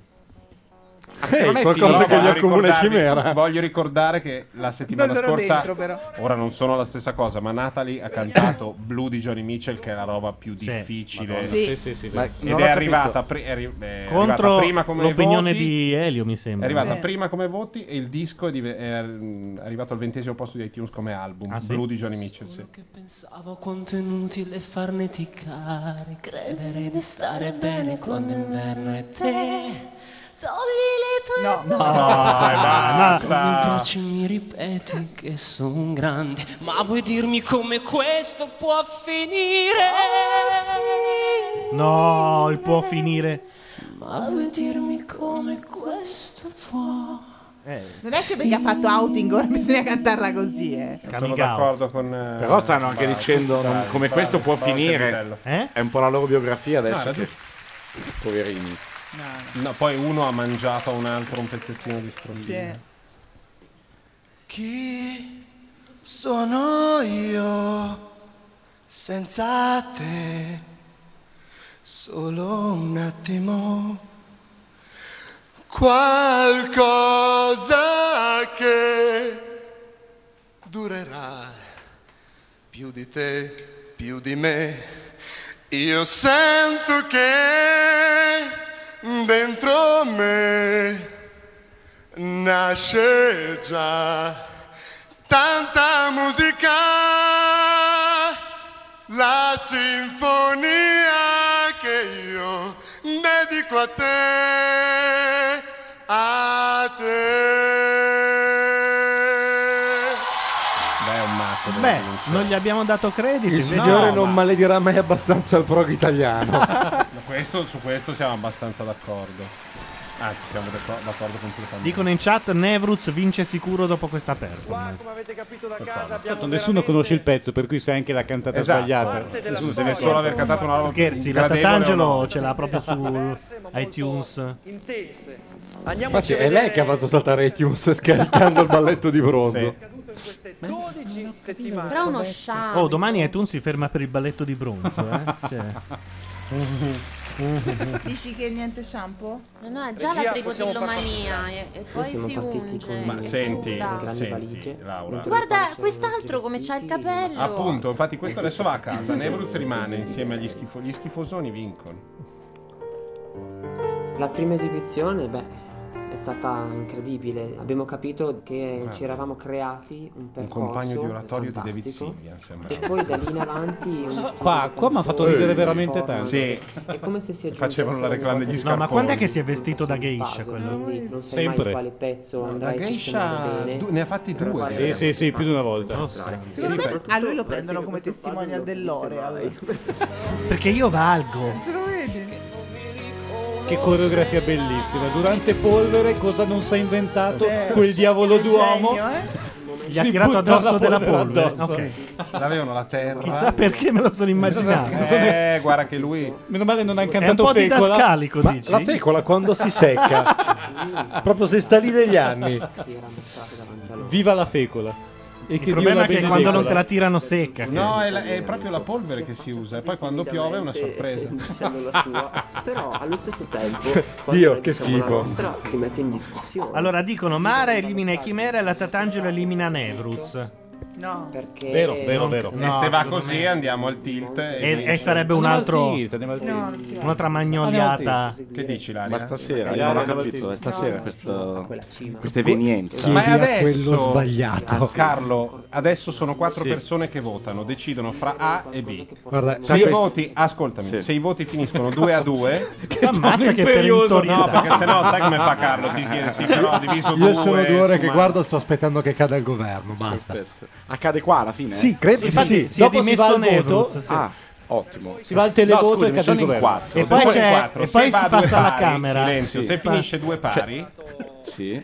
Sì,
non è qualcosa finita. che gli
Voglio
accomuna
ricordarvi-
chimera.
Voglio ricordare che la settimana
Non ero
scorsa,
dentro, però.
ora non sono la stessa cosa, ma Natalie ha cantato Blue di Johnny Mitchell, che è la roba più difficile.
Madonna, sì, sì, sì,
Ma-
sì.
Ed
Non
è
l'ho
arrivata,
capito.
pri- è arri- è
Contro
arrivata prima come
l'opinione
voti,
di Elio, mi sembra.
È arrivata
Sì.
prima come voti e il disco è, dive- è mm, arrivato al ventesimo posto di iTunes come album.
Ah, sì?
Blue di Johnny Mitchell, sì.
Pensavo quanto è inutile farne ticare, credere di stare bene quando inverno è te. Togli le tue no, Con un bacio mi ripeti che son grande, ma vuoi dirmi come questo può finire?
No, il può finire.
Ma vuoi dirmi come questo può
Eh,
Non è che perché ha fatto outing, ora bisogna cantarla così, eh.
Sono d'accordo con. eh,
Però stanno anche
Paolo,
dicendo
Paolo,
non- come
Paolo,
questo può
Paolo
finire.
Capitello.
Eh?
Eh?
È un po' la loro biografia adesso.
No, era
che- Poverini.
No, poi uno ha mangiato a un altro un pezzettino di (laughs) strombino.
Chi sono io senza te? Solo un attimo. Qualcosa che durerà più di te, più di me. Io sento che dentro me nasce già tanta musica, la sinfonia che io dedico a te, a te.
Beh, è un matto.
Beh, non gli abbiamo dato credito.
Il
invece-
signore
No,
non
ma-
maledirà mai abbastanza il prog italiano.
Ma questo- su questo siamo abbastanza d'accordo. Anzi, siamo d'accordo, d'accordo completamente.
Dicono in chat Nevruz vince sicuro dopo questa performance.
Tanto Certo, nessuno conosce il pezzo, per cui se anche la cantata
Esatto.
sbagliata.
Nessuno deve solo aver cantato una roba
Scherzi, la
sgradevole o
Tatangelo
no.
ce l'ha proprio su iTunes.
Infatti è lei che ha fatto saltare iTunes scaricando il balletto di bronzo.
Però uno
Ah,
sciame.
Oh,
ecco.
domani iTunes si ferma per il balletto di bronzo.
(laughs)
Eh? Cioè.
(laughs) Dici che niente shampoo?
No, è già la frigodillomania e, e poi
siamo
si
partiti
unge.
con- Ma senti,
Scusa.
grandi senti, valigie, Laura. dentro
Guarda, quest'altro come c'ha il capello.
Appunto, infatti questo adesso va a casa. Nevruz rimane insieme agli schifo- gli schifosoni vincono.
La prima esibizione, beh, è stata incredibile. Abbiamo capito che ci eravamo creati un percorso
compagno di oratorio di David
fantastico.
Sylvian, sembra.
E Cioè, poi da lì in avanti uno studio
Qua-
di
qua mi ha fatto
canzoni,
ridere
di
veramente
performance.
tanto.
È come se si aggiungesse
Facevano la
ogni
reclama
volta
degli
che-
No, ma quando è che si è vestito da geisha quello?
Quindi non sai
Sempre.
mai quale pezzo
No, da
andrai a
geisha
sistemare bene.
du- ne ha fatti
Però
due,
sai
direi.
veramente
Sì, sì, sì, più di una
tanto.
volta.
Non
Sì,
sai.
sì,
E
Secondo me
soprattutto
a lui lo
la
prendono come testimonial dell'Oreal. (laughs)
Perché io valgo.
Ce lo vedi?
Che coreografia bellissima. Durante Polvere cosa non si è inventato
Sì.
Eh,
quel diavolo d'uomo?
Genio, eh?
Gli ha tirato addosso della polvere.
L'avevano la terra.
Chissà perché me lo sono immaginato.
Eh, guarda che lui.
Meno male non ha
È un
incantato
po'
fecola.
didascalico,
Ma
dici?
la fecola quando si
(laughs)
secca, proprio se sta lì degli anni.
Si era mostrato davanti a loro.
Viva la fecola. E
Il problema è che quando non te
tira
la tirano secca.
No, è, la- è proprio la polvere che si usa. E poi quando piove è una sorpresa.
(laughs) dicendo diciamo
(laughs)
la sua, però allo stesso
(laughs)
tempo quando
Dio,
noi
che
diciamo la
schifo.
nostra si mette in discussione.
Allora dicono Mara elimina i Chimera e la Tatangelo elimina Nevruz.
No.
Perché
Vero, vero, vero.
No,
e se va
secondo
così
me-
andiamo al tilt.
E- e sarebbe un altro- Andiamo al tilt, andiamo al tilt. No, non ci va. un'altra magnoliata. Andiamo al tilt.
Che dici, Laria?
Ma stasera, io
Andiamo
non ho
al tilt.
capito, è stasera questo,
cima.
questa evenienza.
Ma è adesso,
quello sbagliato.
Ah, sì. Carlo, adesso sono quattro
Sì.
persone che votano, decidono fra A e B.
Guarda,
se i
questo-
voti, ascoltami,
Sì.
se i voti finiscono 2 a 2,
Ammazza (laughs) che per
No, perché sennò sai come fa Carlo, ti chiede sì, però ho diviso due.
Io sono due ore che
insomma.
guardo, sto aspettando che cada il governo. Basta.
Accade qua alla fine?
Sì, credo di sì.
Dopo si va al
Nevruz,
voto.
sì.
Ah, ottimo.
Si va al televoto e cade il
sono in
governo.
quattro.
E
Se
poi
sono in
c'è-
quattro,
e
se
poi
va
si
a due
passa alla
pari,
Camera.
Silenzio,
Sì.
se
Fa- cioè-
finisce due pari,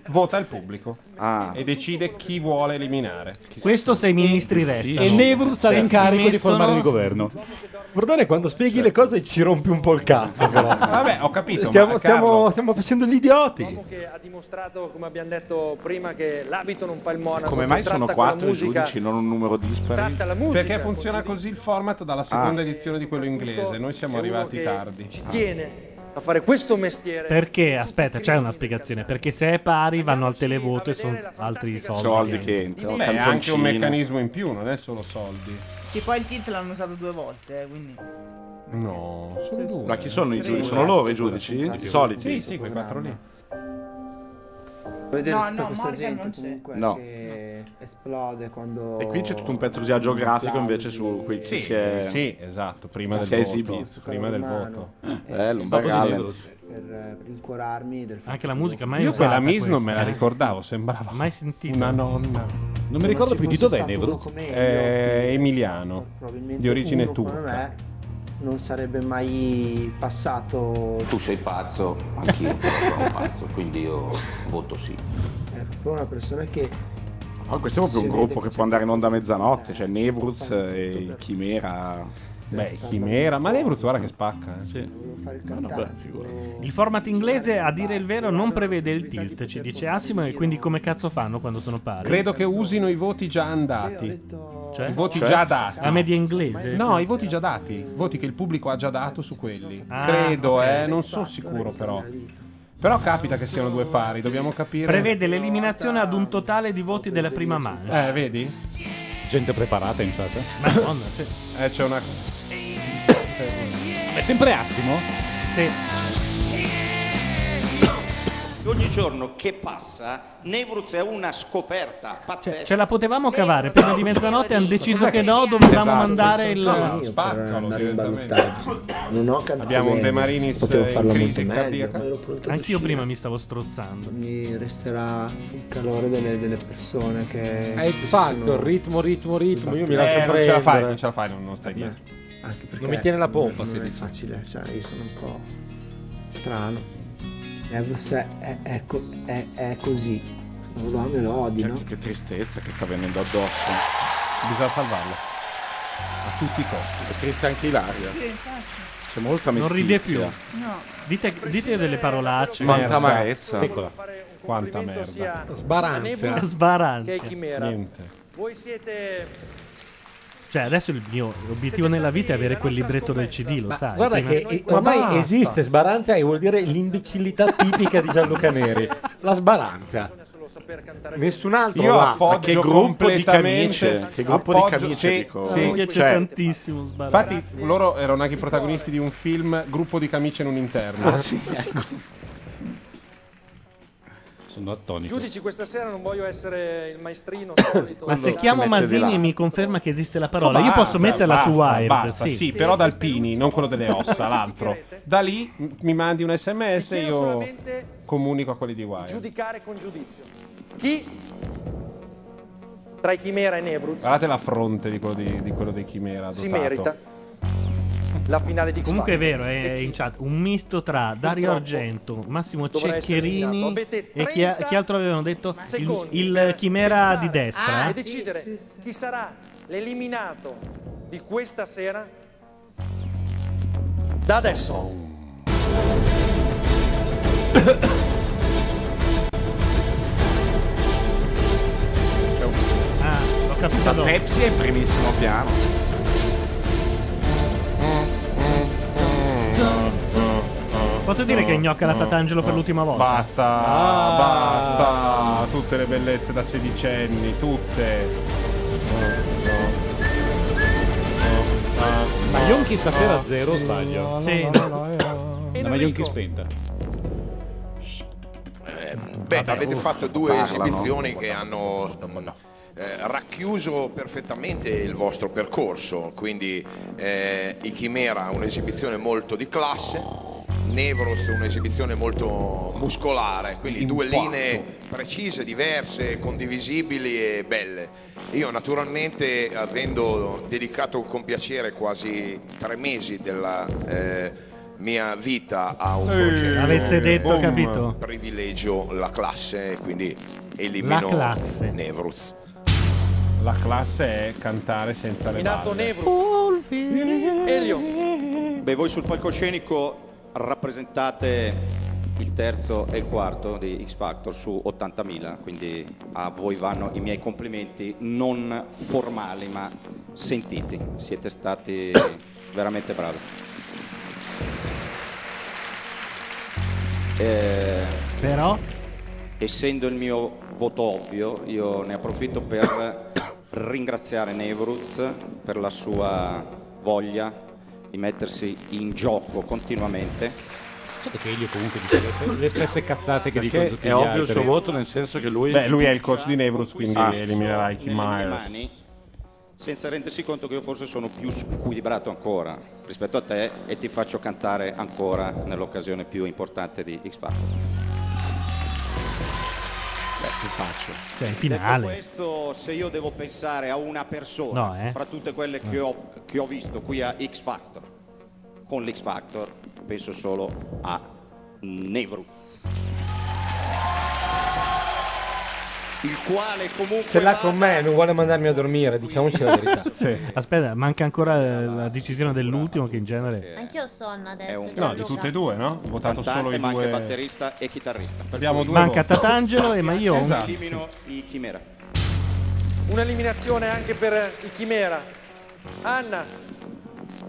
vota il pubblico
Ah.
e decide chi vuole eliminare.
Questo se i ministri restano.
E Nevruz ha l'incarico di formare il governo.
Bordone, quando spieghi le cose ci rompi un po' il
(laughs)
cazzo. Però.
Vabbè, ho capito, ma
Stiamo,
Carlo-
stiamo- stiamo facendo gli
Diciamo
idioti.
che ha dimostrato, come abbiamo detto prima, che l'abito non fa il monaco.
Come mai sono
quattro
quattro e giudici, non un numero dispari?
Perché
Ah.
funziona così il format dalla seconda edizione di quello inglese, noi siamo arrivati tardi.
Tiene a fare questo mestiere.
Perché, aspetta, c'è una spiegazione. Perché se è pari vanno al televoto e sono altri soldi.
Ah. Soldi che entrano,
Beh, è anche un meccanismo in più, non è solo soldi.
Sì, poi il titolo l'hanno usato due volte, eh, quindi.
No, sono due.
Ma chi sono i
Tre.
giudici? Sono loro i giudici? I soliti?
Sì, sì, quei quattro lì.
Vedere
No,
tutta
no,
questa
Morgan
gente
non c'è.
comunque
No.
che esplode quando.
E qui c'è tutto un pezzo così agiografico invece su qui
Sì,
si è,
sì, esatto, prima
si
del
è
voto,
esibito. Eh,
prima del voto.
Eh,
Eh,
Bello, un
Dopo
bel
così
gallo.
veloce.
Per rincuorarmi del fatto
Anche la
che
musica
dopo-
mai
Io
usata.
quella Miss non me
questa,
la
eh.
ricordavo, sembrava
Mai sentita.
una nonna.
Non mi ricordo più di dov'è Nevruz.
Eh, Emiliano,
probabilmente
di origine
uno
turca.
come me non sarebbe mai passato
Tu sei pazzo, anch'io sono pazzo, quindi io voto sì.
eh, per una persona che
Ma Ah, questo è proprio un
Si
gruppo
vede
che può andare in onda a mezzanotte, cioè Nevruz e Chimera.
Beh, Chimera, ma Nevruz guarda che spacca. eh.
fare il
Il format inglese, a dire il vero, non prevede il tilt, ci dice Assimo, e quindi come cazzo fanno quando sono pari?
Credo che usino i voti già andati.
Cioè?
I voti
Cioè?
già dati.
La media inglese?
No, i voti già dati. I voti che il pubblico ha già dato su quelli.
Ah,
Credo,
ok.
eh, non sono sicuro però. Però capita che siano due pari, dobbiamo capire.
Prevede l'eliminazione ad un totale di voti della prima manche.
Eh, vedi?
Gente preparata in chat.
Madonna, sì.
Eh, c'è una.
È sempre Assimo?
Sì.
Ogni giorno che passa, Nevruz è una scoperta pazzesca.
Cioè, Ce la potevamo cavare prima di mezzanotte, hanno deciso che no, dovevamo mandare
Esatto, No,
il...
spaccalo direttamente.
non ho cantato
Abbiamo un
bene,
De Marinis
potevo
in
farlo
crisi
molto meglio
cardiaca.
ma ero pronto ad
Anch'io
uscire.
prima mi stavo strozzando.
mi resterà il calore delle, delle persone che
È il
che si
fatto,
sono-
ritmo, ritmo, ritmo. Io mi
Eh,
lascio
non
prendere.
ce la fai,
non ce la fai, non, stai dietro.
Anche perché
Non mi tiene la pompa,
non,
si
non è
dice.
facile, cioè io sono un po' strano. Nevrus è, è, è co- è- è così. Lo amo e lo odi, no?
Cioè, Che tristezza che sta venendo addosso.
Bisogna salvarlo. A tutti i costi.
È triste anche Ilaria.
Sì, infatti.
C'è molta
Non
mestizia.
ride più.
No.
Dite, dite delle parolacce.
Quanta
Merda.
amarezza.
Piccola.
Quanta
sia
merda.
a Sbaranzia. Nevruz
Sbaranzia.
che è Chimera.
Niente.
Voi siete
Cioè, adesso il mio obiettivo nella vita è avere quel libretto del CD, lo sai.
Guarda
prima-
che eh, ormai esiste sbaranza e vuol dire l'imbecillità tipica di Gianluca Neri. La sbaranza. Nessun altro
Io
la-
appoggio
Ma che gruppo di
completamente.
camicie, che gruppo di
appoggio-
camicie,
sì,
dico.
sì,
Mi piace
cioè-
tantissimo sbagliare.
Infatti, loro erano anche i protagonisti di un film Gruppo di camicie in un interno.
Ah, sì, ecco.
Sono attonico.
giudici questa sera, non voglio essere
(coughs)
il maestrino solito.
Ma se
Allora,
chiamo
si mette di
Masini
là.
e mi conferma che esiste la parola,
No,
io
basta,
posso metterla su
basta,
Wired.
Basta, sì.
sì.
però dal Pini, non quello delle
(laughs)
ossa, l'altro. Da lì m- mi mandi un sms e io comunico a quelli di Wired.
Giudicare con giudizio. Chi tra i Chimera e Nevruz
Guardate la fronte di quello, di, di quello dei Chimera.
si
dotato.
merita la finale di X
Comunque è
Factor?
vero, è in chat un misto tra Dario Argento, Massimo
dovrà essere
Ceccherini
eliminato. Avete
e chi,
30
chi altro avevano detto? Il,
secondi Ah,
il
per
chimera
pensare
di destra.
e
eh?
decidere chi sarà l'eliminato di questa sera da adesso.
Ah, ho capito.
La
allora.
Pepsi è in primissimo piano.
Eh,
Posso dire che gnocca la Tatangelo per l'ultima volta? Ah.
Basta, basta. Tutte le bellezze da sedicenni, tutte. Ah,
Ma Yonki stasera a zero, o sbaglio.
Sì.
La Yonki spenta.
Eh, Beh,
Vabbè, oh,
avete
uh,
uff,
fatto due
parlano.
esibizioni che hanno mm, eh, racchiuso perfettamente il vostro percorso, quindi eh, i Chimera un'esibizione molto di classe, Nevros un'esibizione molto muscolare, quindi due linee precise, diverse, condivisibili e belle. Io naturalmente, avendo dedicato con piacere quasi tre mesi della... eh, mia vita a un
Eh,
progetto
l'avesse
eh,
detto,
boom,
capito?
privilegio la classe e quindi elimino
La classe.
Nevruz.
La classe è cantare senza le
Minato
balle.
Ecco,
Elio. Beh, voi sul palcoscenico rappresentate il terzo e il quarto di X Factor su 80.000, quindi a voi vanno i miei complimenti non formali ma sentiti. Siete stati veramente bravi. Eh,
Però?
essendo il mio voto ovvio, io ne approfitto per ringraziare Nevruz per la sua voglia di mettersi in gioco continuamente.
Perché io comunque dico le st- le stesse cazzate che dicono
Perché
tutti gli
è ovvio il
altri.
suo voto, nel senso che lui.
Beh, lui è il coach di Nevruz, quindi
Ah.
eliminerai chi
nelle mie
Myers.
mani, senza rendersi conto che io forse sono più squilibrato ancora rispetto a te e ti faccio cantare ancora nell'occasione più importante di X Factor. Beh, più facile.
Cioè, in finale.
Questo se io devo pensare a una persona
No, eh.
fra tutte quelle che,
No.
ho, che ho visto qui a X Factor, con l'X Factor penso solo a Nevruz. Il quale comunque
Ce l'ha con me, non vuole mandarmi a dormire, diciamoci la verità.
Aspetta, manca ancora eh, la decisione dell'ultimo che in genere...
Anch'io sonno adesso.
No, di tutte e due, no? Ho votato
Cantante,
solo i
ma anche
due.
batterista e chitarrista. Per
Abbiamo
cui-
due
Manca Tatangelo e Maio.
Esatto.
Elimino i Chimera.
Un'eliminazione anche per eh, i Chimera. Anna,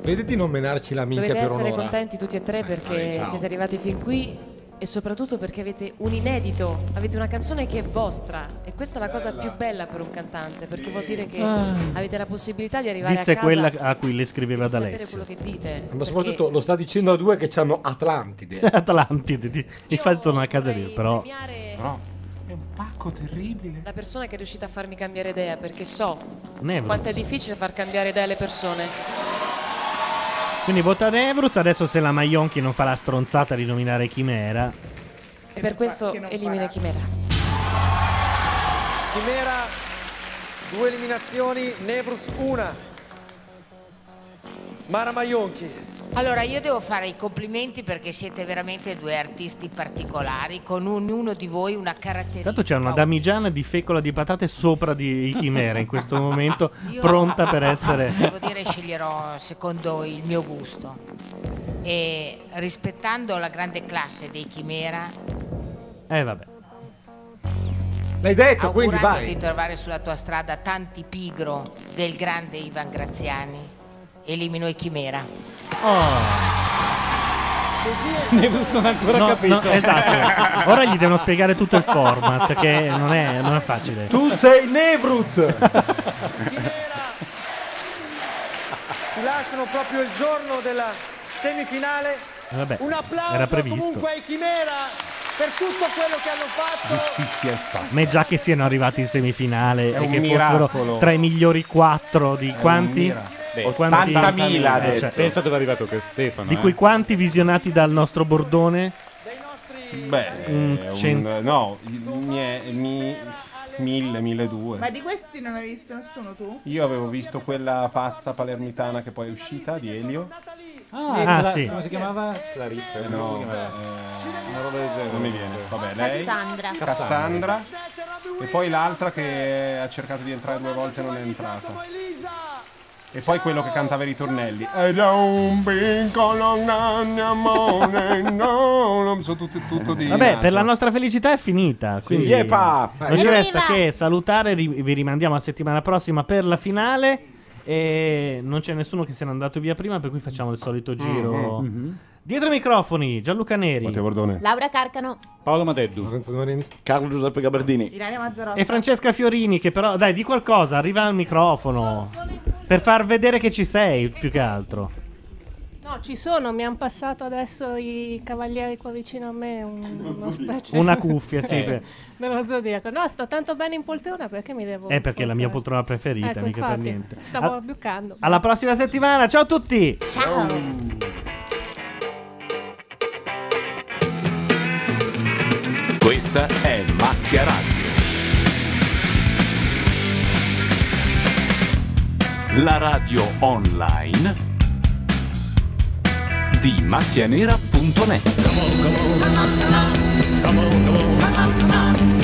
Vedi di non menarci la minchia
Dovete
per
essere
un'ora.
contenti tutti e tre
dai,
perché
ciao.
siete arrivati fin qui e soprattutto perché avete un inedito, avete una canzone che è vostra e questa è la cosa più bella per un cantante perché vuol dire che
Ah.
avete la possibilità di arrivare
Disse
a casa
quella a cui le scriveva
e
da
sapere
lei. (laughs)
quello che dite.
Ma
perché
soprattutto lo sta dicendo a due che hanno Atlantide.
Atlantide. di- Infatti torna a casa lì, però...
premiare
È un pacco terribile.
la persona che è riuscita a farmi cambiare idea perché so
Nevruz.
quanto è difficile far cambiare idea alle persone.
Quindi vota Nevruz, adesso se la Maionchi non fa la stronzata di nominare Chimera...
E per questo elimina Chimera.
Chimera, due eliminazioni, Nevruz una. Mara Maionchi.
Allora, io devo fare i complimenti perché siete veramente due artisti particolari, con ognuno di voi una caratteristica.
Intanto c'è una damigiana di fecola di patate sopra di Chimera in questo momento,
(laughs) Io-
pronta per essere...
Devo dire, sceglierò secondo il mio gusto. E rispettando la grande classe dei Chimera,
Eh vabbè.
L'hai detto, quindi
augurando
vai.
di trovare sulla tua strada tanti pigro del grande Ivan Graziani, elimino i Chimera.
Nevruz non ha ancora
Oh. No,
capito.
no,
(laughs)
esatto. Ora gli devono spiegare tutto il format, che non è, non è facile.
Tu sei Nevruz!
Ci lasciano proprio il giorno della semifinale.
Eh, Vabbè,
Un applauso
era previsto.
comunque ai Chimera per tutto quello che hanno fatto.
Giustizia Ma già che siano arrivati in semifinale
È
e
un
che fossero
miracolo.
tra i migliori quattro di quanti?
Beh,
Quanti-
80.000
eh,
adesso.
cioè,
Pensa dove è arrivato questo Stefano.
Di
eh.
quei quanti visionati dal nostro Bordone?
Beh,
Mm,
è un-
cent-
no, il- mie- mi- mille, mille due.
Ma di questi non hai visto nessuno tu?
Io avevo visto quella pazza palermitana che poi è uscita di Elio.
Ah,
Ah,
la-
sì.
come si chiamava? Clarissa.
Eh,
come
no,
si chiamava?
eh, una roba del genere. Non mi viene. Vabbè, lei.
Cassandra.
Cassandra. E poi l'altra che ha cercato di entrare due volte e non è entrata. E poi quello che cantava i ritornelli. Ed è un piccolo nanniamone, no, non so tutto, tutto di
Vabbè, per
naso.
la nostra felicità è finita. Quindi
Yepa!
non ci
Evviva!
resta che salutare, ri- vi rimandiamo a settimana prossima per la finale. E non c'è nessuno che se n'è andato via prima, per cui facciamo il solito
Mm-hmm.
giro.
Mhm,
Dietro i microfoni, Gianluca Neri,
Laura Carcano.
Paolo Madeddu. Carlo Giuseppe Gabardini.
Ilaria Mazzarotta.
e Francesca Fiorini. Che però, dai, di qualcosa, arriva al microfono. Per far vedere che ci sei, più che altro.
No, ci sono, mi hanno passato adesso i cavalieri qua vicino a me, un- una specie (laughs)
Una cuffia, sì.
Eh.
per-
dello zodiaco. No, sto tanto bene in poltrona perché mi devo...
È Eh, perché è la mia
spostare?
poltrona preferita,
Ecco,
mica per
infatti,
niente.
Stavo
Al-
abbiuccando.
alla prossima settimana, ciao a tutti!
Ciao.
Questa è Macchia Radio. La radio online di macchianera.net.